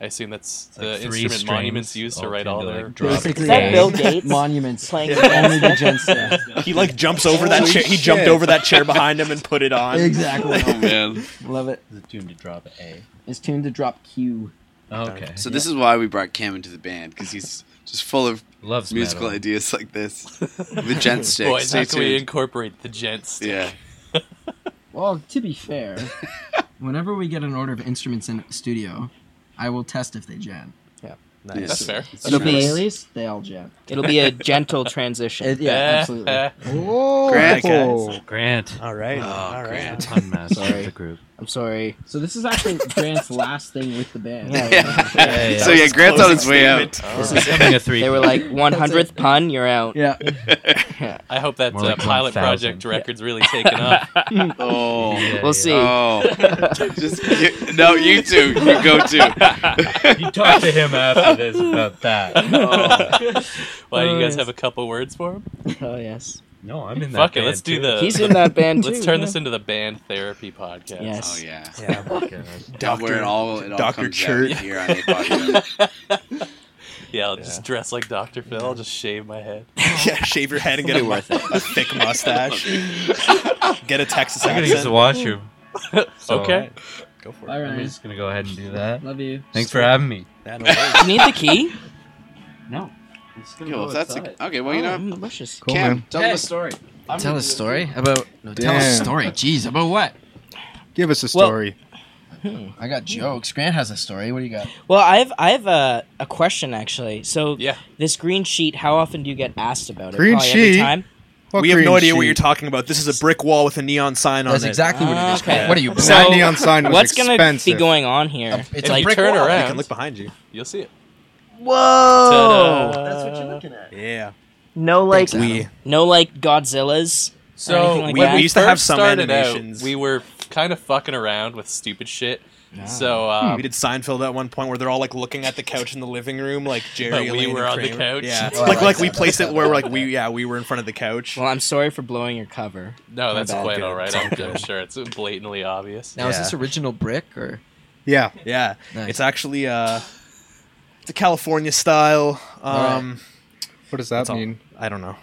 [SPEAKER 2] I assume that's
[SPEAKER 3] like
[SPEAKER 2] the
[SPEAKER 3] three
[SPEAKER 2] instrument
[SPEAKER 3] strings
[SPEAKER 2] monuments use to
[SPEAKER 3] all
[SPEAKER 2] write
[SPEAKER 3] came
[SPEAKER 2] all
[SPEAKER 3] to,
[SPEAKER 2] their.
[SPEAKER 3] like, drop.
[SPEAKER 2] drugs.
[SPEAKER 5] Basically,
[SPEAKER 6] Is that
[SPEAKER 5] yeah.
[SPEAKER 6] Bill Gates?
[SPEAKER 5] monuments
[SPEAKER 6] Playing
[SPEAKER 5] Yeah.
[SPEAKER 6] the gent
[SPEAKER 5] Only the
[SPEAKER 6] stick?
[SPEAKER 5] gent stick.
[SPEAKER 1] He like jumps over that chair. He jumped over that chair behind him and put it on.
[SPEAKER 5] Exactly.
[SPEAKER 4] Oh man.
[SPEAKER 5] Love it.
[SPEAKER 3] The tune to drop A.
[SPEAKER 5] It's tuned to drop Q.
[SPEAKER 3] Okay.
[SPEAKER 4] So this is why we brought Cam into the band because he's just full of
[SPEAKER 3] Loves
[SPEAKER 4] musical
[SPEAKER 3] metal.
[SPEAKER 4] ideas like this. The gent stick.
[SPEAKER 2] Boys,
[SPEAKER 4] Stay
[SPEAKER 2] how can we
[SPEAKER 4] tuned.
[SPEAKER 2] incorporate the gent stick?
[SPEAKER 4] Yeah.
[SPEAKER 5] Well, to be fair, whenever we get an order of instruments in studio, I will test if they gen.
[SPEAKER 1] Nice.
[SPEAKER 2] That's fair.
[SPEAKER 5] The
[SPEAKER 6] Nice.
[SPEAKER 5] Baileys, they all gen.
[SPEAKER 6] It'll be a gentle transition.
[SPEAKER 5] It- yeah, absolutely. Oh,
[SPEAKER 4] Grant.
[SPEAKER 3] Grant.
[SPEAKER 1] All right. All right.
[SPEAKER 4] Grant.
[SPEAKER 3] Pun master
[SPEAKER 5] Sorry.
[SPEAKER 3] of the group.
[SPEAKER 6] I'm sorry.
[SPEAKER 5] So this is actually Grant's last thing with the band.
[SPEAKER 6] Yeah.
[SPEAKER 4] Yeah.
[SPEAKER 3] Yeah, yeah.
[SPEAKER 4] So yeah, Grant's on his way out.
[SPEAKER 1] Statement.
[SPEAKER 2] All right.
[SPEAKER 3] Becoming a three.
[SPEAKER 6] They were like 100th pun, you're out.
[SPEAKER 5] Yeah.
[SPEAKER 2] I hope that
[SPEAKER 3] More
[SPEAKER 2] uh,
[SPEAKER 3] like
[SPEAKER 2] pilot
[SPEAKER 3] 1,000.
[SPEAKER 2] project record's really taken off.
[SPEAKER 4] Oh.
[SPEAKER 3] Yeah,
[SPEAKER 6] We'll
[SPEAKER 3] yeah.
[SPEAKER 6] see.
[SPEAKER 4] Oh. Just you, no, you two. You go too.
[SPEAKER 3] You talk to him after this about that.
[SPEAKER 5] Oh.
[SPEAKER 2] Why do
[SPEAKER 6] Oh,
[SPEAKER 2] you guys
[SPEAKER 6] yes.
[SPEAKER 2] have a couple words for him?
[SPEAKER 6] Oh, yes.
[SPEAKER 3] No, I'm in that.
[SPEAKER 2] Fuck it,
[SPEAKER 3] band
[SPEAKER 2] let's do
[SPEAKER 3] too.
[SPEAKER 2] the.
[SPEAKER 6] He's in that band, too.
[SPEAKER 2] Let's turn
[SPEAKER 6] yeah.
[SPEAKER 2] this into the band therapy podcast.
[SPEAKER 6] Yes.
[SPEAKER 4] Oh yeah.
[SPEAKER 1] Yeah.
[SPEAKER 4] Doctor, where it all, it all
[SPEAKER 1] Dr.
[SPEAKER 4] comes
[SPEAKER 1] Chert.
[SPEAKER 4] out here on a podcast.
[SPEAKER 2] Yeah, I'll just dress like Dr. Phil. I'll just shave my head.
[SPEAKER 1] yeah. Shave your head and get a, mu- a thick mustache. get a Texas
[SPEAKER 3] I'm gonna use the
[SPEAKER 1] accent.
[SPEAKER 3] washroom. So,
[SPEAKER 2] okay.
[SPEAKER 1] Go for
[SPEAKER 5] All
[SPEAKER 1] it.
[SPEAKER 3] I'm
[SPEAKER 5] right.
[SPEAKER 3] just gonna go ahead and do that.
[SPEAKER 5] Love you.
[SPEAKER 3] Thanks for having me.
[SPEAKER 1] Yeah, no worries.
[SPEAKER 6] You need the key?
[SPEAKER 3] No.
[SPEAKER 4] Okay, well, if that's the, okay. Well,
[SPEAKER 6] Oh,
[SPEAKER 4] you know,
[SPEAKER 6] I'm luscious.
[SPEAKER 7] Cool,
[SPEAKER 4] Cam,
[SPEAKER 7] man.
[SPEAKER 4] tell them a story.
[SPEAKER 5] Tell a story about. No, tell a
[SPEAKER 7] Damn.
[SPEAKER 5] story. Jeez, about what?
[SPEAKER 7] Give us a
[SPEAKER 6] Well-
[SPEAKER 7] story.
[SPEAKER 5] I got jokes. Grant has a story. What do you got?
[SPEAKER 6] Well, I have I have a, a question actually. So
[SPEAKER 2] Yeah.
[SPEAKER 6] this green sheet, how often do you get asked about it?
[SPEAKER 7] Green
[SPEAKER 6] Probably
[SPEAKER 7] sheet?
[SPEAKER 6] Every time?
[SPEAKER 7] What
[SPEAKER 1] we have
[SPEAKER 7] green
[SPEAKER 1] no idea what
[SPEAKER 7] sheet?
[SPEAKER 1] you're talking about. This is a brick wall with a neon sign on
[SPEAKER 5] That's
[SPEAKER 1] it.
[SPEAKER 5] exactly what it is.
[SPEAKER 6] Okay.
[SPEAKER 5] Grant. What are you?
[SPEAKER 7] That neon sign was
[SPEAKER 6] What's
[SPEAKER 7] expensive.
[SPEAKER 6] gonna be going on here?
[SPEAKER 5] It's
[SPEAKER 2] If
[SPEAKER 5] like
[SPEAKER 2] you turn
[SPEAKER 5] wall.
[SPEAKER 1] You
[SPEAKER 2] around,
[SPEAKER 1] can look behind you.
[SPEAKER 2] you'll see it.
[SPEAKER 6] Whoa!
[SPEAKER 2] Ta-da.
[SPEAKER 1] Yeah.
[SPEAKER 6] No like
[SPEAKER 5] Thanks, Adam.
[SPEAKER 6] no like Godzillas. Or
[SPEAKER 2] So
[SPEAKER 6] anything like
[SPEAKER 2] we,
[SPEAKER 6] that?
[SPEAKER 2] we used to have
[SPEAKER 1] First
[SPEAKER 2] some
[SPEAKER 1] started out,
[SPEAKER 2] animations. we were kind of fucking around with stupid shit. So
[SPEAKER 1] we
[SPEAKER 2] um,
[SPEAKER 1] did Seinfeld at one point where they're all like looking at the couch in the living room, like Jerry. Elaine,
[SPEAKER 2] we
[SPEAKER 1] and
[SPEAKER 2] were on the
[SPEAKER 1] Kramer.
[SPEAKER 2] couch.
[SPEAKER 1] Yeah,
[SPEAKER 2] Oh, I
[SPEAKER 1] like
[SPEAKER 5] like
[SPEAKER 1] like we
[SPEAKER 5] that.
[SPEAKER 1] placed it where we're like we yeah we were in front of the couch.
[SPEAKER 6] Well, I'm sorry for blowing your cover.
[SPEAKER 2] no, that's
[SPEAKER 5] bad.
[SPEAKER 2] quite
[SPEAKER 5] Good.
[SPEAKER 2] all right. I'm, I'm sure it's blatantly obvious.
[SPEAKER 5] Now is
[SPEAKER 1] Yeah.
[SPEAKER 5] this original brick or?
[SPEAKER 7] Yeah.
[SPEAKER 1] Yeah,
[SPEAKER 5] Nice.
[SPEAKER 1] it's actually uh, it's a California style. Um,
[SPEAKER 7] What does that
[SPEAKER 1] it's all-
[SPEAKER 7] mean?
[SPEAKER 1] I don't know.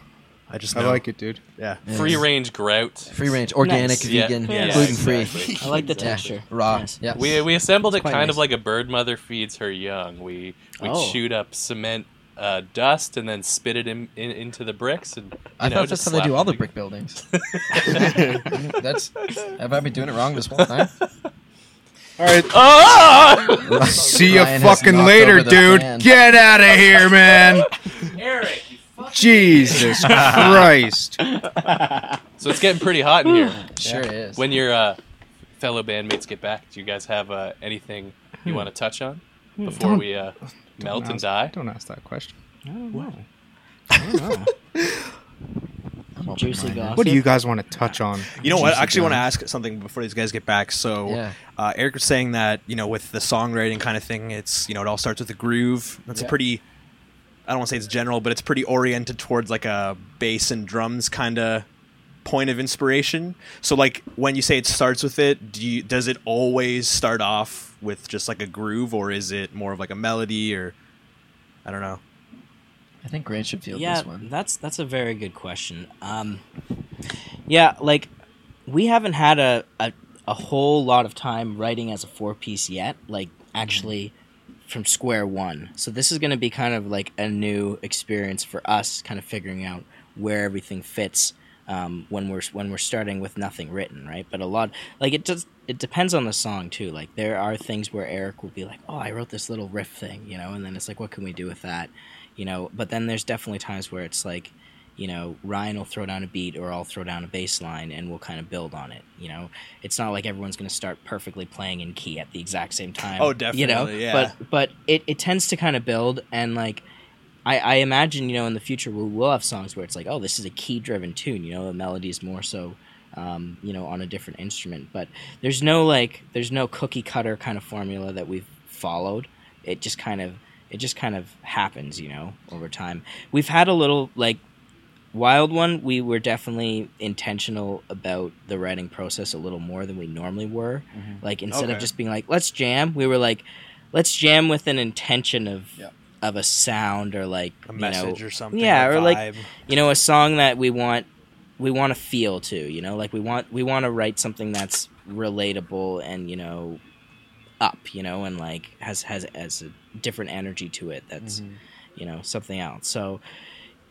[SPEAKER 1] I just
[SPEAKER 7] I
[SPEAKER 1] know.
[SPEAKER 7] like it, dude.
[SPEAKER 1] Yeah.
[SPEAKER 2] Free range grout.
[SPEAKER 5] Free range, organic,
[SPEAKER 6] Nice.
[SPEAKER 2] Yeah.
[SPEAKER 5] vegan,
[SPEAKER 2] Yeah,
[SPEAKER 5] gluten free,
[SPEAKER 2] exactly.
[SPEAKER 6] I like the
[SPEAKER 5] Yeah.
[SPEAKER 6] texture.
[SPEAKER 5] raw.
[SPEAKER 6] Nice.
[SPEAKER 5] Yes.
[SPEAKER 2] We we assembled it
[SPEAKER 6] quite
[SPEAKER 2] kind of
[SPEAKER 6] nice.
[SPEAKER 2] like a bird mother feeds her young. We we
[SPEAKER 6] Oh.
[SPEAKER 2] chewed up cement uh, dust and then spit it in, in, into the bricks and you
[SPEAKER 5] I
[SPEAKER 2] know,
[SPEAKER 5] thought that's
[SPEAKER 2] just
[SPEAKER 5] how they do
[SPEAKER 2] slapped
[SPEAKER 5] all the
[SPEAKER 2] it
[SPEAKER 5] brick buildings. that's have I been doing it wrong this whole time?
[SPEAKER 7] All right.
[SPEAKER 2] Ah!
[SPEAKER 7] See you
[SPEAKER 5] Ryan has
[SPEAKER 7] fucking
[SPEAKER 5] knocked
[SPEAKER 7] later,
[SPEAKER 5] over the
[SPEAKER 7] dude.
[SPEAKER 5] fan.
[SPEAKER 7] Get out of here, man.
[SPEAKER 3] Eric, you fucking
[SPEAKER 7] Jesus Christ.
[SPEAKER 2] so it's getting pretty hot in here.
[SPEAKER 5] Sure is.
[SPEAKER 2] When your uh, fellow bandmates get back, do you guys have uh, anything
[SPEAKER 5] Hmm.
[SPEAKER 2] you want to touch on before we uh, melt
[SPEAKER 7] Don't
[SPEAKER 2] and
[SPEAKER 7] ask-
[SPEAKER 2] die?
[SPEAKER 7] Don't ask that question.
[SPEAKER 6] Juicy gossip.
[SPEAKER 7] What do you guys want to touch on?
[SPEAKER 1] You know what? I actually want to ask something before these guys get back. So,
[SPEAKER 5] Yeah.
[SPEAKER 1] uh, Eric was saying that you know, with the songwriting kind of thing, it's you know, it all starts with a groove. That's
[SPEAKER 5] Yeah.
[SPEAKER 1] a pretty. I don't want to say it's general, but it's pretty oriented towards like a bass and drums kind of point of inspiration. So, like when you say it starts with it, do you, does it always start off with just like a groove, or is it more of like a melody, or I don't know?
[SPEAKER 5] I think Grant should field
[SPEAKER 6] yeah,
[SPEAKER 5] this one.
[SPEAKER 6] that's that's a very good question. Um, yeah, like we haven't had a, a a whole lot of time writing as a four piece yet. Like
[SPEAKER 5] Mm-hmm.
[SPEAKER 6] actually from square one. So this is going to be kind of like a new experience for us, kind of figuring out where everything fits um, when we're when we're starting with nothing written, right? But a lot like it does. It depends on the song too. Like there are things where Eric will be like, "Oh, I wrote this little riff thing," you know, and then it's like, "What can we do with that?" You know. But then there's definitely times where it's like. You know, Ryan will throw down a beat, or I'll throw down a bass line, and we'll kind of build on it. You know, it's not like everyone's going to start perfectly playing in key at the exact same time.
[SPEAKER 1] Oh,
[SPEAKER 6] You know,
[SPEAKER 1] definitely, yeah.
[SPEAKER 6] but but it, it tends to kind of build and like I, I imagine you know in the future we'll, we'll have songs where it's like oh this is a key driven tune you know the melody is more so um, you know on a different instrument but there's no like there's no cookie cutter kind of formula that we've followed it just kind of it just kind of happens you know over time we've had a little like wild one we were definitely intentional about the writing process a little more than we normally were
[SPEAKER 1] Mm-hmm.
[SPEAKER 6] like instead of
[SPEAKER 4] Okay.
[SPEAKER 6] just being like let's jam we were like let's jam with an intention of
[SPEAKER 4] Yep.
[SPEAKER 6] of a sound or like
[SPEAKER 1] A message
[SPEAKER 6] you know,
[SPEAKER 1] or something?
[SPEAKER 6] yeah,
[SPEAKER 1] a
[SPEAKER 6] or, like,
[SPEAKER 1] vibe?
[SPEAKER 6] you know a song that we want we want to feel to you know like we want we want to write something that's relatable and you know up you know and like has has has a different energy to it that's you know something else so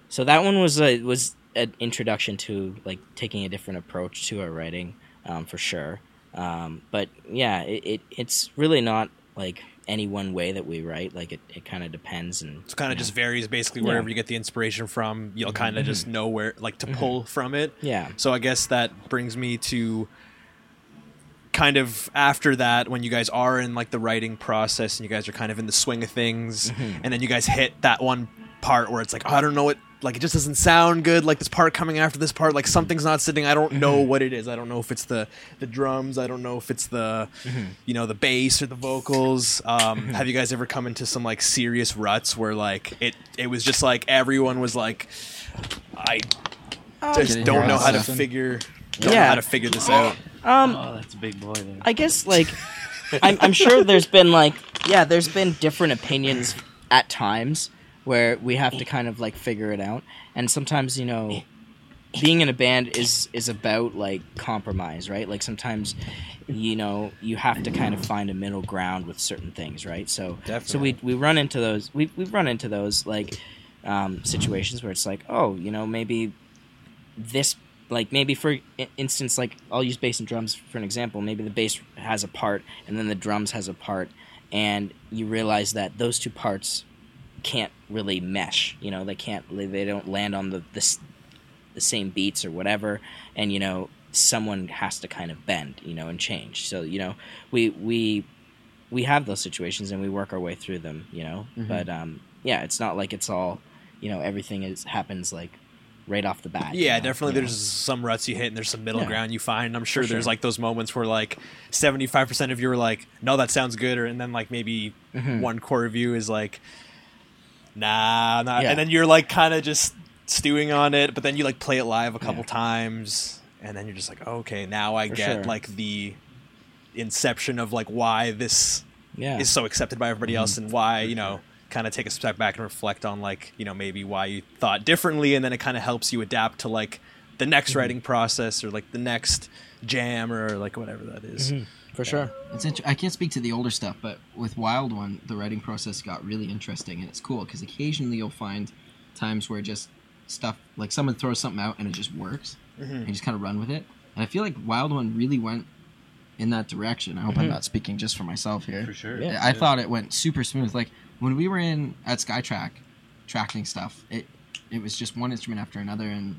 [SPEAKER 6] so that one was a was an introduction to like taking a different approach to our writing um, for sure um, but yeah it, it it's really not like any one way that we write like it, it kind of depends and
[SPEAKER 1] So kind of just varies basically
[SPEAKER 6] Yeah. Mm-hmm.
[SPEAKER 1] wherever you get the inspiration from. You'll kind of just know where like to pull from it.
[SPEAKER 6] yeah
[SPEAKER 1] So I guess that brings me to kind of after that when you guys are in like the writing process and you guys are kind of in the swing of things and then you guys hit that one part where it's like "Oh, I don't know what like it just doesn't sound good like this part coming after this part like something's not sitting I don't know what it is I don't know if it's the the drums I don't know if it's the you know the bass or the vocals um have you guys ever come into some like serious ruts where like it it was just like everyone was like I just
[SPEAKER 5] Getting
[SPEAKER 1] don't know how to
[SPEAKER 5] yourself.
[SPEAKER 1] figure don't know
[SPEAKER 6] Yeah.
[SPEAKER 1] how to figure this out
[SPEAKER 3] Oh, that's a big boy there.
[SPEAKER 6] I guess like I'm, I'm sure there's been like yeah, there's been different opinions at times where we have to kind of like figure it out, and sometimes you know being in a band is is about like compromise, right? Like sometimes you know you have to kind of find a middle ground with certain things, right? So so we we run into those we we've run into those like um, situations where it's like oh you know maybe this like maybe for i- instance like i'll use bass and drums for an example maybe the bass has a part and then the drums has a part and you realize that those two parts can't really mesh you know they can't they don't land on the the, s- the same beats or whatever and you know someone has to kind of bend you know and change so you know we we we have those situations and we work our way through them you know
[SPEAKER 1] Mm-hmm.
[SPEAKER 6] but um yeah it's not like it's all you know everything is happens like right off the bat you
[SPEAKER 1] Yeah,
[SPEAKER 6] know?
[SPEAKER 1] definitely.
[SPEAKER 6] Yeah.
[SPEAKER 1] There's some ruts you hit, and there's some middle
[SPEAKER 6] Yeah.
[SPEAKER 1] ground you find. I'm sure,
[SPEAKER 6] For
[SPEAKER 1] there's
[SPEAKER 6] sure.
[SPEAKER 1] like those moments where like 75 percent of you are like, "No, that sounds good," or and then like maybe
[SPEAKER 6] Mm-hmm.
[SPEAKER 1] one core of you is like, "Nah, not."
[SPEAKER 6] Yeah.
[SPEAKER 1] And then you're like kind of just stewing on it, but then you like play it live a couple times, and then you're just like, "Okay, now I get
[SPEAKER 6] sure.
[SPEAKER 1] like the inception of like why this
[SPEAKER 6] yeah
[SPEAKER 5] Mm-hmm.
[SPEAKER 1] is so accepted by everybody else and why you know kind of take a step back and reflect on like you know maybe why you thought differently and then it kind of helps you adapt to like the next
[SPEAKER 5] Mm-hmm.
[SPEAKER 1] writing process or like the next jam or like whatever that is.
[SPEAKER 5] Mm-hmm.
[SPEAKER 6] for sure.
[SPEAKER 5] It's inter- I can't speak to the older stuff, but with Wild One, the writing process got really interesting, and it's cool because occasionally you'll find times where just stuff like someone throws something out and it just works,
[SPEAKER 1] Mm-hmm.
[SPEAKER 5] and you just kind of run with it. And I feel like Wild One really went in that direction. I hope I'm not speaking just for myself here.
[SPEAKER 3] For sure.
[SPEAKER 5] Yeah, I thought it went super smooth. Like when we were in at Skytrack, tracking stuff, it it was just one instrument after another and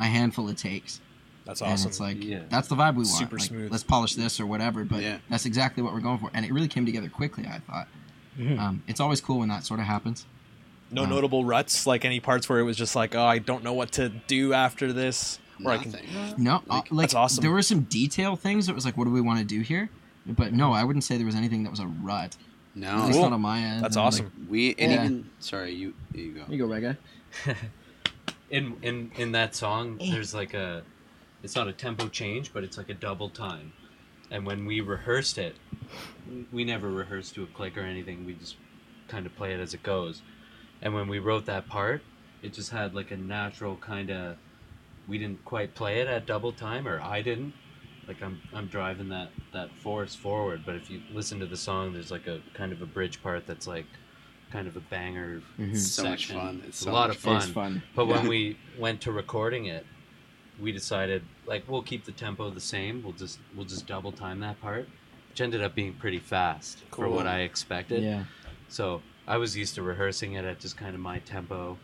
[SPEAKER 5] a handful of takes.
[SPEAKER 1] That's
[SPEAKER 5] And
[SPEAKER 1] awesome.
[SPEAKER 5] it's like
[SPEAKER 3] Yeah.
[SPEAKER 5] that's the vibe we want.
[SPEAKER 1] Super
[SPEAKER 5] Like,
[SPEAKER 1] smooth.
[SPEAKER 5] Let's polish this or whatever. But
[SPEAKER 4] Yeah.
[SPEAKER 5] that's exactly what we're going for, and it really came together quickly. I thought.
[SPEAKER 1] Mm-hmm.
[SPEAKER 5] Um, it's always cool when that sort of happens.
[SPEAKER 1] no notable ruts, like any parts where it was just like, oh, I don't know what to do after this, or I can.
[SPEAKER 4] Nothing.
[SPEAKER 5] No, uh, like
[SPEAKER 1] that's awesome.
[SPEAKER 5] there were some detail things that was like, what do we want to do here? But no, I wouldn't say there was anything that was a rut. At
[SPEAKER 4] No.
[SPEAKER 5] least
[SPEAKER 1] Cool.
[SPEAKER 5] not on my end.
[SPEAKER 1] That's
[SPEAKER 5] And,
[SPEAKER 1] awesome.
[SPEAKER 4] We and
[SPEAKER 5] Yeah.
[SPEAKER 4] even sorry, you you go.
[SPEAKER 5] Like, you go, right guy.
[SPEAKER 3] in in in that song there's like a it's not a tempo change but it's like a double time and when we rehearsed it we never rehearsed to a click or anything we just kind of play it as it goes and when we wrote that part it just had like a natural kind of we didn't quite play it at double time or i didn't like i'm i'm driving that that force forward but if you listen to the song there's like a kind of a bridge part that's like kind of a banger
[SPEAKER 5] Mm-hmm.
[SPEAKER 4] It's so much
[SPEAKER 3] section.
[SPEAKER 4] fun. It's
[SPEAKER 3] It's
[SPEAKER 4] so
[SPEAKER 3] a lot
[SPEAKER 4] much
[SPEAKER 3] of fun.
[SPEAKER 5] It's fun.
[SPEAKER 3] But when we went to recording it, we decided like we'll keep the tempo the same. We'll just we'll just double time that part, which ended up being pretty fast for what I expected.
[SPEAKER 5] Yeah.
[SPEAKER 3] So I was used to rehearsing it at just kind of my tempo,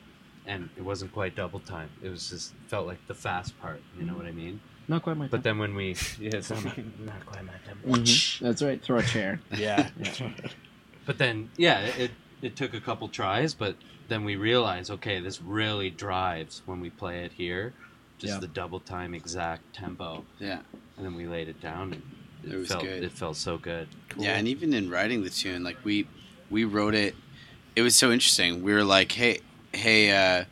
[SPEAKER 3] and it wasn't quite double time. It was just felt like the fast part. You know what I mean?
[SPEAKER 5] Not quite my.
[SPEAKER 3] But then when we yeah, it's not, not quite my tempo.
[SPEAKER 5] Mm-hmm. That's right. Throw a chair.
[SPEAKER 1] Yeah,
[SPEAKER 3] But then, yeah, it it took a couple tries, but then we realized, okay, this really drives when we play it here, just
[SPEAKER 5] Yeah.
[SPEAKER 3] the double time exact tempo,
[SPEAKER 4] Yeah.
[SPEAKER 3] and then we laid it down, and it,
[SPEAKER 4] It was
[SPEAKER 3] felt
[SPEAKER 4] good.
[SPEAKER 3] it felt so good.
[SPEAKER 4] Yeah, and even in writing the tune, like we we wrote it. It was so interesting. We were like, hey, hey, uh,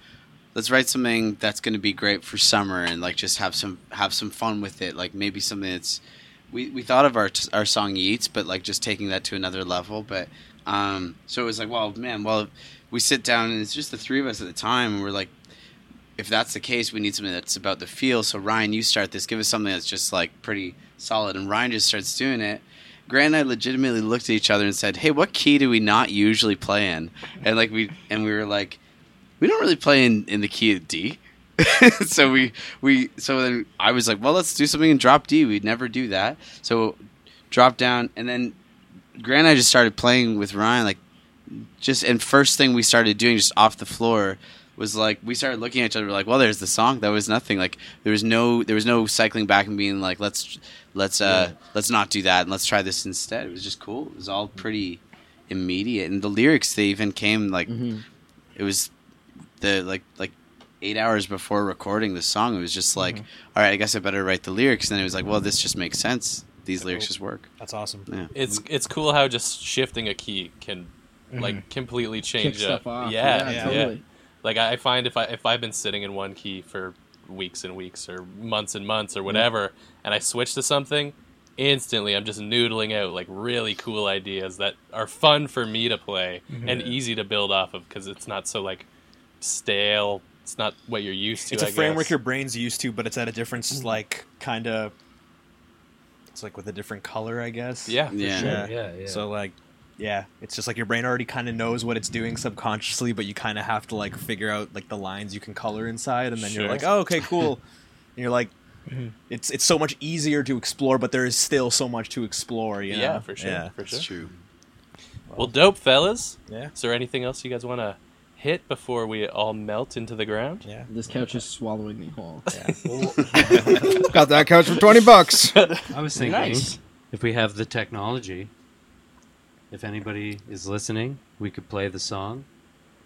[SPEAKER 4] let's write something that's going to be great for summer, and like just have some have some fun with it. Like maybe something that's we, we thought of our our song Yeats, but like just taking that to another level. But um, so it was like, well, man, well, we sit down and it's just the three of us at the time, and we're like, if that's the case, we need something that's about the feel. So Ryan, you start this. Give us something that's just like pretty solid. And Ryan just starts doing it. Grant and I legitimately looked at each other and said, "Hey, what key do we not usually play in?" And like we and we were like, "We don't really play in in the key of D." so we we so then I was like, "Well, let's do something in drop D. We'd never do that." So drop down, and then Grant and I just started playing with Ryan like just and first thing we started doing just off the floor was like we started looking at each other we're like well there's the song that was nothing like there was no there was no cycling back and being like let's let's uh let's not do that and let's try this instead it was just cool it was all pretty immediate and the lyrics they even came like it was the like like eight hours before recording the song it was just like all right i guess i better write the lyrics and then it was like well this just makes sense these lyrics just work
[SPEAKER 1] that's awesome.
[SPEAKER 4] yeah
[SPEAKER 2] It's it's cool how just shifting a key can like completely
[SPEAKER 5] Mm-hmm. Kick
[SPEAKER 2] change up.
[SPEAKER 5] stuff off.
[SPEAKER 2] Yeah,
[SPEAKER 1] yeah,
[SPEAKER 5] totally.
[SPEAKER 2] Like I I find if I if I've been sitting in one key for weeks and weeks or months and months or
[SPEAKER 1] Mm-hmm.
[SPEAKER 2] whatever, and I switch to something, instantly I'm just noodling out like really cool ideas that are fun for me to play
[SPEAKER 1] Mm-hmm.
[SPEAKER 2] and easy to build off of because it's not so like stale. It's not what you're used to.
[SPEAKER 1] it's a
[SPEAKER 2] I
[SPEAKER 1] framework
[SPEAKER 2] guess.
[SPEAKER 1] your brain's used to, but it's at a different
[SPEAKER 5] Mm-hmm.
[SPEAKER 1] like kind of. It's like with a different color, I guess.
[SPEAKER 2] yeah.
[SPEAKER 4] yeah
[SPEAKER 1] Yeah.
[SPEAKER 3] Yeah, yeah.
[SPEAKER 1] So like, yeah, it's just like your brain already kind of knows what it's doing subconsciously, but you kind of have to like figure out like the lines you can color inside, and then
[SPEAKER 2] Sure.
[SPEAKER 1] you're
[SPEAKER 2] Mm-hmm.
[SPEAKER 1] like, oh, okay, cool. and you're like, it's it's so much easier to explore, but there is still so much to explore. You know?
[SPEAKER 2] Yeah, for sure.
[SPEAKER 1] Yeah.
[SPEAKER 2] For sure.
[SPEAKER 4] it's true
[SPEAKER 2] Well, dope, fellas.
[SPEAKER 1] Yeah.
[SPEAKER 2] Is there anything else you guys want to hit before we all melt into the ground?
[SPEAKER 1] Yeah.
[SPEAKER 5] This couch is swallowing me whole.
[SPEAKER 7] Got that couch for twenty bucks.
[SPEAKER 3] I was thinking if we have the technology, if anybody is listening, we could play the song,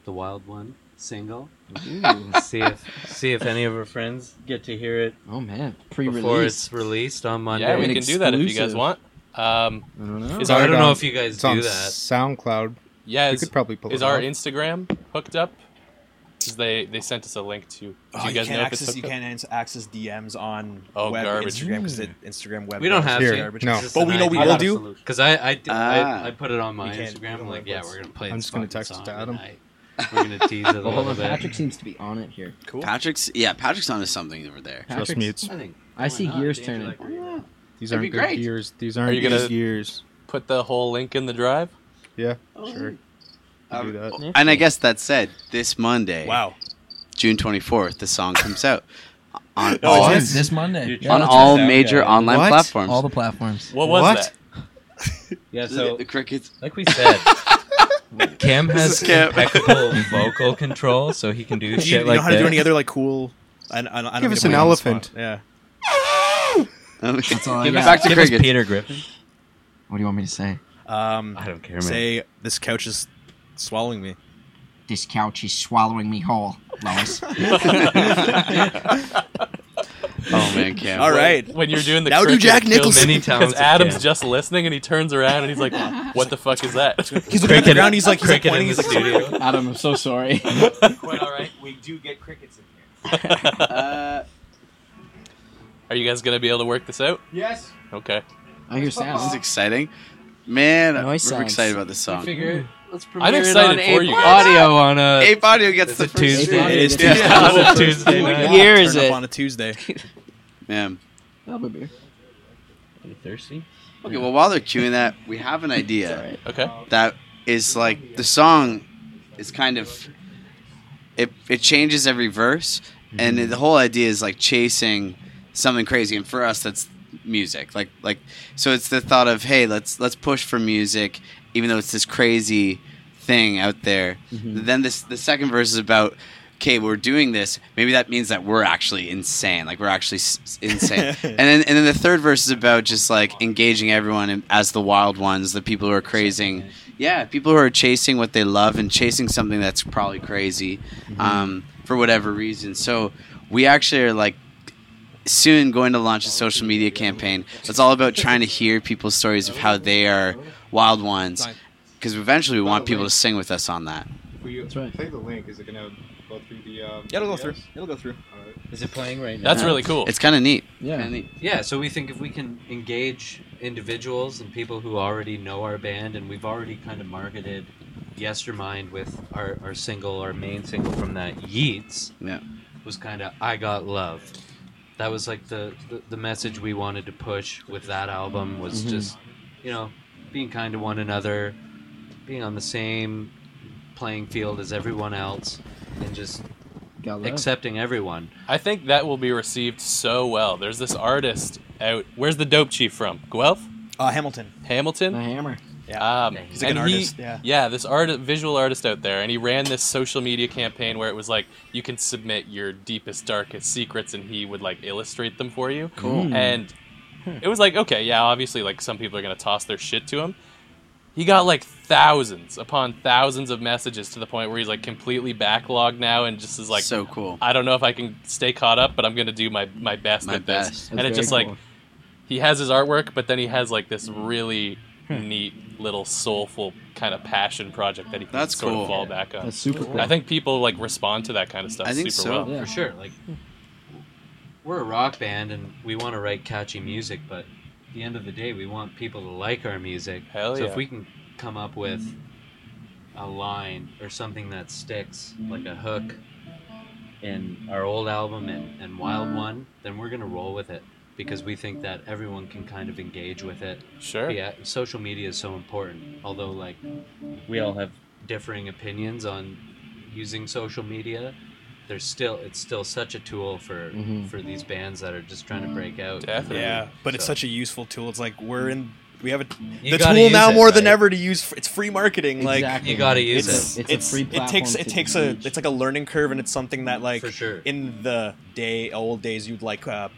[SPEAKER 3] the Wild One single, and see if see if any of our friends get to hear it
[SPEAKER 5] Oh man,
[SPEAKER 3] before
[SPEAKER 5] pre-release.
[SPEAKER 3] it's released on Monday.
[SPEAKER 2] Yeah, we
[SPEAKER 5] An
[SPEAKER 2] can do that if you guys
[SPEAKER 5] exclusive.
[SPEAKER 2] want. Um,
[SPEAKER 5] I don't know.
[SPEAKER 2] is
[SPEAKER 3] I
[SPEAKER 2] our
[SPEAKER 3] don't know
[SPEAKER 7] on-
[SPEAKER 3] if you guys
[SPEAKER 7] It's on
[SPEAKER 3] do that.
[SPEAKER 7] SoundCloud.
[SPEAKER 2] yeah
[SPEAKER 7] You
[SPEAKER 2] is,
[SPEAKER 7] could probably pull
[SPEAKER 2] is
[SPEAKER 7] it
[SPEAKER 2] our
[SPEAKER 7] off.
[SPEAKER 2] Instagram hooked up? 'Cause they they sent us a link to.
[SPEAKER 1] Oh,
[SPEAKER 2] do you
[SPEAKER 1] you,
[SPEAKER 2] guys
[SPEAKER 1] can't
[SPEAKER 2] know if it's
[SPEAKER 1] access you
[SPEAKER 2] hooked up?
[SPEAKER 1] can't ans- access DMs on
[SPEAKER 2] Oh,
[SPEAKER 1] web
[SPEAKER 2] garbage.
[SPEAKER 1] Instagram because Instagram web.
[SPEAKER 3] We don't have
[SPEAKER 1] garbage.
[SPEAKER 7] Here,
[SPEAKER 3] to.
[SPEAKER 7] no.
[SPEAKER 1] But we know we will do.
[SPEAKER 3] Because I I, did-
[SPEAKER 4] Ah.
[SPEAKER 3] I I put it on my
[SPEAKER 1] You can't- you
[SPEAKER 3] Instagram.
[SPEAKER 1] don't
[SPEAKER 3] I'm like,
[SPEAKER 1] have
[SPEAKER 3] yeah,
[SPEAKER 1] what's-
[SPEAKER 3] we're gonna play.
[SPEAKER 7] I'm
[SPEAKER 3] this
[SPEAKER 7] just gonna
[SPEAKER 3] fucking
[SPEAKER 7] text it
[SPEAKER 3] song
[SPEAKER 7] to Adam.
[SPEAKER 3] tonight. We're gonna tease it a
[SPEAKER 5] Well, hold
[SPEAKER 3] little
[SPEAKER 5] on. Patrick
[SPEAKER 3] bit.
[SPEAKER 5] seems to be on it here.
[SPEAKER 1] Cool.
[SPEAKER 4] Patrick's yeah, Patrick's onto something over there.
[SPEAKER 5] Patrick's-
[SPEAKER 7] Trust me, it's
[SPEAKER 3] I think.
[SPEAKER 5] I see gears turning.
[SPEAKER 7] these
[SPEAKER 4] That'd be
[SPEAKER 7] aren't good
[SPEAKER 4] great.
[SPEAKER 7] years. These aren't
[SPEAKER 2] you
[SPEAKER 7] good
[SPEAKER 2] gonna-
[SPEAKER 7] years.
[SPEAKER 2] Put the whole link in the drive.
[SPEAKER 7] Yeah,
[SPEAKER 4] Oh.
[SPEAKER 7] sure.
[SPEAKER 4] Um,
[SPEAKER 7] do that.
[SPEAKER 4] And I guess that said, this Monday,
[SPEAKER 1] Wow.
[SPEAKER 4] June 24th, the song comes out on
[SPEAKER 1] Oh,
[SPEAKER 4] all,
[SPEAKER 1] it
[SPEAKER 5] Dude,
[SPEAKER 1] is?
[SPEAKER 5] this Monday.
[SPEAKER 3] Dude,
[SPEAKER 5] Yeah,
[SPEAKER 4] on
[SPEAKER 5] that's
[SPEAKER 4] all
[SPEAKER 3] right.
[SPEAKER 4] major
[SPEAKER 3] Okay.
[SPEAKER 4] online
[SPEAKER 7] What?
[SPEAKER 4] platforms.
[SPEAKER 5] All the platforms.
[SPEAKER 2] What was
[SPEAKER 7] What?
[SPEAKER 2] that?
[SPEAKER 3] Yeah.
[SPEAKER 4] the,
[SPEAKER 3] So
[SPEAKER 4] the crickets.
[SPEAKER 3] like we said, Cam has
[SPEAKER 4] is Cam.
[SPEAKER 3] impeccable vocal control, so he can do
[SPEAKER 1] Do you,
[SPEAKER 3] shit
[SPEAKER 1] you
[SPEAKER 3] like
[SPEAKER 1] know how
[SPEAKER 3] that.
[SPEAKER 1] to do any other like cool? I, I, I don't
[SPEAKER 7] Give
[SPEAKER 1] mean
[SPEAKER 7] us
[SPEAKER 1] to put
[SPEAKER 7] an
[SPEAKER 1] you on the spot.
[SPEAKER 7] elephant.
[SPEAKER 1] Yeah.
[SPEAKER 4] That's
[SPEAKER 5] all I
[SPEAKER 4] Give
[SPEAKER 5] got.
[SPEAKER 4] us back to
[SPEAKER 3] Give us
[SPEAKER 4] crickets.
[SPEAKER 3] Peter Griffin.
[SPEAKER 5] What do you want me to say?
[SPEAKER 1] Um,
[SPEAKER 3] I don't care, man.
[SPEAKER 1] say this couch is swallowing me.
[SPEAKER 5] This couch is swallowing me whole, Lois.
[SPEAKER 4] Oh man, Cam.
[SPEAKER 1] All right.
[SPEAKER 2] When you're doing the
[SPEAKER 1] Now do
[SPEAKER 2] cricket
[SPEAKER 1] Jack
[SPEAKER 2] kills
[SPEAKER 1] Nicholson.
[SPEAKER 2] me,
[SPEAKER 3] Many talents of
[SPEAKER 2] Adam's
[SPEAKER 3] Cam.
[SPEAKER 2] just listening and he turns around and he's like, "What the fuck is that?"
[SPEAKER 1] He's looking at the
[SPEAKER 3] Cricket-
[SPEAKER 1] ground. He's like, he's like
[SPEAKER 3] cricket
[SPEAKER 1] pointing.
[SPEAKER 3] in the
[SPEAKER 1] He's like,
[SPEAKER 3] studio.
[SPEAKER 5] Adam, I'm so sorry.
[SPEAKER 8] Quite all right. We do get crickets in here.
[SPEAKER 4] Uh,
[SPEAKER 2] Are you guys gonna be able to work this out?
[SPEAKER 8] Yes.
[SPEAKER 2] Okay.
[SPEAKER 5] I hear
[SPEAKER 4] this is
[SPEAKER 5] sounds.
[SPEAKER 4] exciting. Man, I'm
[SPEAKER 6] Noise sounds.
[SPEAKER 4] excited about this song. Let's premiere
[SPEAKER 2] I'm excited for you guys.
[SPEAKER 3] Audio on uh, a
[SPEAKER 4] Ape Audio gets the
[SPEAKER 3] a
[SPEAKER 4] first
[SPEAKER 3] Tuesday.
[SPEAKER 4] shot.
[SPEAKER 1] It is
[SPEAKER 4] Yeah.
[SPEAKER 1] Tuesday.
[SPEAKER 2] On a
[SPEAKER 1] Yeah.
[SPEAKER 2] Tuesday
[SPEAKER 1] Yeah.
[SPEAKER 2] night.
[SPEAKER 6] What year is
[SPEAKER 1] Turn up
[SPEAKER 6] it?
[SPEAKER 1] on a Tuesday.
[SPEAKER 4] Man.
[SPEAKER 3] You thirsty?
[SPEAKER 4] Okay, well, while they're queuing that, we have an idea
[SPEAKER 2] Okay.
[SPEAKER 4] that is like the song is kind of it. It changes every verse, and the whole idea is like chasing something crazy. And for us, that's music. Like like so, it's the thought of hey, let's let's push for music, even though it's this crazy thing out there. Then this the second verse is about. Okay, we're doing this. Maybe that means that we're actually insane. Like we're actually s- s- insane. and then, and then the third verse is about just like engaging everyone in- as the wild ones, the people who are crazing. Yeah, people who are chasing what they love and chasing something that's probably crazy, um, for whatever reason. So we actually are like soon going to launch a social media campaign that's all about trying to hear people's stories of how they are wild ones because eventually we want people to sing with us on that
[SPEAKER 7] If we
[SPEAKER 5] That's right.
[SPEAKER 7] play the link, is it gonna go through the? Um,
[SPEAKER 1] Yeah, it'll go through. It'll go through.
[SPEAKER 3] Is it playing right now?
[SPEAKER 2] That's really cool.
[SPEAKER 4] it's kind of neat
[SPEAKER 5] Yeah.
[SPEAKER 4] Kinda neat.
[SPEAKER 3] Yeah, so we think if we can engage individuals and people who already know our band, and we've already kind of marketed Yestermind with our, our single, our main single from that, Yeats,
[SPEAKER 4] yeah
[SPEAKER 3] was kind of I Got Love. That was like the, the, the message we wanted to push with that album was just, you know, being kind to one another, being on the same playing field as everyone else, and just
[SPEAKER 5] Got love.
[SPEAKER 3] accepting everyone.
[SPEAKER 2] I think that will be received so well. There's this artist out. Where's the dope chief from? Guelph?
[SPEAKER 1] Uh, Hamilton. Ah,
[SPEAKER 2] Hamilton?
[SPEAKER 5] The hammer.
[SPEAKER 2] Um,
[SPEAKER 3] He's
[SPEAKER 1] like an
[SPEAKER 2] and he-
[SPEAKER 1] artist, yeah.
[SPEAKER 2] this art, visual artist out there, and he ran this social media campaign where it was like you can submit your deepest, darkest secrets, and he would like illustrate them for you.
[SPEAKER 5] Hmm.
[SPEAKER 2] Cool. And it was like, okay, yeah, obviously, like some people are gonna toss their shit to him. He got like thousands upon thousands of messages to the point where he's like completely backlogged now, and just is like,
[SPEAKER 4] so cool
[SPEAKER 2] I don't know if I can stay caught up, but I'm gonna do my my best
[SPEAKER 4] My
[SPEAKER 2] at this.
[SPEAKER 4] best.
[SPEAKER 2] And it's
[SPEAKER 5] That's
[SPEAKER 2] just
[SPEAKER 5] very
[SPEAKER 2] like he has his artwork, but then he has like this
[SPEAKER 5] Hmm.
[SPEAKER 2] really neat little soulful kind of passion project that he can
[SPEAKER 4] That's
[SPEAKER 2] sort
[SPEAKER 4] cool.
[SPEAKER 2] of fall back on.
[SPEAKER 5] That's super cool.
[SPEAKER 2] I think people like respond to that kind of stuff
[SPEAKER 4] I think
[SPEAKER 2] super
[SPEAKER 4] so.
[SPEAKER 2] well.
[SPEAKER 5] Yeah.
[SPEAKER 3] Oh, for sure. Like we're a rock band and we want to write catchy music, but at the end of the day, we want people to like our music.
[SPEAKER 2] Hell
[SPEAKER 3] so
[SPEAKER 2] yeah.
[SPEAKER 3] if we can come up with a line or something that sticks, like a hook, in our old album and, and Wild One, then we're gonna roll with it because we think that everyone can kind of engage with it.
[SPEAKER 2] Sure.
[SPEAKER 3] Yeah, social media is so important. Although, like, we all have differing opinions on using social media. There's still it's still such a tool for for these bands that are just trying to break out.
[SPEAKER 2] Definitely.
[SPEAKER 1] Yeah, but it's
[SPEAKER 3] So-
[SPEAKER 1] such a useful tool. It's like we're in. We have a,
[SPEAKER 3] You
[SPEAKER 1] the
[SPEAKER 3] gotta
[SPEAKER 1] tool
[SPEAKER 3] use
[SPEAKER 1] now
[SPEAKER 3] it,
[SPEAKER 1] more than
[SPEAKER 3] right?
[SPEAKER 1] ever to use. f- It's free marketing. Like
[SPEAKER 5] Exactly.
[SPEAKER 3] You gotta use
[SPEAKER 1] it's
[SPEAKER 3] it.
[SPEAKER 5] It's a free
[SPEAKER 1] it takes
[SPEAKER 5] platform
[SPEAKER 1] it
[SPEAKER 5] to
[SPEAKER 1] takes a
[SPEAKER 5] reach.
[SPEAKER 1] it's like a learning curve, and it's something that like
[SPEAKER 3] For sure.
[SPEAKER 1] in the day old days you'd like uh,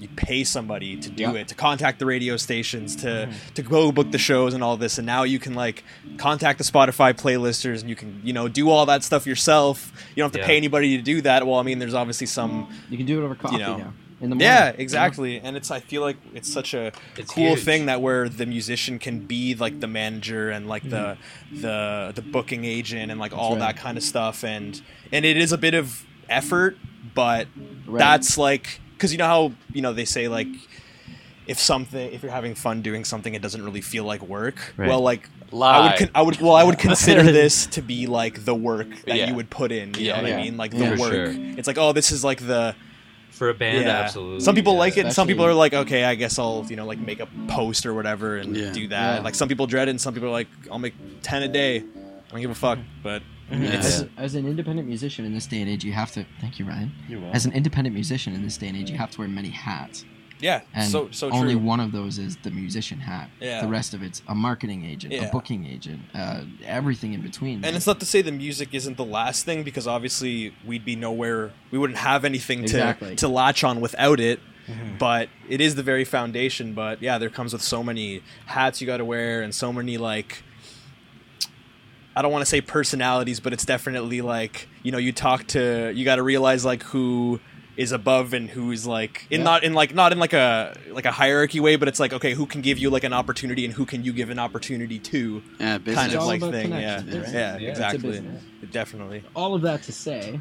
[SPEAKER 1] you'd pay somebody to do
[SPEAKER 5] Yeah. Mm-hmm.
[SPEAKER 1] it to contact the radio stations to to go book the shows and all this, and now you can like contact the Spotify playlisters and you can you know do all that stuff yourself. You don't have to
[SPEAKER 3] Yeah.
[SPEAKER 1] pay anybody to do that. Well, I mean, there's obviously some
[SPEAKER 5] You can do it over coffee
[SPEAKER 1] know,
[SPEAKER 5] now. in the morning.
[SPEAKER 1] Yeah, exactly. And it's I feel like it's such a
[SPEAKER 3] It's
[SPEAKER 1] cool
[SPEAKER 3] huge.
[SPEAKER 1] thing that where the musician can be like the manager and like the the the booking agent and like all
[SPEAKER 5] Mm-hmm. right.
[SPEAKER 1] that kind of stuff and and it is a bit of effort, but
[SPEAKER 5] Right.
[SPEAKER 1] that's like cuz you know how, you know, they say like if something if you're having fun doing something it doesn't really feel like work.
[SPEAKER 9] Right.
[SPEAKER 1] Well, like I
[SPEAKER 2] Lie.
[SPEAKER 1] would con- I would well I would consider this to be like the work that
[SPEAKER 2] Yeah.
[SPEAKER 1] you would put in, you
[SPEAKER 2] Yeah,
[SPEAKER 1] know what
[SPEAKER 5] yeah.
[SPEAKER 1] I mean? Like
[SPEAKER 5] Yeah.
[SPEAKER 1] the
[SPEAKER 5] For
[SPEAKER 1] work.
[SPEAKER 4] sure.
[SPEAKER 1] It's like oh this is like the
[SPEAKER 3] for a band. Absolutely.
[SPEAKER 1] some people
[SPEAKER 3] yeah.
[SPEAKER 1] like it, and some people
[SPEAKER 5] Especially-
[SPEAKER 1] are like, okay, I guess I'll you know like make a post or whatever and
[SPEAKER 4] Yeah.
[SPEAKER 1] do that.
[SPEAKER 5] Yeah.
[SPEAKER 1] Like some people dread it, and some people are like, I'll make ten a day. I don't give a fuck. But
[SPEAKER 5] As, as an independent musician in this day and age, you have to. Thank you, Ryan. As an independent musician in this day and age, you have to wear many hats,
[SPEAKER 1] yeah,
[SPEAKER 5] and
[SPEAKER 1] so so
[SPEAKER 5] only
[SPEAKER 1] true.
[SPEAKER 5] one of those is the musician hat.
[SPEAKER 1] Yeah.
[SPEAKER 5] The rest of it's a marketing agent,
[SPEAKER 1] Yeah.
[SPEAKER 5] a booking agent, uh, everything in between.
[SPEAKER 1] and it's not to say the music isn't the last thing because obviously we'd be nowhere, we wouldn't have anything
[SPEAKER 5] Exactly.
[SPEAKER 1] to to latch on without it. But it is the very foundation. But yeah, there comes with so many hats you got to wear and so many like I don't want to say personalities, but it's definitely like you know you talk to you got to realize like who is above and who is like in
[SPEAKER 5] Yeah.
[SPEAKER 1] not in like not in like a like a hierarchy way, but it's like okay, who can give you like an opportunity and who can you give an opportunity to
[SPEAKER 4] Yeah, business.
[SPEAKER 1] kind of
[SPEAKER 5] all
[SPEAKER 1] like
[SPEAKER 5] about
[SPEAKER 1] thing. Yeah.
[SPEAKER 5] connections,
[SPEAKER 1] yeah,
[SPEAKER 5] right?
[SPEAKER 1] yeah,
[SPEAKER 3] Yeah. It's a
[SPEAKER 1] exactly,
[SPEAKER 5] business.
[SPEAKER 1] definitely.
[SPEAKER 5] all of that to say,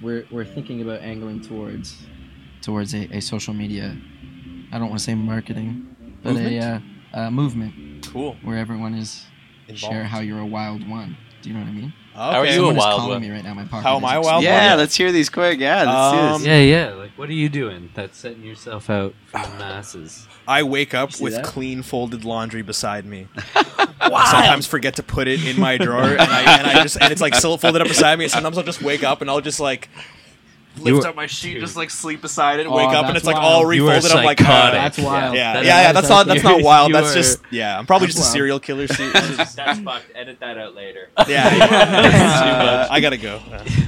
[SPEAKER 5] we're we're thinking about angling towards towards a, a social media. I don't want to say marketing, but a uh, uh, movement
[SPEAKER 1] Cool.
[SPEAKER 5] where everyone is
[SPEAKER 1] Involved.
[SPEAKER 5] share how you're a wild one. Do you know what I mean?
[SPEAKER 1] Okay.
[SPEAKER 2] are you a
[SPEAKER 5] Someone is
[SPEAKER 2] wild
[SPEAKER 5] calling
[SPEAKER 2] one?
[SPEAKER 5] me right now. My pocket.
[SPEAKER 1] How am
[SPEAKER 5] is
[SPEAKER 1] I a
[SPEAKER 5] ex-
[SPEAKER 1] wild
[SPEAKER 4] Yeah,
[SPEAKER 1] one?
[SPEAKER 4] let's hear these quick. Yeah, let's
[SPEAKER 1] Um,
[SPEAKER 4] do this.
[SPEAKER 3] Yeah, yeah. Like, what are you doing? That's setting yourself out for the masses.
[SPEAKER 1] I wake up
[SPEAKER 5] see
[SPEAKER 1] with
[SPEAKER 5] that?
[SPEAKER 1] clean folded laundry beside me. I sometimes forget to put it in my drawer, and I, and I just and it's like still folded up beside me. And sometimes I'll just wake up and I'll just like lift
[SPEAKER 9] were-
[SPEAKER 1] up my sheet, just like sleep beside it, wake up, and
[SPEAKER 5] Oh, that's
[SPEAKER 1] it's like
[SPEAKER 5] wild.
[SPEAKER 1] all
[SPEAKER 2] You are
[SPEAKER 1] refolded. I'm like, uh,
[SPEAKER 2] psychotic.
[SPEAKER 5] That's wild.
[SPEAKER 1] yeah, yeah,
[SPEAKER 3] That-
[SPEAKER 1] yeah.
[SPEAKER 5] that is
[SPEAKER 1] That's not
[SPEAKER 5] actually-
[SPEAKER 1] that's not wild.
[SPEAKER 3] you
[SPEAKER 1] That's
[SPEAKER 3] are-
[SPEAKER 1] just yeah. I'm probably
[SPEAKER 5] That's
[SPEAKER 1] just a
[SPEAKER 5] wild.
[SPEAKER 1] serial killer. so- it's just-
[SPEAKER 8] That's fucked. Edit that out later.
[SPEAKER 1] yeah, Uh, I gotta go.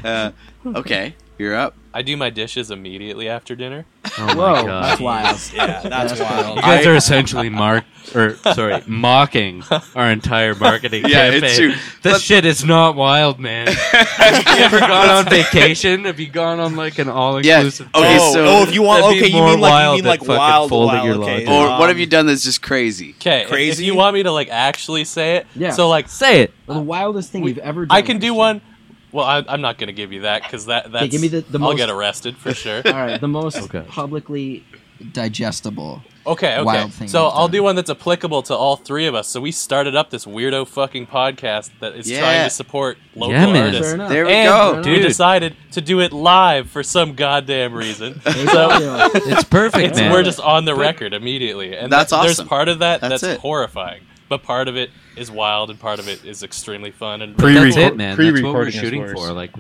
[SPEAKER 1] Uh,
[SPEAKER 4] Uh, okay, you're up.
[SPEAKER 2] I do my dishes immediately after dinner.
[SPEAKER 9] Oh my
[SPEAKER 5] Whoa,
[SPEAKER 9] god.
[SPEAKER 5] that's wild.
[SPEAKER 1] yeah, that's wild.
[SPEAKER 9] You guys are essentially mark or sorry, mocking our entire marketing
[SPEAKER 4] Yeah,
[SPEAKER 9] campaign.
[SPEAKER 4] it's true.
[SPEAKER 9] This
[SPEAKER 4] Let's-
[SPEAKER 9] shit is not wild, man. Have you ever gone on vacation? Have you gone on like an all inclusive
[SPEAKER 4] Okay,
[SPEAKER 1] oh,
[SPEAKER 4] so-
[SPEAKER 1] oh, if you want,
[SPEAKER 9] That'd be
[SPEAKER 1] okay, you
[SPEAKER 9] more
[SPEAKER 1] mean like you
[SPEAKER 9] wild
[SPEAKER 1] mean
[SPEAKER 9] than
[SPEAKER 1] like
[SPEAKER 9] fucking
[SPEAKER 1] wild,
[SPEAKER 9] folding
[SPEAKER 1] wild.
[SPEAKER 9] your laundry.
[SPEAKER 1] okay,
[SPEAKER 4] Or
[SPEAKER 1] um,
[SPEAKER 4] what have you done that's just crazy?
[SPEAKER 2] Okay, crazy.
[SPEAKER 1] Crazy?
[SPEAKER 2] If you want me to like actually say it,
[SPEAKER 5] Yeah.
[SPEAKER 2] So like,
[SPEAKER 9] Say it.
[SPEAKER 5] Well, the wildest thing you've ever done.
[SPEAKER 2] I can do
[SPEAKER 5] Christian.
[SPEAKER 2] one. Well, I, I'm not gonna give you that because that that's.
[SPEAKER 5] give me the- the
[SPEAKER 2] I'll
[SPEAKER 5] most-
[SPEAKER 2] get arrested for sure.
[SPEAKER 5] All right, the most
[SPEAKER 9] Okay.
[SPEAKER 5] publicly digestible.
[SPEAKER 2] Okay, okay.
[SPEAKER 5] wild thing
[SPEAKER 2] So
[SPEAKER 5] we've
[SPEAKER 2] I'll
[SPEAKER 5] done.
[SPEAKER 2] do one that's applicable to all three of us. So we started up this weirdo fucking podcast that is
[SPEAKER 4] Yeah.
[SPEAKER 2] trying to support local
[SPEAKER 9] Yeah, man.
[SPEAKER 2] artists.
[SPEAKER 5] Fair enough.
[SPEAKER 4] There we
[SPEAKER 2] and
[SPEAKER 4] go.
[SPEAKER 2] we
[SPEAKER 9] Dude.
[SPEAKER 2] decided to do it live for some goddamn reason.
[SPEAKER 5] Take
[SPEAKER 2] so
[SPEAKER 5] audio.
[SPEAKER 9] It's perfect,
[SPEAKER 2] it's-
[SPEAKER 9] man.
[SPEAKER 2] we're just on the record immediately, and
[SPEAKER 4] That's
[SPEAKER 2] that-
[SPEAKER 4] awesome.
[SPEAKER 2] There's part of that that's,
[SPEAKER 4] That's it.
[SPEAKER 2] horrifying, but part of it is wild, and part of it is extremely fun. And
[SPEAKER 9] But that's
[SPEAKER 7] Pre-record-
[SPEAKER 9] it, man. That's what we're
[SPEAKER 7] pre-recording is
[SPEAKER 9] shooting
[SPEAKER 7] worse.
[SPEAKER 9] for. Like,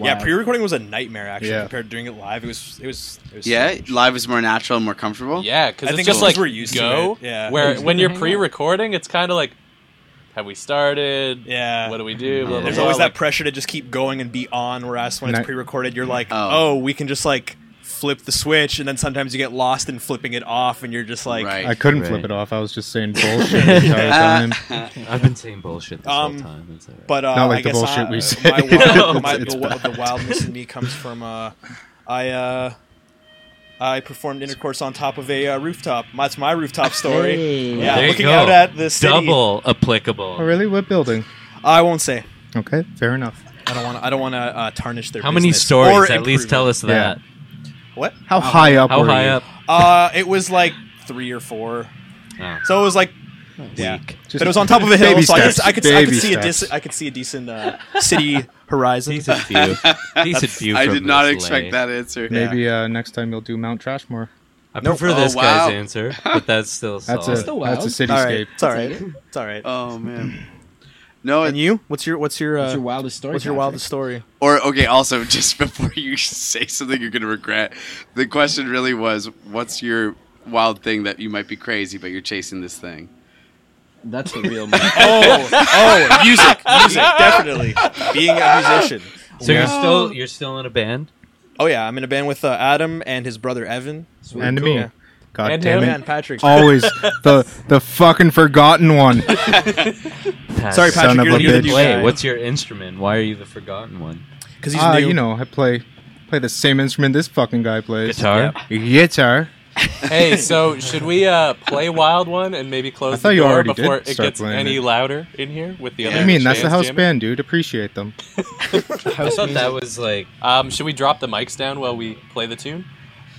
[SPEAKER 1] Yeah, pre-recording was a nightmare actually
[SPEAKER 7] Yeah.
[SPEAKER 1] compared to doing it live. It was it was, it was
[SPEAKER 4] Yeah, live is more natural, and more comfortable.
[SPEAKER 2] yeah,
[SPEAKER 1] I
[SPEAKER 2] because it's
[SPEAKER 1] think
[SPEAKER 2] just
[SPEAKER 1] it's 'cause
[SPEAKER 2] like
[SPEAKER 1] we're used to
[SPEAKER 2] go.
[SPEAKER 1] it. Yeah.
[SPEAKER 2] Where
[SPEAKER 5] It's
[SPEAKER 2] when
[SPEAKER 5] good
[SPEAKER 2] you're
[SPEAKER 5] to hang out.
[SPEAKER 2] pre-recording, it's kind of like, have we started?
[SPEAKER 1] Yeah.
[SPEAKER 2] What do we do? Blah, blah,
[SPEAKER 1] There's
[SPEAKER 2] blah.
[SPEAKER 1] always
[SPEAKER 2] Like,
[SPEAKER 1] that pressure to just keep going and be on. Whereas when it's
[SPEAKER 7] Night-
[SPEAKER 1] pre-recorded, you're like,
[SPEAKER 4] Oh.
[SPEAKER 1] oh. we can just like flip the switch, and then sometimes you get lost in flipping it off, and you're just like,
[SPEAKER 4] right.
[SPEAKER 7] I couldn't flip
[SPEAKER 9] Right.
[SPEAKER 7] it off. I was just saying bullshit the entire time.
[SPEAKER 9] I've been saying bullshit this
[SPEAKER 1] Uh, Um,
[SPEAKER 9] whole time. It's all right.
[SPEAKER 1] But uh,
[SPEAKER 7] Not like
[SPEAKER 1] I
[SPEAKER 7] the
[SPEAKER 1] guess
[SPEAKER 7] bullshit
[SPEAKER 1] I,
[SPEAKER 7] we say.
[SPEAKER 1] My wild, my,
[SPEAKER 7] It's-
[SPEAKER 1] the,
[SPEAKER 7] it's
[SPEAKER 1] the wildness in me comes from uh, I. Uh, I performed intercourse on top of a uh, rooftop. That's my rooftop story.
[SPEAKER 5] Hey.
[SPEAKER 1] Yeah,
[SPEAKER 9] There you
[SPEAKER 1] looking
[SPEAKER 9] go.
[SPEAKER 1] out at the city.
[SPEAKER 9] double applicable.
[SPEAKER 7] oh, really? What building?
[SPEAKER 1] I won't say.
[SPEAKER 7] Okay, fair enough.
[SPEAKER 1] I don't want. to. I don't want to uh, tarnish their.
[SPEAKER 9] How many
[SPEAKER 1] business
[SPEAKER 9] stories?
[SPEAKER 1] or
[SPEAKER 9] At least
[SPEAKER 1] improve
[SPEAKER 9] tell
[SPEAKER 1] it.
[SPEAKER 9] us that.
[SPEAKER 1] what.
[SPEAKER 7] How high up?
[SPEAKER 9] How
[SPEAKER 7] were
[SPEAKER 9] high
[SPEAKER 7] you?
[SPEAKER 9] up?
[SPEAKER 1] Uh, it was like three or four.
[SPEAKER 9] Oh.
[SPEAKER 1] So it was like, yeah.
[SPEAKER 7] Just
[SPEAKER 1] but it was on top of a hill,
[SPEAKER 7] baby
[SPEAKER 1] so I could,
[SPEAKER 7] steps,
[SPEAKER 1] I could, I could
[SPEAKER 7] baby
[SPEAKER 1] see a
[SPEAKER 7] steps.
[SPEAKER 1] dis- I could see a decent uh, city horizon.
[SPEAKER 9] Decent view. Decent view.
[SPEAKER 4] I
[SPEAKER 9] from
[SPEAKER 4] did not
[SPEAKER 9] this
[SPEAKER 4] expect
[SPEAKER 9] lane.
[SPEAKER 4] that answer.
[SPEAKER 7] Maybe uh, next time you'll do Mount Trashmore.
[SPEAKER 9] I
[SPEAKER 1] Nope.
[SPEAKER 9] prefer this
[SPEAKER 4] Oh, wow.
[SPEAKER 9] guy's answer, but that's still
[SPEAKER 7] That's
[SPEAKER 9] solid.
[SPEAKER 5] still
[SPEAKER 7] a that's a
[SPEAKER 5] wild.
[SPEAKER 1] All right,
[SPEAKER 7] cityscape.
[SPEAKER 1] it's all right. It's all right.
[SPEAKER 4] Oh man. No,
[SPEAKER 1] and you? What's your what's your uh,
[SPEAKER 5] What's your wildest story?
[SPEAKER 1] what's your
[SPEAKER 5] Patrick?
[SPEAKER 1] wildest story?
[SPEAKER 4] Or okay, also just before you say something you're gonna regret, the question really was, what's your wild thing that you might be crazy, but you're chasing this thing?
[SPEAKER 5] That's the real. Moment.
[SPEAKER 1] Oh, oh, music, music, definitely. Being a musician.
[SPEAKER 3] So you're still you're still in a band.
[SPEAKER 1] Oh yeah, I'm in a band with uh, Adam and his brother Evan.
[SPEAKER 7] And
[SPEAKER 1] Cool.
[SPEAKER 7] me.
[SPEAKER 1] Yeah.
[SPEAKER 7] God
[SPEAKER 1] and
[SPEAKER 7] damn
[SPEAKER 1] him
[SPEAKER 7] it.
[SPEAKER 1] and Patrick.
[SPEAKER 7] Always the the fucking forgotten one.
[SPEAKER 9] Pass.
[SPEAKER 1] Sorry,
[SPEAKER 7] son
[SPEAKER 1] Patrick,
[SPEAKER 7] of
[SPEAKER 1] you're,
[SPEAKER 7] a
[SPEAKER 1] the- you're the
[SPEAKER 7] bitch.
[SPEAKER 1] new
[SPEAKER 9] Wait,
[SPEAKER 1] guy. Uh,
[SPEAKER 9] what's your instrument? Why are you the forgotten one?
[SPEAKER 1] Because he's
[SPEAKER 7] Ah,
[SPEAKER 1] new.
[SPEAKER 7] you know, I play play the same instrument this fucking guy plays.
[SPEAKER 9] Guitar?
[SPEAKER 7] Guitar.
[SPEAKER 2] hey, so should we uh, play Wild One and maybe close
[SPEAKER 7] I thought
[SPEAKER 2] the
[SPEAKER 7] you
[SPEAKER 2] door
[SPEAKER 7] already did
[SPEAKER 2] before it
[SPEAKER 7] start
[SPEAKER 2] gets
[SPEAKER 7] playing
[SPEAKER 2] any
[SPEAKER 7] it.
[SPEAKER 2] louder in here with the other?
[SPEAKER 7] I mean, that's the
[SPEAKER 2] bands
[SPEAKER 7] house
[SPEAKER 2] jamming?
[SPEAKER 7] band, dude. Appreciate them.
[SPEAKER 3] I thought that was like
[SPEAKER 2] Um, should we drop the mics down while we play the tune?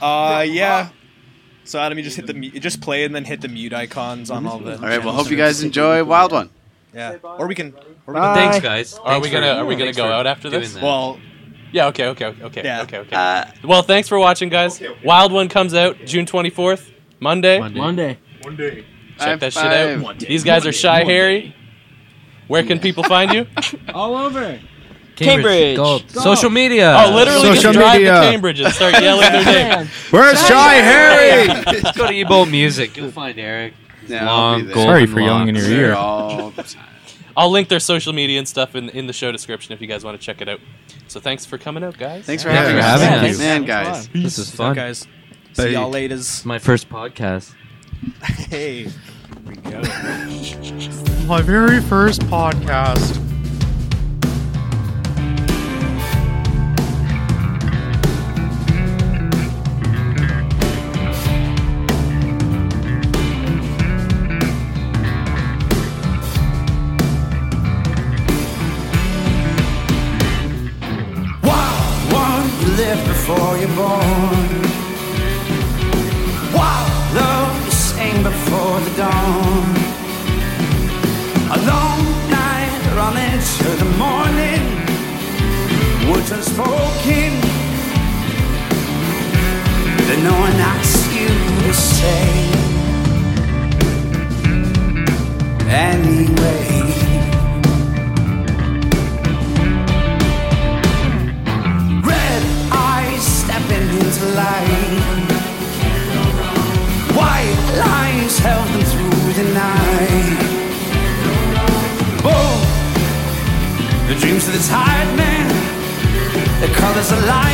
[SPEAKER 1] Uh, yeah. So Adam, you just hit the mu- just play and then hit the mute icons on all the.
[SPEAKER 4] All right. Well, hope you guys enjoy Wild One.
[SPEAKER 1] Yeah. Or we can. Or we
[SPEAKER 7] Bye.
[SPEAKER 1] can
[SPEAKER 3] thanks guys.
[SPEAKER 2] Are
[SPEAKER 3] Thanks
[SPEAKER 2] we gonna
[SPEAKER 3] for-
[SPEAKER 2] Are we gonna
[SPEAKER 3] thanks
[SPEAKER 2] go
[SPEAKER 3] for
[SPEAKER 2] out after
[SPEAKER 3] doing
[SPEAKER 2] this?
[SPEAKER 3] that.
[SPEAKER 1] well,
[SPEAKER 2] Yeah. Okay. Okay. Okay.
[SPEAKER 1] Yeah.
[SPEAKER 2] Okay. Okay.
[SPEAKER 4] Uh,
[SPEAKER 2] well, thanks for watching, guys. Wild One comes out June twenty fourth, Monday.
[SPEAKER 3] Monday.
[SPEAKER 6] Monday.
[SPEAKER 4] high
[SPEAKER 2] Check that shit
[SPEAKER 4] five.
[SPEAKER 2] out. These guys are shy, Harry. Where can people find you?
[SPEAKER 9] Uh,
[SPEAKER 5] All over.
[SPEAKER 6] Cambridge.
[SPEAKER 9] Gold.
[SPEAKER 5] Gold.
[SPEAKER 9] Social media.
[SPEAKER 2] Oh, literally
[SPEAKER 7] Social
[SPEAKER 2] just drive
[SPEAKER 7] media.
[SPEAKER 2] to Cambridge and start yelling their name.
[SPEAKER 6] Man,
[SPEAKER 7] Where's Shy Harry?
[SPEAKER 9] Just go to Ebolt Music. You'll find Eric.
[SPEAKER 4] Yeah, I'll
[SPEAKER 9] Long,
[SPEAKER 4] be there.
[SPEAKER 9] golden
[SPEAKER 7] Sorry for yelling in
[SPEAKER 9] locks.
[SPEAKER 7] your
[SPEAKER 4] They're
[SPEAKER 7] ear.
[SPEAKER 4] all the time.
[SPEAKER 2] I'll link their social media and stuff in, in the show description if you guys want to check it out. So thanks for coming out, guys.
[SPEAKER 4] Thanks for
[SPEAKER 9] Thanks
[SPEAKER 4] having
[SPEAKER 9] for
[SPEAKER 4] us.
[SPEAKER 9] having us.
[SPEAKER 4] Man, guys.
[SPEAKER 9] This is
[SPEAKER 1] so
[SPEAKER 9] fun. It's
[SPEAKER 1] guys. See y'all later.
[SPEAKER 9] my first podcast.
[SPEAKER 1] Hey.
[SPEAKER 7] My very first podcast.
[SPEAKER 10] Wild one, you live before you're born. Wild love, you sing before the dawn. A long night running to the morning. Words unspoken. Then no one asks you to say. Anyway. Red eyes stepping into light. White lines held them through the night. Boom! The dreams of the tired man, Oh, the colors alive.